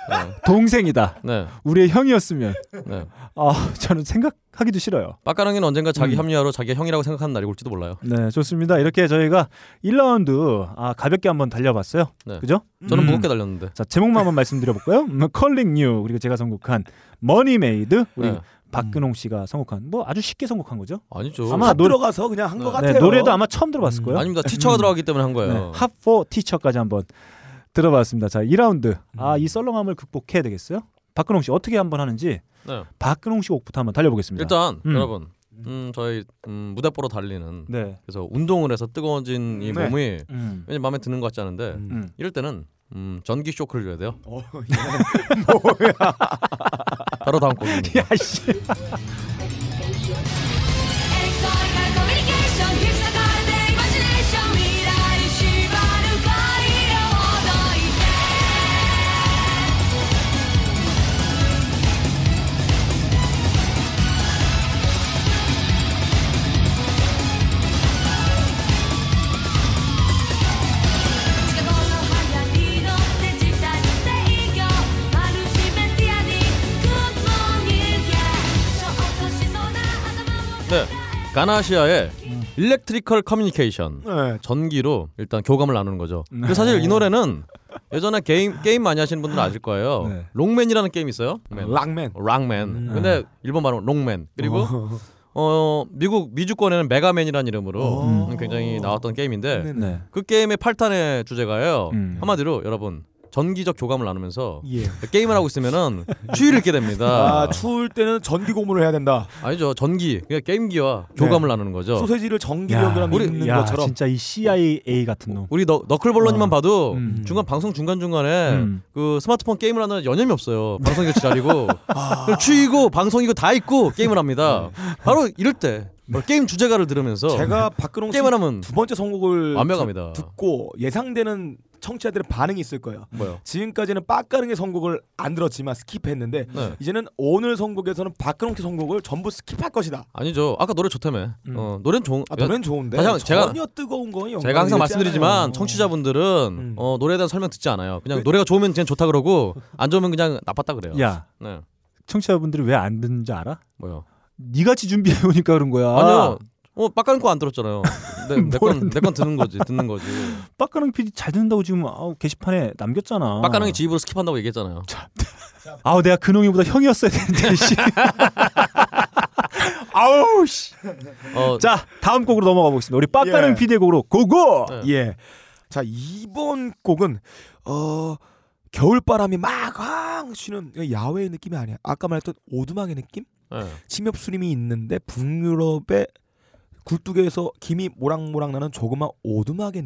동생이다.
네.
우리의 형이었으면
네.
아 저는 생각하기도 싫어요.
빡가랑이는 언젠가 자기
음.
합리화로 자기 형이라고 생각하는 날이 올지도 몰라요.
네, 좋습니다. 이렇게 저희가 1라운드 아, 가볍게 한번 달려봤어요.
네.
그죠?
저는 무겁게 달렸는데.
자, 제목만 한번 말씀드려볼까요? 음, 컬링 뉴 그리고 제가 선곡한 머니 메이드 우리
네.
박근홍 씨가 선곡한 뭐 아주 쉽게 선곡한 거죠?
아니죠.
아마
핫
노- 음.
들어가서 그냥 한것
네,
같아요.
노래도 아마 처음 들어봤을 거예요. 네,
아닙니다. 티처가 들어가기 때문에 한 거예요.
핫4 티처까지 한번 들어봤습니다. 자, 2라운드. 아, 이 썰렁함을 극복해야 되겠어요? 박근홍 씨 어떻게 한번 하는지
네.
박근홍 씨 곡부터 한번 달려보겠습니다.
일단
음.
여러분 음, 저희 음, 무대 보러 달리는
네.
그래서 운동을 해서 뜨거워진 이
네.
몸이
음.
왠지 마음에 드는 것 같지 않은데
음.
이럴 때는 음, 전기 쇼크를 줘야 돼요.
어,
예.
뭐야.
바로 다음 곡입니다.
야 씨.
네. 가나시아의
음.
일렉트리컬 커뮤니케이션
네.
전기로 일단 교감을 나누는 거죠. 근데 사실 이 노래는 예전에 게임 게임 많이 하시는 분들은 아실 거예요.
네.
롱맨이라는 게임 있어요.
랑맨.
랑맨.
음.
근데 일본 말로 롱맨. 그리고 어 미국 미주권에는
어.
메가맨이라는 이름으로 음, 굉장히 나왔던 게임인데
네네.
그 게임의 8탄의 주제가요.
음.
한마디로 여러분 전기적 교감을 나누면서 게임을 하고 있으면은 추위를 잊게 됩니다.
예. 아, 추울 때는 전기 고무를 해야 된다.
아니죠 전기 그냥 게임기와 교감을
네.
나누는 거죠.
소세지를 전기력이랑
어. 우리-
믿는
야,
것처럼.
진짜 이 CIA 같은 놈.
우리 너,
어.
너클볼러님만 봐도
음.
중간 방송 중간 중간에 그 스마트폰 게임을 하는 연념이 없어요. 방송이고 지랄이고
아.
그럼 추이고 방송이고 다 있고 게임을 합니다. 바로 이럴 때 바로 게임 주제가를 들으면서
네. 제가 박근홍
게임을 하면
씨두 번째 선곡을
완벽합니다.
듣- 듣고 예상되는 청취자들의 반응이 있을 거예요.
뭐요?
지금까지는 빡가릉의 선곡을 안 들었지만 스킵했는데
네.
이제는 오늘 선곡에서는 박근홍 씨 선곡을 전부 스킵할 것이다.
아니죠. 아까 노래 좋다며. 어, 노래는 좋은.
아, 노래는 좋은데
다시 한번 제가
전혀 뜨거운 건 영광이
제가
되지
항상 말씀드리지만
않아요. 음.
청취자분들은 어, 노래에 대한 설명 듣지 않아요. 그냥 노래가 좋으면 그냥 좋다 그러고 안 좋으면 그냥 나빴다 그래요.
야.
네.
청취자분들이 왜 안 듣는지 알아?
뭐요?
니같이 준비해 오니까 그런 거야.
아니요. 어, 빡가는 거 안 들었잖아요. 네, 내건내건 듣는 거지. 듣는 거지.
빡가능 PD 잘 듣는다고 지금 아우, 게시판에 남겼잖아.
빡가는 게 지입으로 스킵한다고 얘기했잖아요.
아우 내가 근홍이보다 형이었어야 되는데 씨. 아우 씨.
어.
자 다음 곡으로 넘어가 보겠습니다. 우리 빡가는
예.
피디의 곡으로 고고.
예. 자 이번 곡은 어 겨울 바람이 막황 쉬는 그 야외의 느낌이 아니야. 아까 말했던 오두막의 느낌?
예.
침엽 수림이 있는데 북유럽의 굴뚝에서 김이 모락모락 나는 조그만 오두막의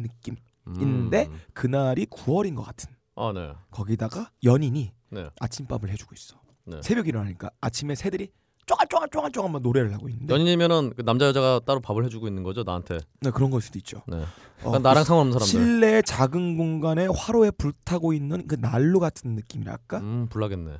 느낌인데
음.
그날이 9월인 것 같은.
아, 네.
거기다가 연인이
네.
아침밥을 해주고 있어.
네.
새벽 일어나니까 아침에 새들이 쪼알쪼알쪼알쪼알만 노래를 하고
네.
있는데
연인이면은 그 남자 여자가 따로 밥을 해주고 있는 거죠 나한테.
네, 그런 걸 수도 있죠.
네. 그러니까
어,
나랑
그
상관없는 사람들.
실내 작은 공간에 화로에 불타고 있는 그 난로 같은 느낌이랄까?
음, 불나겠네.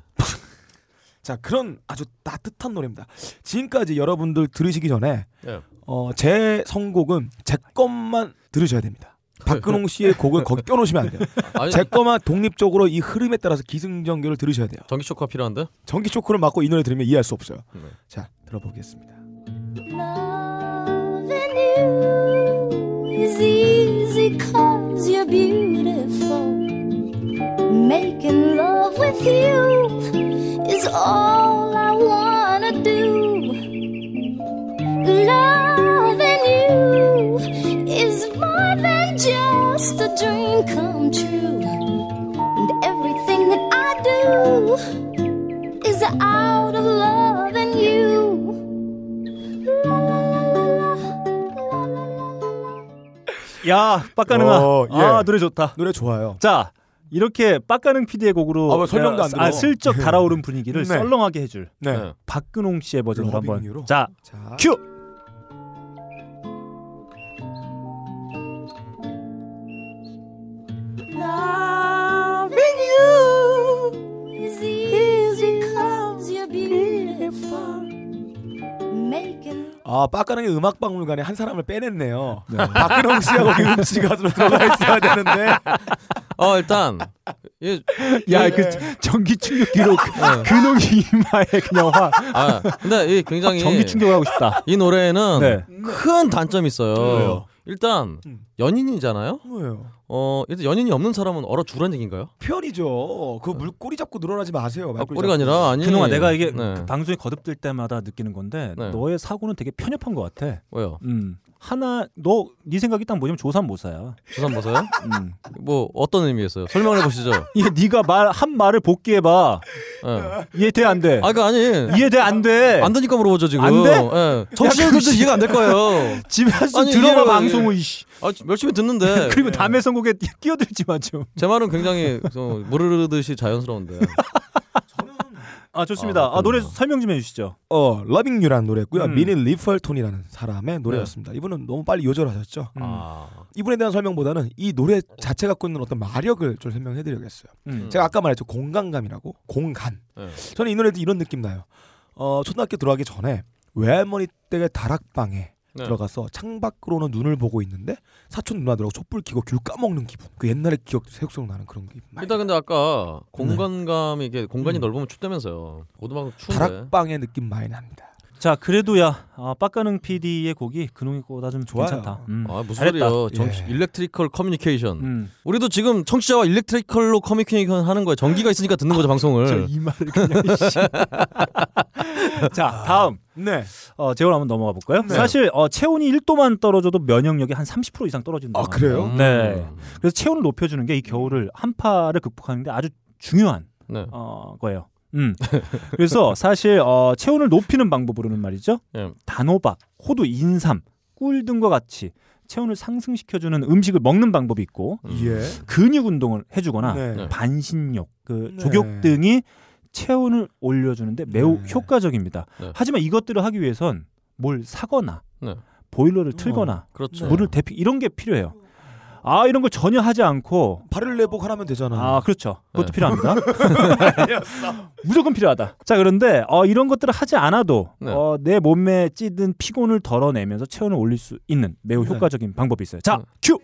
자, 그런 아주 따뜻한 노래입니다. 지금까지 여러분들 들으시기 전에
예.
어, 제 선곡은 제 것만 들으셔야 됩니다. 박근홍 씨의 곡을 거기 껴놓으시면 안 돼요.
아니-
제 것만 독립적으로 이 흐름에 따라서 기승전결을 들으셔야 돼요.
전기 쇼크가 필요한데?
전기 쇼크를 맞고 이 노래 들으면 이해할 수 없어요.
네.
자, 들어보겠습니다.
Loving you is easy cause you're beautiful. Making love with you is all I wanna do. Loving you is more than just a dream come true. And everything that I do is out of loving you.
야, 빡가능아.
어, 예.
아, 노래 좋다.
노래 좋아요.
자, 이렇게 빡가능 PD의 곡으로
아, 왜 설명도 안 들어.
아, 슬쩍 달아오른 분위기를
네.
썰렁하게 해줄
네.
박근홍 씨의 버전으로
러빙
한번.
유로.
자, 큐.
Loving you is easy cause you're beautiful. Making
아, 빠까랑의 음악 박물관에 한 사람을 빼냈네요. 박근홍 씨하고 김웅 씨가 들어가 있어야 되는데.
어 일단
야, 그 전기 충격기로 그-
어.
근홍이 이마에 그냥 화.
아 근데 이 굉장히
전기 충격하고 싶다.
이 노래에는
네.
큰 단점이 있어요.
왜요? 음.
일단 연인이잖아요.
뭐예요?
어 일단 연인이 없는 사람은 얼어 죽란 얘기인가요?
편이죠. 그 물꼬리 잡고 늘어나지 마세요. 말꼬리
꼬리가
잡고.
네. 아니라 아니.
근홍아, 그렇죠. 예. 내가 이게
네.
그 방송에 거듭될 때마다 느끼는 건데
네.
너의 사고는 되게 편협한 것 같아.
왜요?
음. 하나, 너 네 생각이 딱 뭐냐면 조삼모사야.
조삼모사요?
음.
뭐 어떤 의미였어요? 설명을 해보시죠.
얘 네가 말 한 말을 복귀해 봐.
예.
이해 돼 안 돼?
아, 그 아니.
이해 돼 안 돼?
안 되니까 물어보죠
네.
지금.
안 돼?
예. 정치인들도 이해가 안 될 거예요.
집에 가서
아니,
들어봐
이해가- 네.
방송을 이씨.
아, 열심히 듣는데.
그리고 담배 선곡에 끼어들지 마 좀.
제 말은 굉장히 좀 무르르듯이 자연스러운데. 음.
아 좋습니다. 아, 노래 설명 좀 해주시죠.
어, 러빙 유라는 노래였고요.
음.
미니 리펄톤이라는 사람의
네.
노래였습니다. 이분은 너무 빨리 요절하셨죠.
아,
이분에 대한 설명보다는 이 노래 자체 갖고 있는 어떤 마력을 좀 설명해 드리겠어요.
음.
제가 아까 말했죠. 공간감이라고. 공간.
예.
저는 이 노래도 이런 느낌 나요. 어, 초등학교 들어가기 전에 외할머니 댁의 다락방에
네.
들어가서 창밖으로는 눈을 보고 있는데 사촌 누나들하고 촛불 켜고 귤 까먹는 기분. 그 옛날의 기억 새록새록 나는 그런 기분. 많이
일단 근데 아까 공간감이 이게 공간이 넓으면 춥다면서요. 오두막 추운데.
다락방의 느낌 많이 납니다.
자 그래도야 아, 빡가능 PD의 곡이 근홍이 거보다 좀
좋아요.
괜찮다. 음.
아 무슨
잘했다.
소리예요? 정치
예.
일렉트리컬 커뮤니케이션.
음.
우리도 지금 청취자와 일렉트리컬로 커뮤니케이션 하는 거야. 전기가 있으니까 듣는 거죠 방송을.
저이 말을 그냥. 이씨. 자 다음
네.
어, 재원 한번 넘어가 볼까요? 사실 어, 체온이 1도만 떨어져도 면역력이 한 30% 이상 떨어진다.
아, 그래요?
음.
네. 그래서 체온을 높여주는 게 이 겨울을 한파를 극복하는데 아주 중요한
네.
어, 거예요. 음. 그래서 사실 어, 체온을 높이는 방법으로는 말이죠.
네.
예.
단호박, 호두, 인삼, 꿀 등과 같이 체온을 상승시켜주는 음식을 먹는 방법이 있고
예.
근육 운동을 해주거나
네.
반신욕, 그
네.
조격 등이 체온을 올려주는데 매우
네.
효과적입니다.
네.
하지만 이것들을 하기 위해선 뭘 사거나
네.
보일러를 틀거나
그렇죠.
물을 대피 이런 게 필요해요. 아 이런 걸 전혀 하지 않고
발을 내복 하라면 되잖아.
아 그렇죠. 그것도
네.
필요합니다. 무조건 필요하다. 자 그런데 어, 이런 것들을 하지 않아도
네.
어, 내 몸에 찌든 피곤을 덜어내면서 체온을 올릴 수 있는 매우
네.
효과적인 방법이 있어요. 자
네.
큐.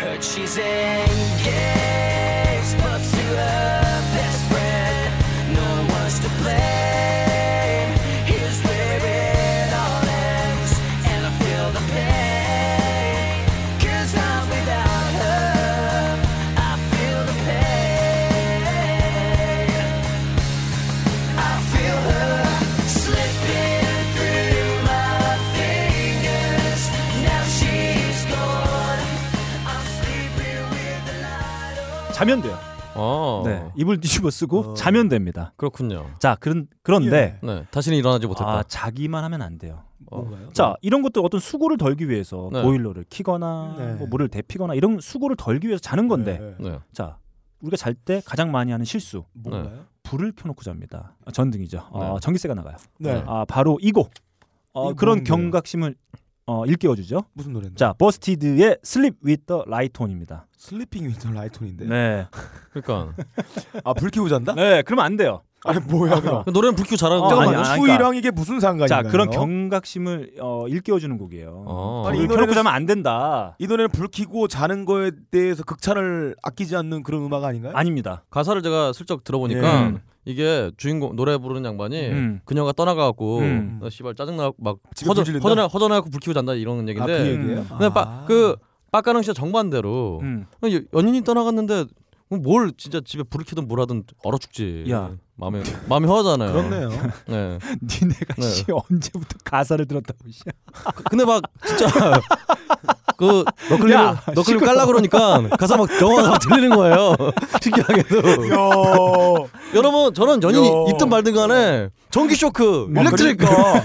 Heard she's engaged, but to her best friend, no one was to blame. Here's where it all ends, and I feel the pain. Cause I'm without her, I feel the pain. I feel her slipping through my fingers. Now she's gone.
자면 돼요.
아,
네. 이불 뒤집어 쓰고 자면 됩니다.
그렇군요.
자 그런
예.
그런데
네, 다시는 일어나지 못했다.
아 자기만 하면 안 돼요.
뭔가요?
자 이런 것도 어떤 수고를 덜기 위해서
네.
보일러를 키거나
네.
뭐 물을 데피거나 이런 수고를 덜기 위해서 자는 건데
네.
네.
자 우리가 잘 때 가장 많이 하는 실수
뭔가요?
불을 켜놓고 잡니다. 아, 전등이죠. 어,
네.
전기세가 나가요.
네.
아 바로 이 곡. 어,
이
그런
뭔데요?
경각심을 어, 일깨워주죠.
무슨 노래인데?
자, 버스티드의 Sleep with the Light On입니다.
슬리핑 윈터 라이톤인데.
네.
그러니까.
아, 불 켜고 잔다?
네, 그러면 안 돼요.
아니, 뭐야, 그럼.
노래는 불 켜고 자라는
거야. 잠깐만요. 수위랑 이게 무슨 상관이
자,
아, 있나요?
그런 경각심을 어, 일깨워주는 곡이에요.
어.
불을
아니, 이 노래는
켜놓고 자면 안 된다.
이 노래는 불 켜고 자는 거에 대해서 극찬을 아끼지 않는 그런 음악 아닌가요?
아닙니다.
가사를 제가 슬쩍 들어보니까
예.
음.
이게 주인공 노래 부르는 양반이
음.
그녀가 떠나가고
음.
나 씨발 짜증나 막
집에
허전
불질른다?
허전해 허전해갖고 불 켜고 잔다
아,
이런 얘기인데.
그 얘기예요?
근데 빠- 그 빡가능 씨가
뭐.
정반대로
음.
어, 여- 연인이 떠나갔는데 뭘 진짜 집에 불을 켜든 뭘 하든 얼어 죽지.
야.
마음에 마음이 허하잖아요.
그렇네요.
네.
니네가
네.
씨 언제부터 가사를 들었다고 씨.
근데 막 진짜 그 너클립
야,
너클립
시끄러워.
깔라 그러니까 가사 막 영어가 막 들리는 거예요. 신기하게도.
어,
여러분 저는 연인이 있든 말든 간에 전기 쇼크, 일렉트릭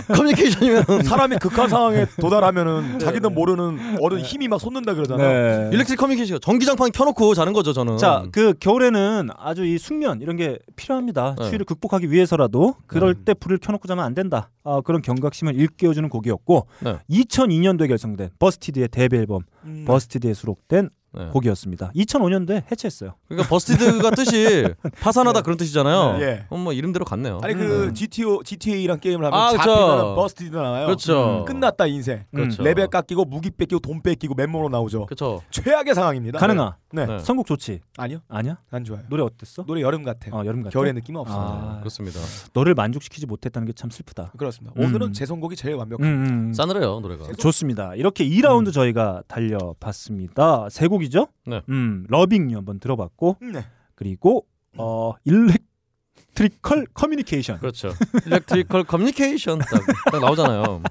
커뮤니케이션이면
사람이 극한 상황에 도달하면은 자기도 모르는 어른 힘이 막 솟는다
네.
그러잖아요.
일렉트릭 커뮤니케이션 전기장판 켜놓고 자는 거죠 저는.
자, 그 겨울에는 아주 이 숙면 이런 게 필요합니다.
네.
추위를 극복하기 위해서라도 그럴
네.
때 불을 켜놓고 자면 안 된다. 아, 그런 경각심을 일깨워주는 곡이었고
네.
2002년도에 결성된 버스티드의 데뷔 앨범 버스티드에 수록된
네.
곡이었습니다. 2005년도에 해체했어요.
네. 그러니까 버스티드가 뜻이 파산하다 그런 뜻이잖아요.
예.
어, 뭐 이름대로 갔네요.
아니 그 GTO GTA랑 게임을 하면
아, 그쵸.
잡히는 버스티드 나와요.
그쵸.
그렇죠. 음, 끝났다 인생.
그렇죠.
레벨 깎이고 무기 뺏기고 돈 뺏기고 맨몸으로 나오죠.
그렇죠.
최악의 상황입니다.
가능하.
네.
선곡 좋지.
아니요.
아니야?
안 좋아요.
노래 어땠어?
노래 여름 같아요.
어, 여름 같아.
네.
음.
겨울의 느낌은 없습니다.
그렇습니다.
너를 만족시키지 못했다는 게 참 슬프다.
그렇습니다.
음.
오늘은 제 선곡이 제일 완벽합니다.
싸늘해요 노래가.
좋습니다. 이렇게 2라운드 저희가 달려봤습니다. 세 곡이죠?
음. 네.
음, 러빙 유 한번 들어봤고
네.
그리고 어 일렉트리컬 커뮤니케이션.
그렇죠. 일렉트리컬 커뮤니케이션 딱, 딱 나오잖아요.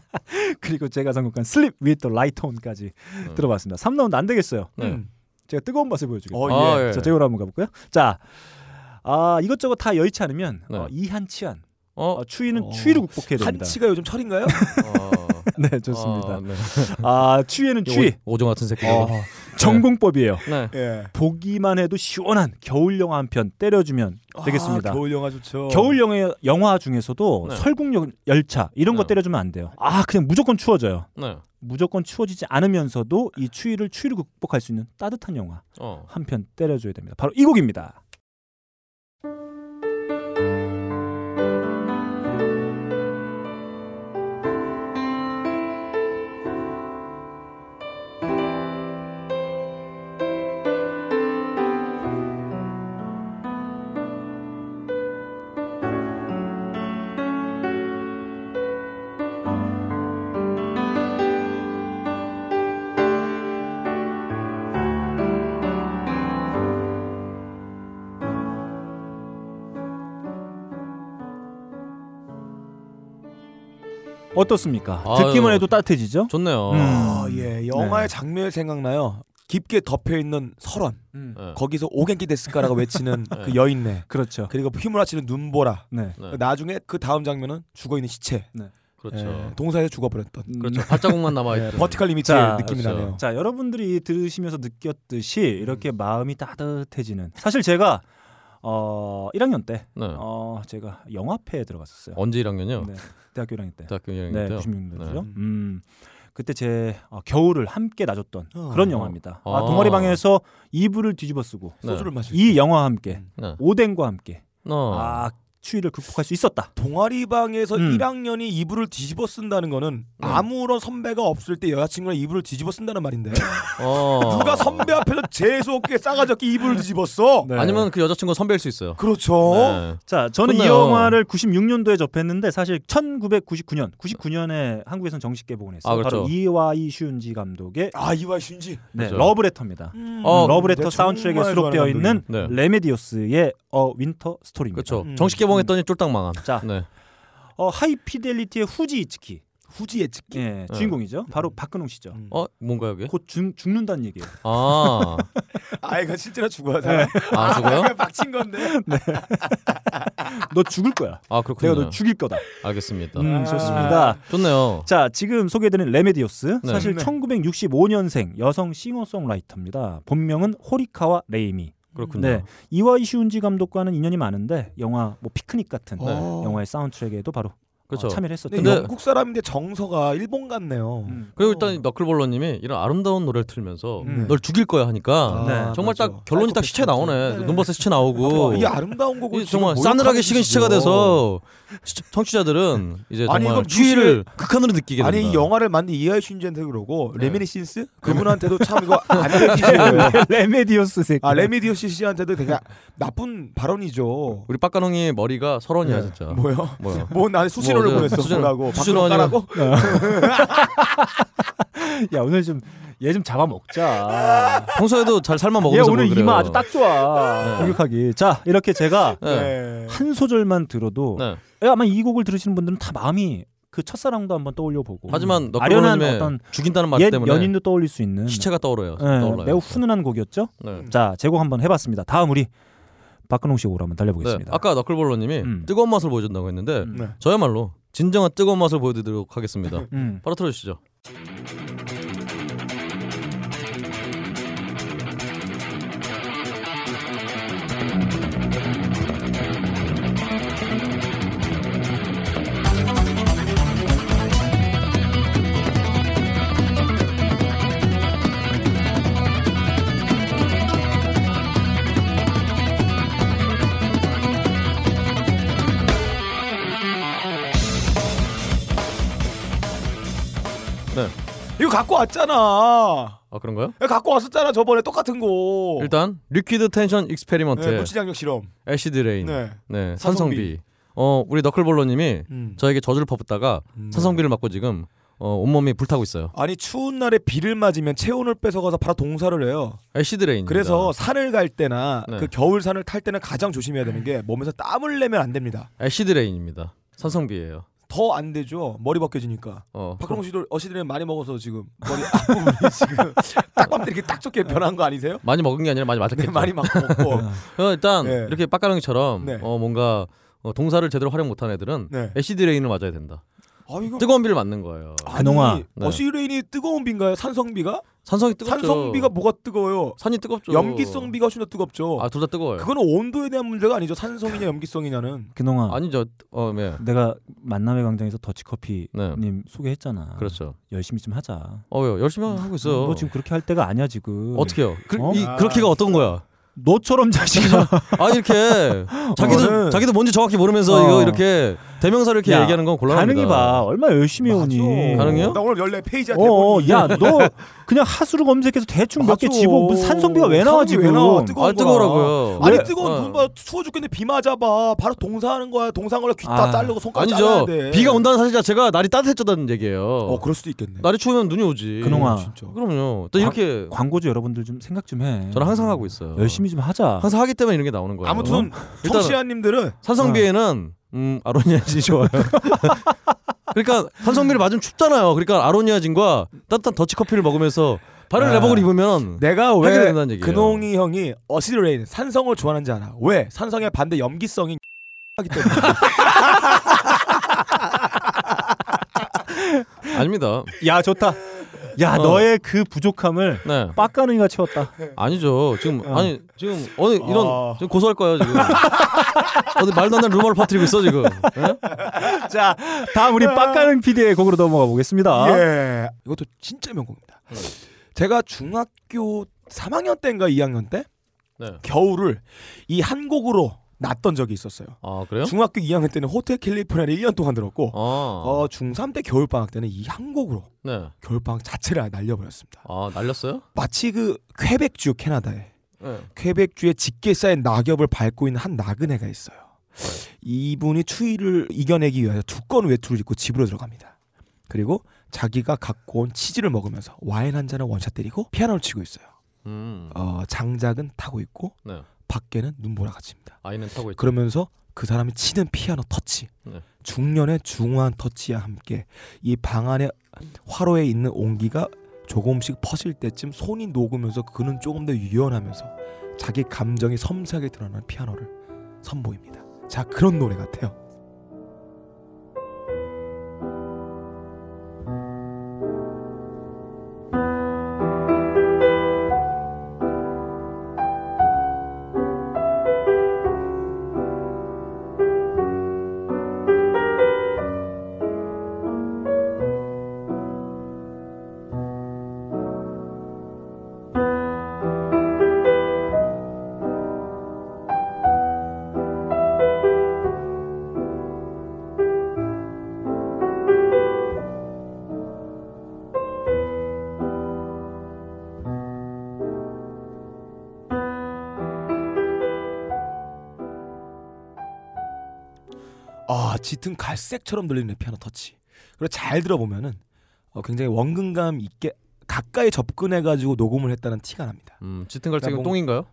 그리고 제가 선곡한 슬립 위드 더 라이트 온까지 들어봤습니다. 3라운드 안 되겠어요.
네. 음.
제가 뜨거운 맛을 보여주겠습니다.
어, 예. 아, 예.
자, 제고로 한번 가볼까요? 자, 아 이것저것 다 여의치 않으면 어, 이한치한.
네. 어,
추위는 추위를 극복해야
예.
됩니다.
한치가 요즘 철인가요?
네 좋습니다.
아,
아,
네.
추위에는
이 오-
추위.
오종 같은 새끼.
어, 전공법이에요.
네.
예.
보기만 해도 시원한 겨울 영화 한 편 때려주면 되겠습니다.
아, 겨울 영화 좋죠.
겨울 영화, 영화 중에서도
네.
설국역 열차 이런 거 때려주면 안 돼요. 아 그냥 무조건 추워져요.
네.
무조건 추워지지 않으면서도 이 추위를 추위를 극복할 수 있는 따뜻한 영화
어.
한 편 때려줘야 됩니다. 바로 이 곡입니다. 어떻습니까?
아유,
듣기만 해도 따뜻해지죠?
좋네요.
아, 예.
네.
영화의 장면이 생각나요. 깊게 덮여 있는 설원.
네.
거기서 오갱키 데스까라고 외치는
네.
그 여인네.
그렇죠.
그리고 휘몰아치는 눈보라.
네.
네.
나중에 그 다음 장면은 죽어 있는 시체.
그렇죠.
예, 동사에서 죽어버렸던.
그렇죠. 발자국만 남아있죠.
예, 버티컬 리미트
자,
느낌이
그렇죠.
나네요.
자, 여러분들이 들으시면서 느꼈듯이 이렇게 마음이 따뜻해지는. 사실 제가 어 1학년 때 어, 제가 영화패에 들어갔었어요.
네. 언제 1학년이요?
네, 대학교 1학년 때.
대학교 1학년
네,
때요?
96년도죠.
네.
음. 그때 제 어, 겨울을 함께 놔줬던
어.
그런 영화입니다. 아,
아.
동아리 방에서 이불을 뒤집어 쓰고
네. 소주를 마실
이 영화와 함께
네.
오뎅과 함께
어.
아 추위를 극복할 수 있었다.
동아리 방에서
음.
1학년이 이불을 뒤집어 쓴다는 거는 아무런 선배가 없을 때 여자친구랑 이불을 뒤집어 쓴다는 말인데
어.
누가 선배 앞에서 재수 없게 싸가지 없게 이불을 뒤집었어?
아니면 그 여자친구가 선배일 수 있어요. 네.
그렇죠.
자, 저는
좋네요.
이 영화를 96년도에 접했는데 사실 1999년, 99년에 한국에서는 정식 개봉을 했어요.
아, 그렇죠.
바로 이와이 슌지 감독의
아 이와이 슌지 음.
네,
그렇죠.
러브레터입니다.
어,
러브레터
내가
사운드트랙에
정말
수록되어
좋아하는
있는
감독이네.
레메디오스의 어 윈터 스토리입니다.
그렇죠. 정식 개봉했더니 쫄딱 망한.
자,
네.
어, 하이피델리티의 후지 이츠키.
후지 이츠키.
예,
네.
주인공이죠. 바로 박근홍 씨죠.
어 뭔가요 이게?
곧 죽, 죽는다는 얘기예요.
아.
아 이거 실제로 죽어요.
네.
아, 죽어요?
그냥 박친 건데.
네. 너 죽을 거야.
아 그렇군요.
내가 너 죽일 거다.
알겠습니다.
음, 좋습니다.
좋네요.
자, 지금 소개해드린 레메디오스
네.
사실
네.
1965년생 여성 싱어송라이터입니다. 본명은 호리카와 레이미.
그렇군요.
네. 이와이 슈운지 감독과는 인연이 많은데 영화 뭐 피크닉 같은
네.
영화의 사운드트랙에도 바로
그렇죠.
어, 참여를 했었던
근데 영국 사람인데 정서가 일본 같네요.
음.
그리고 일단 너클볼러님이 이런 아름다운 노래를 틀면서
음.
널 죽일 거야 하니까
네.
정말
맞아.
딱 결론이 딱 시체 나오네.
네네.
눈버섯 시체 나오고
아, 이 아름다운 곡을
이게
지금
정말
모욕하는
싸늘하게 식은 시체가
짓이죠.
돼서 시청- 청취자들은 이제
아니,
정말
이건
추위를
무시해.
극한으로 느끼게
아니
된다. 네.
이 영화를 만든 이하이 슌지한테 그러고 레미니신스 그분한테도 참 이거 안될 기준이에요.
레메디오스 새끼.
아 레미디오스 씨한테도 되게 나쁜 발언이죠.
우리 빡가농이 머리가 설원이야
네.
진짜.
뭐요?
뭐요?
뭐 나는 수신호를
뭐,
보냈어.
수신-
뭐라고?
수신호
밖으로
아니고.
야 오늘 좀 얘 좀 잡아먹자.
평소에도 잘 살만
얘
먹으면서
예, 오늘
어, 뭘
이마
그래요.
아주 딱 예. 좋아. 공격하기. 자 이렇게 제가
네.
한 소절만 들어도
네.
예, 아마 이 곡을 들으시는 분들은 다 마음이 그 첫사랑도 한번 떠올려 보고
하지만
뭐 음, 아련한
너클볼러님의
어떤
죽인다는 말
옛
때문에
연인도 떠올릴 수 있는
시체가 떠오르요.
예,
떠올라요.
매우 훈훈한 곡이었죠.
네.
자 제곡 한번 해봤습니다. 다음 우리 박근홍 씨 오라 한번
네,
달려보겠습니다. 음. 네.
아까 너클볼러님이 뜨거운 맛을 보여준다고 했는데 저야말로 진정한 뜨거운 맛을 보여드리도록 하겠습니다.
음.
바로 틀어주시죠. 네.
이거 갖고 왔잖아.
아 그런가요?
야, 갖고 왔었잖아 저번에 똑같은 거.
일단 리퀴드 텐션 익스페리먼트,
뭐
네, 물질장력 실험.
애시드 레인,
네. 산성비.
네, 산성비. 어 우리 너클볼러님이
음.
저에게 저주를 퍼붓다가 산성비를 맞고 지금 어, 온몸이 불타고 있어요.
아니 추운 날에 비를 맞으면 체온을 뺏어가서 바로 동사를 해요.
애시드 레인.
그래서 산을 갈 때나
네.
그 겨울 산을 탈 때는 가장 조심해야 되는 게 몸에서 땀을 내면 안 됩니다.
애시드 레인입니다. 산성비예요.
더 안 되죠. 머리 벗겨지니까.
어.
박근홍 씨도 어시들은 많이 먹어서 지금 머리 앞부분이 지금 딱밤때 이렇게 딱 좋게 변한 거 아니세요?
많이 먹은 게 아니라 많이 맞았겠죠.
네, 많이 막 먹고.
어, 일단
네.
이렇게 빡가랑이처럼
네.
어, 뭔가 어, 동사를 제대로 활용 못한 애들은
네.
애시드 레인을 맞아야 된다.
아 이거
뜨거운 비를 맞는 거예요.
아니,
네.
어시레인이 뜨거운 비인가요? 산성비가?
산성이 뜨겁죠.
산성비가 뭐가 뜨거워요?
산이 뜨겁죠.
염기성비가 훨씬 더 뜨겁죠.
아, 둘 다 뜨거워요.
그거는 온도에 대한 문제가 아니죠. 산성이냐 염기성이냐는.
근홍아
아니죠. 어, 네.
내가 만남의 광장에서 더치커피님 소개했잖아.
그렇죠.
열심히 좀 하자.
어, 왜? 열심히 하고 있어요.
뭐
너 지금 그렇게 할 때가 아니야 지금.
어떻게요? 그, 이,
아.
그렇게가 어떤 거야?
너처럼 자식아.
아 이렇게 자기도
어.
저는-
자기도 뭔지 정확히 모르면서
어.
이거 이렇게 대명사를 이렇게
야,
얘기하는 건 곤란합니다.
가능히 봐. 얼마나 열심히 오니.
그렇죠.
가능해요?
나 오늘 14페이지야
어,
대본이.
야, 너 그냥 하수를 검색해서 대충 몇 개
맞아.
집어. 무슨 산성비가 왜 나와
산성비
지금?
왜 나와?
아,
뜨거운
아, 뜨거우라고요.
거야. 아니
왜?
뜨거운
어.
눈봐 추워 죽겠는데 비 맞아봐. 바로 동사하는 거야. 동상 걸려 귀다
아,
자르고 손가락 잘라야
아니죠.
돼.
비가 온다는 사실 자체가 날이 따뜻해졌다는 얘기예요.
어 그럴 수도 있겠네.
날이 추우면 눈이 오지.
근홍아.
진짜.
그럼요. 또 이렇게
광고주 여러분들 좀 생각 좀 해.
저는 항상 하고 있어요.
열심히 좀 하자.
항상 하기 때문에 이런 게 나오는 거예요.
아무튼 청취자님들은
산성비에는 음 아로니아진이 좋아요. 그러니까 산성비를 맞으면 춥잖아요. 그러니까 아로니아진과 따뜻한 더치커피를 먹으면서 발열
아.
레버을 입으면
내가
해결이
왜
된다는 얘기예요.
근홍이 형이 어시드레인 산성을 좋아하는지 알아? 왜? 산성의 반대 염기성이 하기 때문에.
아닙니다.
야, 좋다. 야,
어.
너의 그 부족함을
네.
빡가능이가 채웠다.
아니죠. 지금 아니 지금 어느 이런
예. 아.
지금 고소할 거예요 지금. 어디 말도 안 되는 루머를 퍼뜨리고 있어 지금. 예?
자, 다음 우리 빡가능 PD의 곡으로 넘어가 보겠습니다.
예. 이것도 진짜 명곡입니다.
음.
제가 중학교 3학년 때인가 2학년 때
네.
겨울을 이 한 곡으로 났던 적이 있었어요.
아 그래요?
중학교 2학년 때는 호텔 캘리포니아를 1년 동안 들었고
아.
어, 중3 때 겨울 방학 때는 이 한 곡으로
네.
겨울 방학 자체를 아예 날려버렸습니다.
아 날렸어요?
마치 그 퀘벡주 캐나다에
네.
퀘벡주에 짙게 쌓인 낙엽을 밟고 있는 한 나그네가 있어요. 이분이 추위를 이겨내기 위해서 두꺼운 외투를 입고 집으로 들어갑니다. 그리고 자기가 갖고 온 치즈를 먹으면서 와인 한 잔을 원샷 때리고 피아노를 치고 있어요.
음.
어, 장작은 타고 있고
네.
밖에는 눈보라가 칩니다.
아이는 타고 있죠.
그러면서 그 사람이 치는 피아노 터치
네.
중년의 중후한 터치와 함께 이 방 안에 화로에 있는 온기가 조금씩 퍼질 때쯤 손이 녹으면서 그는 조금 더 유연하면서 자기 감정이 섬세하게 드러나는 피아노를 선보입니다. 자 그런 노래 같아요.
아
아, 짙은 갈색처럼 들리는 피아노 터치. 그리고 잘 들어보면은 어, 굉장히 원근감 있게 가까이 접근해가지고 녹음을 했다는 티가 납니다.
음, 짙은 갈색은 똥인가요?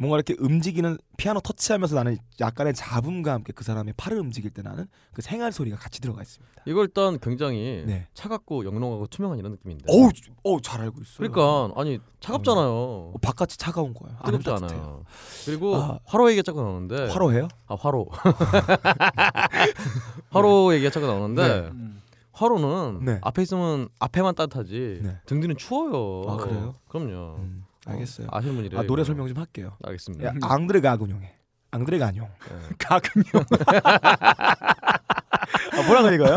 뭔가 이렇게 움직이는 피아노 터치하면서 나는 약간의 잡음과 함께 그 사람의 팔을 움직일 때 나는 그 생활 소리가 같이 들어가 있습니다.
이거 일단 굉장히 차갑고 영롱하고 투명한 이런 느낌인데.
네. 어우, 어우, 잘 알고 있어요.
그러니까 아니 차갑잖아요.
바깥이 차가운 거예요. 안은
뜨겁지
따뜻해요. 네.
않아요. 그리고
어, 아.
화로 얘기가 자꾸 나오는데.
화로예요?
아 화로. 화로 얘기가 자꾸 나오는데.
네.
화로는
네.
앞에 있으면 앞에만 따뜻하지 등 뒤는 추워요.
아, 그래요? 음,
그럼요.
알겠어요. 음.
아시는 분이래요.
아, 노래
이거.
설명 좀 할게요.
알겠습니다.
야, 앙드레 가군용해. 앙드레 가뇽.
가근용.
아, 뭐라고 읽어요?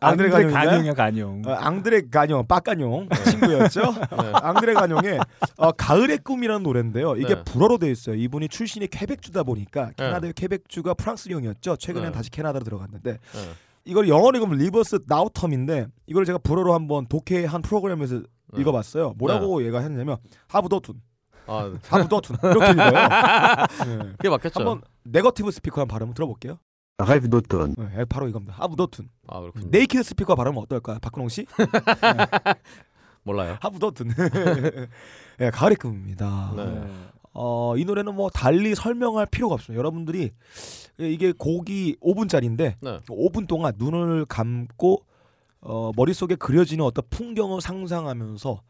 앙드레
앙드레
가뇽인가요?
가뇽이야, 가뇽.
어, 앙드레 가뇽, 빠가뇽 친구였죠.
네.
앙드레 가뇽의 어, 가을의 꿈이라는 노래인데요. 이게
네.
불어로 돼 있어요. 이분이 출신이 퀘벡주다 보니까
네.
캐나다의 퀘벡주가 프랑스령이었죠. 최근엔
네.
다시 캐나다로 들어갔는데 이걸 영어로 읽으면 리버스 나우텀인데 이걸 제가 불어로 한번 독해 한 프로그램에서
네.
읽어봤어요. 뭐라고 얘가 했냐면 하부더툰.
아,
하부더툰 이렇게 읽어요.
그렇죠.
네.
그게 맞겠죠.
한번 네거티브 스피커한 발음을 들어볼게요.
rêve d'automne.
네, 바로 이겁니다. 하부더툰.
아 그렇군요.
네이키드 스피커 발음은 어떨까요, 박근홍 씨?
몰라요.
하부더튼. 예, 가을의 꿈입니다.
네. 아,
어, 이 노래는 뭐 달리 설명할 필요가 없습니다. 여러분들이 예, 이게 곡이 5분짜리인데
네.
5분 동안 눈을 감고 어, 머릿속에 그려지는 어떤 풍경을 상상하면서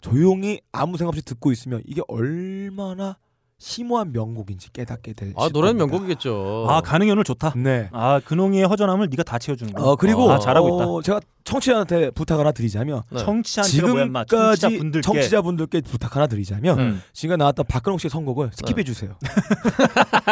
조용히 아무 생각 없이 듣고 있으면 이게 얼마나 심오한 명곡인지 깨닫게 될
아 노래는 명곡이겠죠.
아 가능이 오늘 좋다.
네.
아 근홍이의 허전함을 네가 다 채워주는 거야.
어 그리고
아, 잘하고 있다.
어, 제가 청취자한테 부탁 하나 드리자면
네. 청취자한테가 뭐야, 인마.
지금까지
청취자분들께.
청취자분들께 부탁 하나 드리자면
음.
지금 나왔던 박근홍 씨의 선곡을 스킵해 주세요.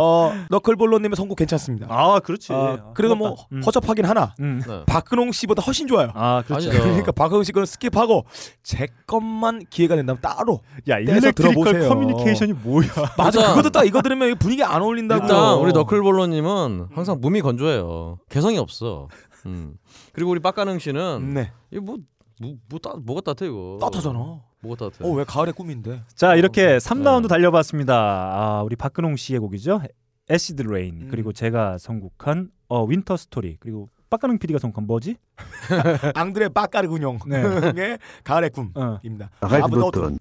어 너클볼로님의 선곡 괜찮습니다.
아 그렇지.
어, 그래도 뭐
고맙다. 음.
허접하긴 하나
음. 네.
박근홍 씨보다 훨씬 좋아요.
아 그렇죠.
러니까 박근홍 씨 거는 스킵하고 제 것만 기회가 된다면 따로
야
떼서
일렉트리컬
들어보세요.
커뮤니케이션이 뭐야?
맞아 그것도 딱 이거 들으면 분위기 안 어울린다고. 음.
일단 우리 너클볼러님은 항상 몸이 건조해요. 개성이 없어. 음. 그리고 우리 빡가능
음,
씨는
네.
이뭐뭐 뭐, 따- 뭐가
어.
따뜻해 이거.
따뜻하잖아.
네.
뭐가 따뜻해?
어왜 가을의 꿈인데?
자 이렇게 3라운드 달려봤습니다. 아, 우리 박근홍 씨의 곡이죠. 에시드 레인 그리고 제가 선곡한 어 윈터 스토리 그리고 박가능 PD가 선곡한 뭐지?
앙드레 빠까르군용의
네.
가을의 꿈입니다.
가을의
아무도
꿈.
어떤-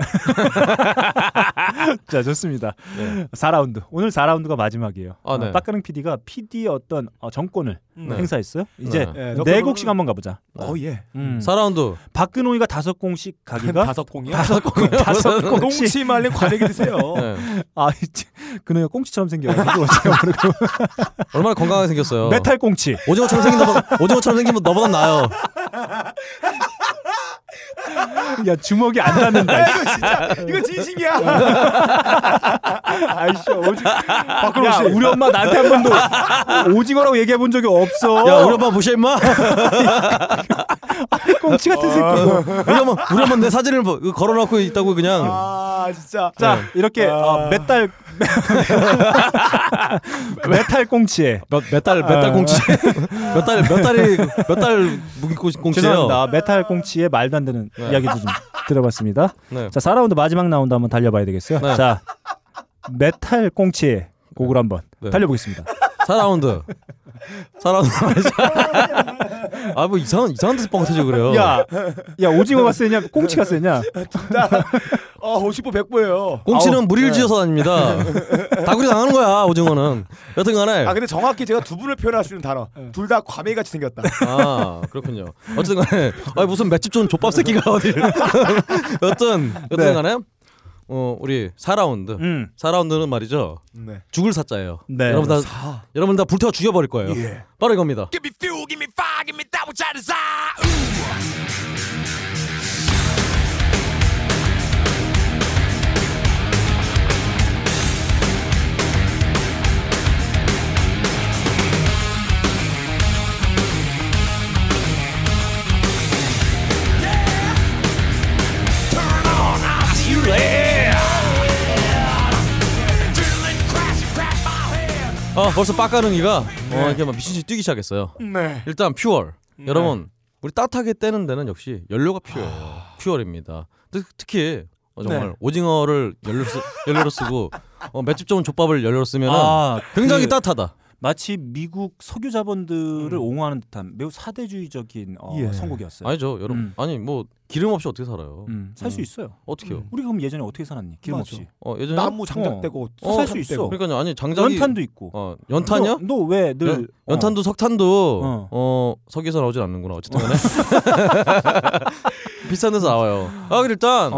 자 좋습니다.
네.
4라운드 오늘 4라운드가 마지막이에요.
아,
아,
네.
박가능 PD가 PD의 어떤 어, 정권을
네.
행사했어요. 이제
네.
네,
네,
곡씩 한번 가보자. 음.
어, 예.
4라운드
박근홍이가 다섯 공씩 가기가
다섯 공이요?
다섯 공 다섯
무슨
공씩
꽁치 말린 관행이 드세요. 네.
아 이제 근홍이가 꽁치처럼 생겨가지고 제가 모르고
얼마나 건강하게 생겼어요.
메탈 꽁치.
오징어처럼 생긴 너보다 오징어처럼 생긴 너보다 나요.
야 주먹이 안 닿는다.
이거 진짜 이거 진심이야.
아이씨 오징.
박근홍
야
씨.
우리 엄마 나한테 한 번도 오징어라고 얘기해 본 적이 없어.
야, 우리 엄마 보셔 임마.
꽁치 같은
어.
새끼.
우리 엄마 우리 엄마 내 사진을 보- 걸어놓고 있다고 그냥.
아 진짜.
자 이렇게
아.
어, 메탈 메탈 꽁치에
몇몇달 몇달 공치 아. 몇달몇 달이 몇달 무기 공치요.
죄송합니다. 메탈 꽁치의 말도 안 되는
네.
이야기도 좀 들어봤습니다.
네.
자 4라운드 마지막 라운드 한번 달려봐야 되겠어요.
네.
자 메탈 꽁치의 곡을 한번
네.
달려보겠습니다.
4라운드. 4라운드. 아 뭐 이상한 이상한 데서 뻥 터져 그래요.
야, 야 오징어가 세냐 꽁치가 세냐?
어 50보 100보예요.
꽁치는
네.
무리를 지어서 다닙니다. 다구리 당하는 거야 오징어는. 여튼간에.
아 근데 정확히 제가 두 분을 표현할 수 있는 단어. 둘 다 과메기 같이 생겼다.
아 그렇군요. 어쨌든간에 아 무슨 맷집 좋은 족밥 새끼가 어디. 여튼 여튼간에 어 우리 4라운드. 4라운드는 말이죠.
네.
죽을 사자예요.
네.
여러분 다
사.
여러분 다 불태워 죽여버릴 거예요.
예.
바로 이겁니다.
Give me fuel, give me fire, give me that which I desire. Ooh. Turn on, I see you there. Adrenaline crash, you crash my head.
아 벌써 빡가릉이가
네.
어, 이렇게 막 미친 듯이 뛰기 시작했어요.
네.
일단 퓨얼
네.
여러분 우리 따뜻하게 떼는 데는 역시 연료가 필요해요. 퓨얼입니다. 특- 특히 어, 정말
네.
오징어를 연료로, 쓰, 연료로 쓰고 어, 맷집 좋은 족밥을 연료로 쓰면
아,
굉장히
그
따뜻하다.
마치 미국 석유 자본들을 옹호하는 듯한 매우 사대주의적인 어,
예.
선곡이었어요.
아니죠, 여러분.
음.
아니 뭐 기름 없이 어떻게 살아요?
살 수 있어요.
어떻게요?
우리 그럼 예전에 어떻게 살았니? 기름
맞아.
없이.
어, 예전에? 나무 장작 떼고
살 수
석탄
있어.
떼고. 그러니까요. 아니, 장작이-
연탄도 있고.
어, 연탄이요? 네?
너왜늘 어.
연- 연탄도 석탄도 어. 석유에서 나오진 않는구나 어쨌든 간에 비싼 데서 나와요. 아 그래, 일단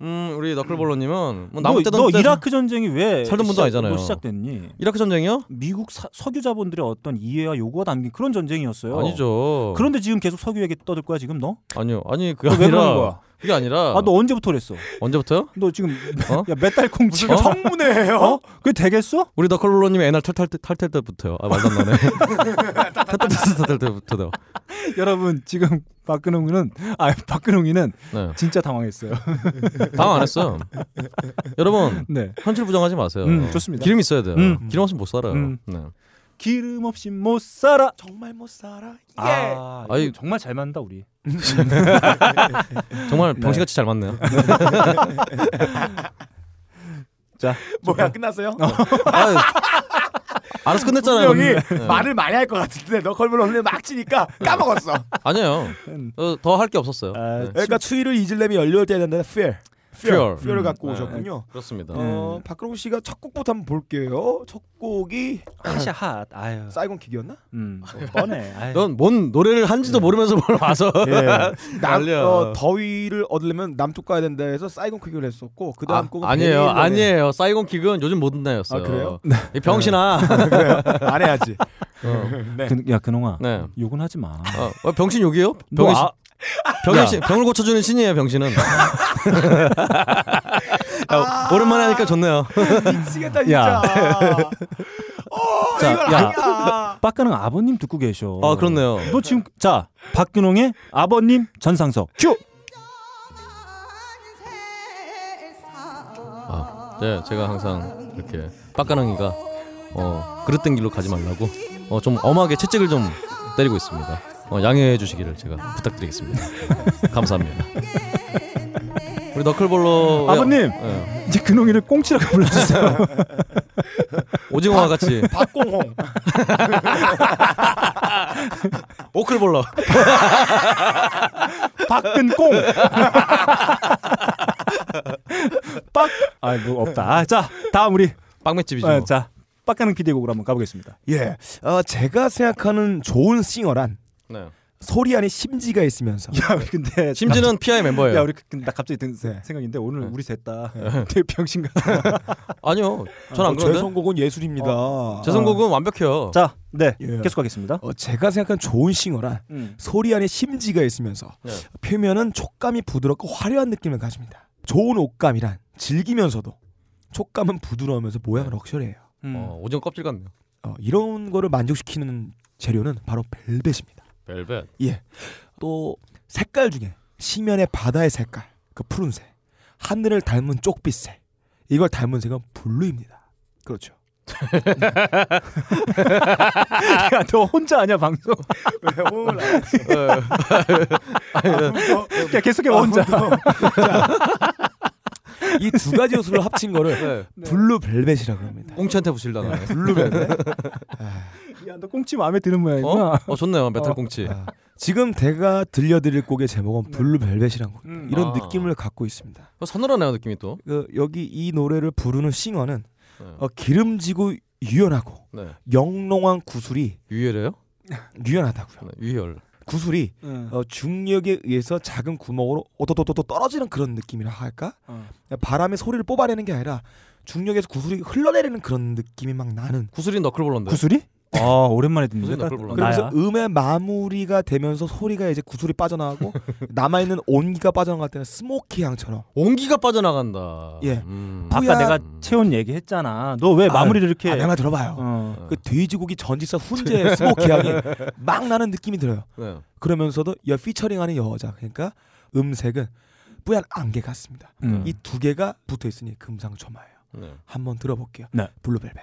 음, 우리 너클볼러님은 뭐 나무
어. 너,
떼던
너
때
이라크 전쟁이 왜
살던 분도
시작-
아니잖아요.
너 시작됐니?
이라크 전쟁이요?
미국 사- 석유 자본들의 어떤 이해와 요구가 담긴 그런 전쟁이었어요.
아니죠.
그런데 지금 계속 석유 얘기 떠들 거야 지금 너?
아니요. 아니 그게
너왜
아니라
그러는 거야?
그게 아니라
아 너 언제부터 그랬어?
언제부터요?
너 지금 야 메달콩
무슨
지금
청문회예요?
어? 그게 되겠어?
우리 너클볼러님 옛날 탈탈 때 탈탈 때부터요. 아 말도 안 나네. 탈탈 때- 탈탈 때부터요.
여러분 지금 박근홍이는 아 박근홍이는
네.
진짜 당황했어요.
당황 안 했어요. 여러분
네.
현실 부정하지 마세요.
음, 좋습니다.
기름 있어야 돼요.
음.
기름 없으면 못 살아요.
음.
네.
기름 없이 못 살아.
정말 못 살아.
아,
아이.
이거 정말 잘 맞는다 우리.
정말 병신같이 잘 맞네요.
자,
뭐야 끝났어요?
아유, 알아서 끝냈잖아요.
분명히
네.
말을 많이 할 것 같은데 너컬블 오늘 막 치니까 까먹었어.
네.
네,
아니에요.
음.
더 할 게 없었어요. 네.
그러니까 추위를 잊으려면 열렬 때야 된다는 fear.
Fear.
fear를
음.
갖고
네,
오셨군요.
그렇습니다.
어, 박근홍 씨가 첫 곡부터 한번 볼게요. 첫 곡이
핫이야 핫. 아유.
사이공 킥이었나?
음. 어, 뻔해. 아유.
넌 뭔 노래를 한지도 모르면서 뭘 와서
음. 예. 남,
난리야. 아,
어, 더위를 얻으려면 남쪽 가야 된다 해서 사이공 킥을 했었고 그 다음
아,
곡은
아니에요,
베를린의-
아니에요. 사이공 킥은 요즘 못 나였어요.
아, 그래요?
이 병신아.
그래요? 안 해야지.
어.
그, 야 근홍아.
네.
욕은 하지 마.
어, 어, 병신 욕이요?
뭐,
너
병신.
아- 야.
병신 병을 고쳐주는 신이에요, 병신은. 야, 오랜만에 하니까 좋네요.
미치겠다
야.
진짜. 어,
자,
이건
야.
아니야.
박근홍 아버님 듣고 계셔.
아, 그렇네요.
너 지금 자 박근홍의 아버님 전상석 큐.
아, 네, 제가 항상 이렇게 빡가능이가 어, 그릇된 길로 가지 말라고 어, 좀 엄하게 채찍을 좀 때리고 있습니다. 어, 양해해 주시기를 제가 부탁드리겠습니다. 감사합니다. 우리 너클볼로
아버님
예.
이제 근홍이를 꽁치라고 불러주세요. 아.
오징어와 같이
박공홍.
오클볼러
박근꽁. 빡. 아뭐 없다. 아, 자 다음 우리
빵맷집이죠.
어, 자 빡가는 피디 곡으로 한번 가보겠습니다.
예, 어, 제가 생각하는 좋은 싱어란
네.
소리 안에 심지가 있으면서
야 우리 근데
심지는 PI 멤버예요.
야 우리 그- 근데 나 갑자기 든 세- 생각인데 오늘 우리 셋다 되게 병신 같아.
아니요, 전 안
어, 제
그런데.
선곡은 예술입니다.
제 선곡은 완벽해요.
아. 자, 네
예.
계속 가겠습니다.
어, 제가 생각한 좋은 싱어란
음.
소리 안에 심지가 있으면서
네.
표면은 촉감이 부드럽고 화려한 느낌을 가집니다. 좋은 옷감이란 즐기면서도 촉감은 부드러우면서 모양은 럭셔리해요.
음.
어, 오징어 껍질 같네요.
어, 이런 거를 만족시키는 재료는 바로 벨벳입니다.
벨벳.
예. 또 색깔 중에 시면의 바다의 색깔, 그 푸른색, 하늘을 닮은 쪽빛색, 이걸 닮은 색은 블루입니다. 그렇죠.
야너 혼자 아니야 방송? 예. 아, 야 계속해 혼자.
아, 이 두 가지 요소를 합친 거를
네.
블루 벨벳이라고 합니다.
꽁치한테 부실당해.
블루 벨벳.
야너 꽁치 마음에 드는 모양이구나.
어? 어 좋네요 메탈 꽁치.
지금 제가 들려드릴 곡의 제목은 블루 벨벳이란 곡.
네. 음.
이런
아.
느낌을 갖고 있습니다.
어, 서늘하네요 느낌이 또.
그 여기 이 노래를 부르는 싱어는
네.
어, 기름지고 유연하고
네.
영롱한 구슬이
유혈해요?
유연하다고요.
네, 유혈.
구슬이
응.
어, 중력에 의해서 작은 구멍으로 오도도도도 떨어지는 그런 느낌이라 할까? 그러니까
어.
바람의 소리를 뽑아내는 게 아니라 중력에서 구슬이 흘러내리는 그런 구슬이 막 나는.
구슬이 너클볼러인데.
구슬이? 아 오랜만에 듣는데
구슬이
나-
너클볼러.
나야.
그러면서 음의 마무리가 되면서 소리가 이제 구슬이 빠져나가고 남아 있는 온기가 빠져나갈 때는 스모키 향처럼
온기가 빠져나간다.
예.
음.
아까
뿌야-
내가 채운 얘기했잖아. 너 왜 마무리를 이렇게?
아, 내말 들어봐요.
어.
그 돼지고기 전지사 훈제 스모키 향이 막 나는 느낌이 들어요.
네.
그러면서도 여 피처링하는 여자 그러니까 음색은 뿌얀 안개 같습니다.
음.
이 두 개가 붙어 있으니 금상첨화예요.
네.
한번 들어볼게요.
네.
블루벨벳.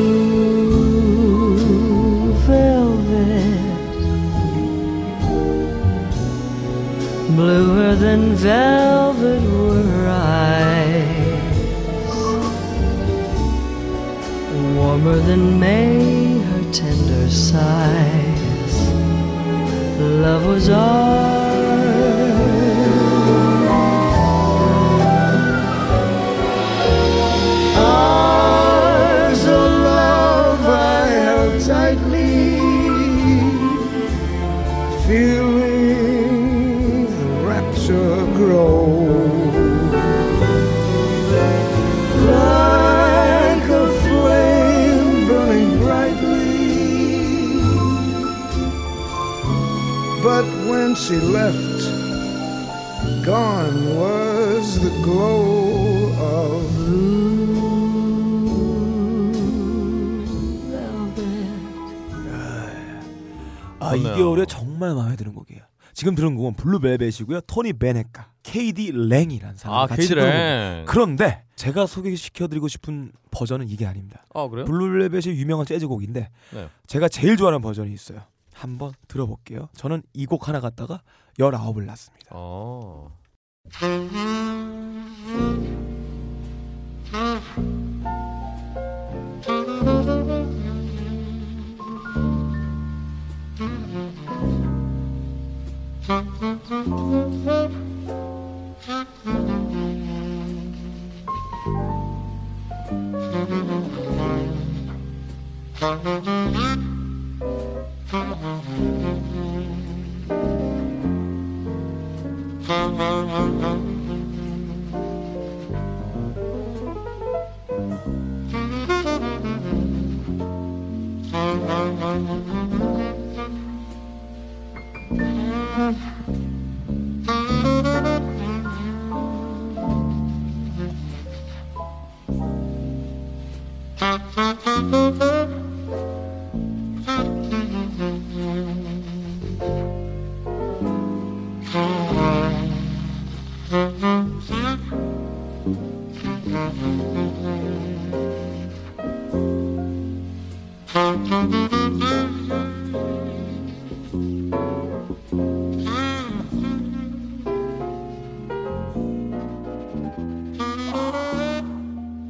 velvet, bluer than velvet were her eyes, warmer than May, her tender sighs. Love was ours.
Ours, a love I held tightly, feeling the rapture grow. Like a flame burning brightly. But when she left, gone was the glow of
아,
좋네요.
2개월에 정말 마음에 드는 곡이에요. 지금 들은 곡은 블루벨벳이고요. 토니 베네카, 케이디 랭이라는 사람
아,
같이
KD
부른
랭.
곡입니다. 그런데 제가 소개시켜드리고 싶은 버전은 이게 아닙니다.
아 그래요?
블루벨벳의 유명한 재즈곡인데
네.
제가 제일 좋아하는 버전이 있어요. 한번 들어볼게요. 저는 이 곡 하나 갖다가 19을 났습니다.
어.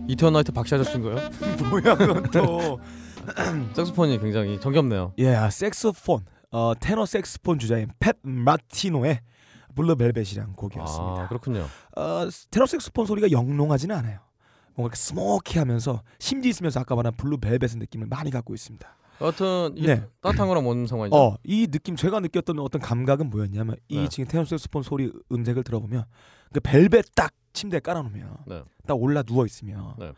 이터널나이트 박시아 자친거요
어, 뭐야 그건 또.
색소폰이 굉장히 정겹네요.
예, 아, 색소폰, 어, 테너 색소폰 주자인 팻 마티노의 블루벨벳이라는 곡이었습니다.
아 그렇군요.
어, 테너 색소폰 소리가 영롱하지는 않아요. 뭔가 이렇게 스모키하면서 심지 있으면서 아까 말한 블루벨벳의 느낌을 많이 갖고 있습니다.
여하튼 이게
네.
따뜻한 거랑 뭔 상관이죠?
어, 이 느낌 제가 느꼈던 어떤 감각은 뭐였냐면 이
네.
지금 테너 색소폰 소리 음색을 들어보면 그 벨벳 딱 침대에 깔아놓으면
네.
딱 올라 누워 있으면
네.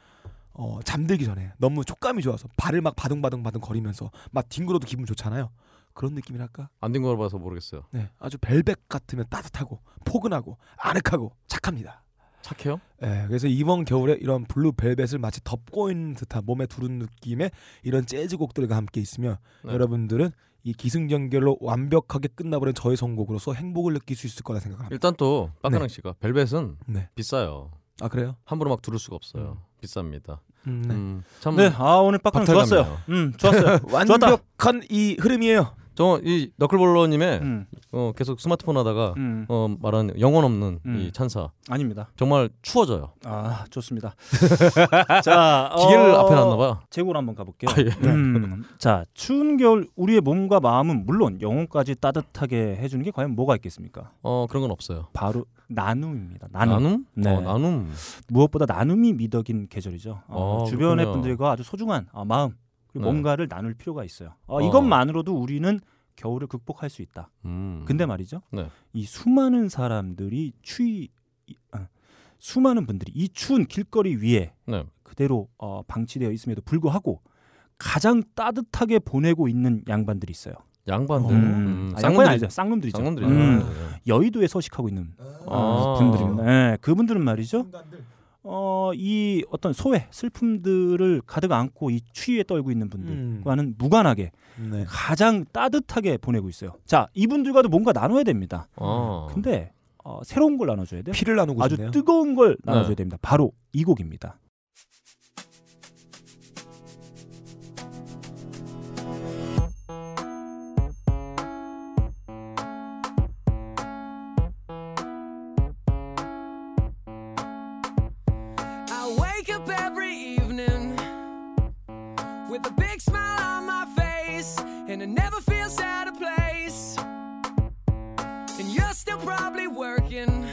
어, 잠들기 전에 너무 촉감이 좋아서 발을 막 바둥바둥바둥 거리면서 막 뒹굴어도 기분 좋잖아요. 그런 느낌이랄까?
안 된 걸 봐서 모르겠어요.
네, 아주 벨벳 같으면 따뜻하고 포근하고 아늑하고 착합니다.
착해요?
예, 그래서 이번 겨울에 이런 블루 벨벳을 마치 덮고 있는 듯한 몸에 두른 느낌의 이런 재즈 곡들과 함께 있으면
네.
여러분들은 이 기승전결로 완벽하게 끝나버린 저의 선곡으로서 행복을 느낄 수 있을 거라 생각합니다.
일단 또 빠까랑
아. 네.
씨가 벨벳은
네.
비싸요.
아 그래요?
함부로 막 두를 수가 없어요. 비쌉니다.
음, 네.
참
네, 아 오늘 빡빡
박탈감이네요.
좋았어요. 음, 좋았어요. 좋았다.
완벽한 이 흐름이에요.
저 이 너클볼러님의
네. 음.
어, 계속 스마트폰 하다가 어, 말한 영혼 없는
음.
이 찬사
아닙니다.
정말 추워져요.
아 좋습니다. 자 어,
기계를 앞에 놨나 봐요.
재고로 한번 가볼게요.
아, 예.
음, 자 추운 겨울 우리의 몸과 마음은 물론 영혼까지 따뜻하게 해주는 게 과연 뭐가 있겠습니까?
어 그런 건 없어요.
바로 나눔입니다. 나눔.
나눔?
네.
어, 나눔.
무엇보다 나눔이 미덕인 계절이죠. 어,
아,
주변의
그렇군요.
분들과 아주 소중한 어, 마음 그리고
네.
뭔가를 나눌 필요가 있어요. 어,
어.
이것만으로도 우리는 겨울을 극복할 수 있다.
음.
근데 말이죠.
네.
이 수많은 사람들이 추위 이- 아, 수많은 분들이 이 추운 길거리 위에
네.
그대로 어, 방치되어 있음에도 불구하고 가장 따뜻하게 보내고 있는 양반들이 있어요.
양반들.
음.
음,
아, 양반이
쌍놈들이-
아니죠. 쌍놈들이죠.
쌍놈들이죠.
음.
네.
여의도에 서식하고 있는
아.
분들입니다. 예, 그분들은 말이죠. 어, 이 어떤 소외, 슬픔들을 가득 안고 이 추위에 떨고 있는 분들과는 무관하게
네.
가장 따뜻하게 보내고 있어요. 자, 이분들과도 뭔가 나눠야 됩니다.
어.
근데 어, 새로운 걸 나눠줘야 돼요.
피를 나누고
아주
싶네요.
뜨거운 걸 나눠줘야
네.
됩니다. 바로 이 곡입니다.
I wake up every evening with a big smile on my face, and I never feel out of place. And you're still probably working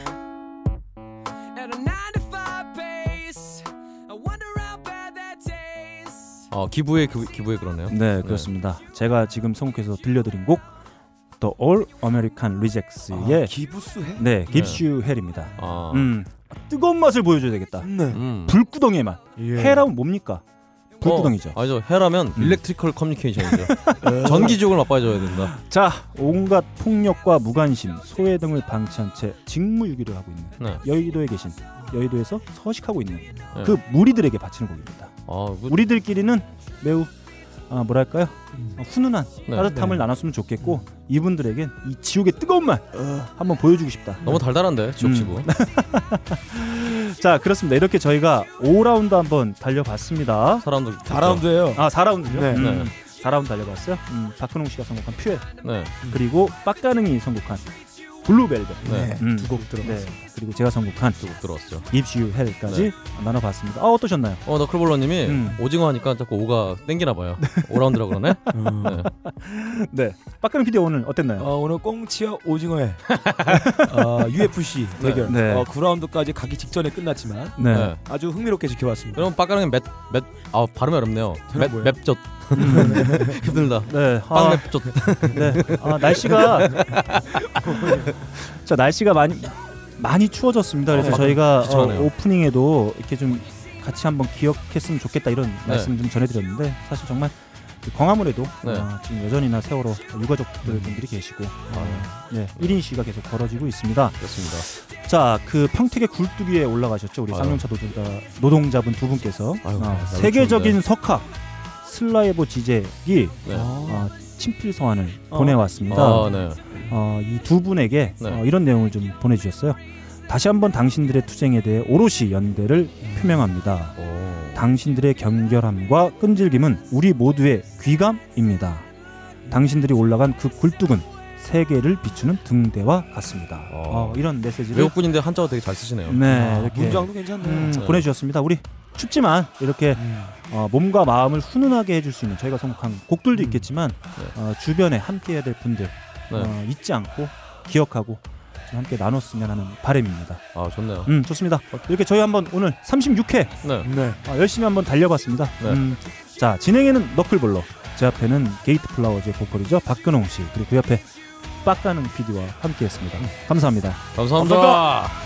at a nine to five pace. I wonder how bad that tastes.
아 기부의 그, 기부의 그러네요.
네, 그렇습니다. 제가 지금 선곡해서 들려드린 곡 The All American Rejects의
아, 기브스 헬?
네,
네.
깁슈 헬입니다.
아.
음, 뜨거운 맛을 보여줘야 되겠다.
음.
불구덩이의 맛.
예.
헬하면 뭡니까? 불구덩이죠. 음. 네.
어, 아니죠. 헤라면 일렉트리컬 커뮤니케이션이죠. 전기적으로 맛봐줘야 된다.
자, 온갖 폭력과 무관심, 소외 등을 방치한 채 직무유기를 하고 있는
네.
여의도에 계신 여의도에서 서식하고 있는
네.
그 무리들에게 바치는 곡입니다.
아,
네.
그-
우리들끼리는 매우 아, 뭐랄까요 아, 훈훈한
네.
따뜻함을
네. 음.
나눴으면 좋겠고 이분들에겐 이 지옥의 뜨거운 맛
어.
한번 보여주고 싶다.
너무 달달한데 지옥
음.
지구.
자 그렇습니다. 이렇게 저희가 5라운드 한번 달려봤습니다.
4라운드.
4라운드예요. 아 4라운드요?
네.
음,
네.
4라운드 달려봤어요. 음, 박근홍 씨가 선곡한 퓨엘.
네.
그리고 빡가능이 선곡한 블루벨벳.
네.
두곡 들어봤습니다. 그리고 제가 선곡한
두곡 들어왔죠.
입시유 헬까지
네.
나눠봤습니다. 아 어떠셨나요?
어 너클볼러님이 오징어 하니까 자꾸 오가 땡기나 봐요. 오라운드라 그러네. 네.
네. 빡가능 PD 오늘 어땠나요?
어, 오늘 꽁치와 오징어회 어, UFC 대결
네.
어, 9라운드까지 가기 직전에 끝났지만
네.
아주 흥미롭게 지켜봤습니다.
그럼 빠까랑이 맵맵아 발음이 어렵네요. 음.
저는
맵
뭐예요?
맵젓. 힘들다.
네. 아,
빵맵젓.
네. 아, 날씨가 자 날씨가 많이 많이 추워졌습니다. 그래서
어,
저희가 어,
비추하네요.
오프닝에도 이렇게 좀 같이 한번 기억했으면 좋겠다 이런
네.
말씀 좀 전해드렸는데 사실 정말 그 광화문에도
네.
어, 지금 여전히나 세월호 유가족들 분들이 계시고
아.
어, 네, 1인 시위가 계속 벌어지고 있습니다.
그렇습니다.
자 그 평택의 굴뚝위에 올라가셨죠 우리
아유.
쌍용차 노동자, 노동자분 두 분께서 어,
날로
세계적인
추운데. 네.
석학 슬라이보 지젝이 어, 친필 서한을
어. 네.
보내왔습니다. 어,
아,
음.
네.
이 두 분에게 어, 이런 내용을 좀 보내주셨어요. 다시 한번 당신들의 투쟁에 대해 오롯이 연대를 표명합니다.
어.
당신들의 경결함과 끈질김은 우리 모두의 귀감입니다. 당신들이 올라간 그 굴뚝은 세계를 비추는 등대와 같습니다. 어, 이런 메시지를
외국분인데 한자어 되게 잘 쓰시네요.
네,
어,
이렇게 음,
네.
보내주셨습니다. 우리 춥지만 이렇게 어, 몸과 마음을 훈훈하게 해줄 수 있는 저희가 선곡한 곡들도 있겠지만 어, 주변에 함께해야 될 분들 어, 잊지 않고 기억하고 좀 함께 나눴으면 하는 바람입니다.
아 좋네요.
음 좋습니다. 이렇게 저희 한번 오늘 36회
네.
아, 열심히 한번 달려봤습니다.
네.
음, 자 진행에는 너클볼러 제 앞에는 게이트 플라워즈의 보컬이죠 박근홍 씨 그리고 그 옆에 빡가는 PD와 함께했습니다. 감사합니다.
감사합니다. 감사합니다.